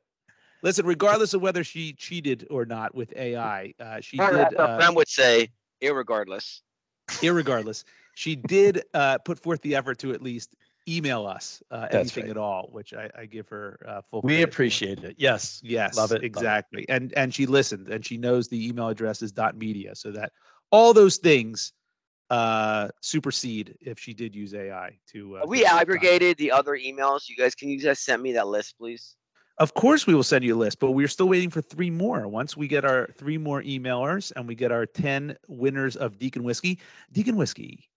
[SPEAKER 1] Listen, regardless of whether she cheated or not with AI, uh, she
[SPEAKER 3] Or as
[SPEAKER 1] did.
[SPEAKER 3] our
[SPEAKER 1] Uh,
[SPEAKER 3] friend would say, irregardless.
[SPEAKER 1] irregardless, she did uh, put forth the effort to at least email us uh,
[SPEAKER 2] That's
[SPEAKER 1] anything
[SPEAKER 2] right.
[SPEAKER 1] at all, which I, I give her uh, full.
[SPEAKER 2] we
[SPEAKER 1] credit for.
[SPEAKER 2] appreciate it. Yes.
[SPEAKER 1] Yes,
[SPEAKER 2] Love it, love it.
[SPEAKER 1] exactly. And and she listened, and she knows the email address is dot media, so that all those things uh, supersede if she did use AI to. Uh,
[SPEAKER 3] We
[SPEAKER 1] give us the doc.
[SPEAKER 3] aggregated the other emails. You guys, can you guys send me that list, please?
[SPEAKER 1] Of course, we will send you a list, but we're still waiting for three more. Once we get our three more emailers and we get our ten winners of Deacon whiskey, Deacon whiskey.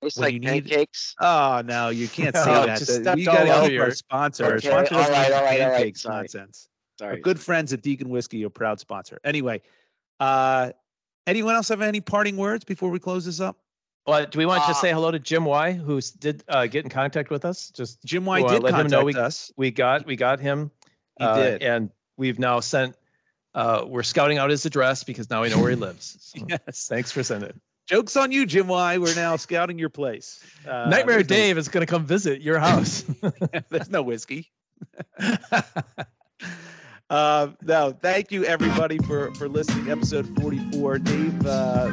[SPEAKER 3] It's
[SPEAKER 1] When you
[SPEAKER 3] like
[SPEAKER 1] need-
[SPEAKER 3] pancakes.
[SPEAKER 1] Oh no, you can't say
[SPEAKER 2] Oh,
[SPEAKER 1] that.
[SPEAKER 2] just
[SPEAKER 1] that.
[SPEAKER 2] stepped
[SPEAKER 1] You
[SPEAKER 2] all
[SPEAKER 1] gotta
[SPEAKER 2] over
[SPEAKER 1] help our
[SPEAKER 2] your-
[SPEAKER 1] sponsor. Our
[SPEAKER 3] Okay,
[SPEAKER 1] sponsor doesn't
[SPEAKER 3] all right,
[SPEAKER 1] make
[SPEAKER 3] all right, all right,
[SPEAKER 1] pancakes
[SPEAKER 3] sorry.
[SPEAKER 1] nonsense. Our
[SPEAKER 3] Sorry.
[SPEAKER 1] good friends at Deacon Whiskey, a proud sponsor. Anyway, uh, anyone else have any parting words before we close this up?
[SPEAKER 2] Well, do we want to
[SPEAKER 3] Uh,
[SPEAKER 2] say hello to Jim Y, who did uh, get in contact with us? Just
[SPEAKER 1] Jim White
[SPEAKER 2] Well, uh,
[SPEAKER 1] did
[SPEAKER 2] let him know
[SPEAKER 1] contact
[SPEAKER 2] we-
[SPEAKER 1] us.
[SPEAKER 2] we got we got him.
[SPEAKER 1] He
[SPEAKER 2] uh,
[SPEAKER 1] did.
[SPEAKER 2] and we've now sent. Uh, we're scouting out his address because now we know where he lives. So
[SPEAKER 1] Yes.
[SPEAKER 2] Thanks for sending. it.
[SPEAKER 1] Jokes on you, Jim Y. We're now scouting your place. Uh,
[SPEAKER 2] Nightmare
[SPEAKER 1] there's no-
[SPEAKER 2] Dave is going to come visit your house.
[SPEAKER 1] there's no whiskey. Uh, no, thank you everybody for for listening. Episode 44. Dave uh,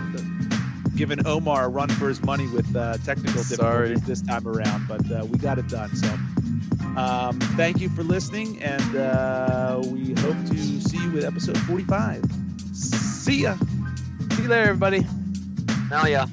[SPEAKER 1] giving Omar a run for his money with uh, technical
[SPEAKER 2] Sorry.
[SPEAKER 1] difficulties this time around, but uh, we got it done. So, um, thank you for listening, and uh, we hope to see you with episode 45. See ya.
[SPEAKER 2] See you later, everybody.
[SPEAKER 3] Now, yeah.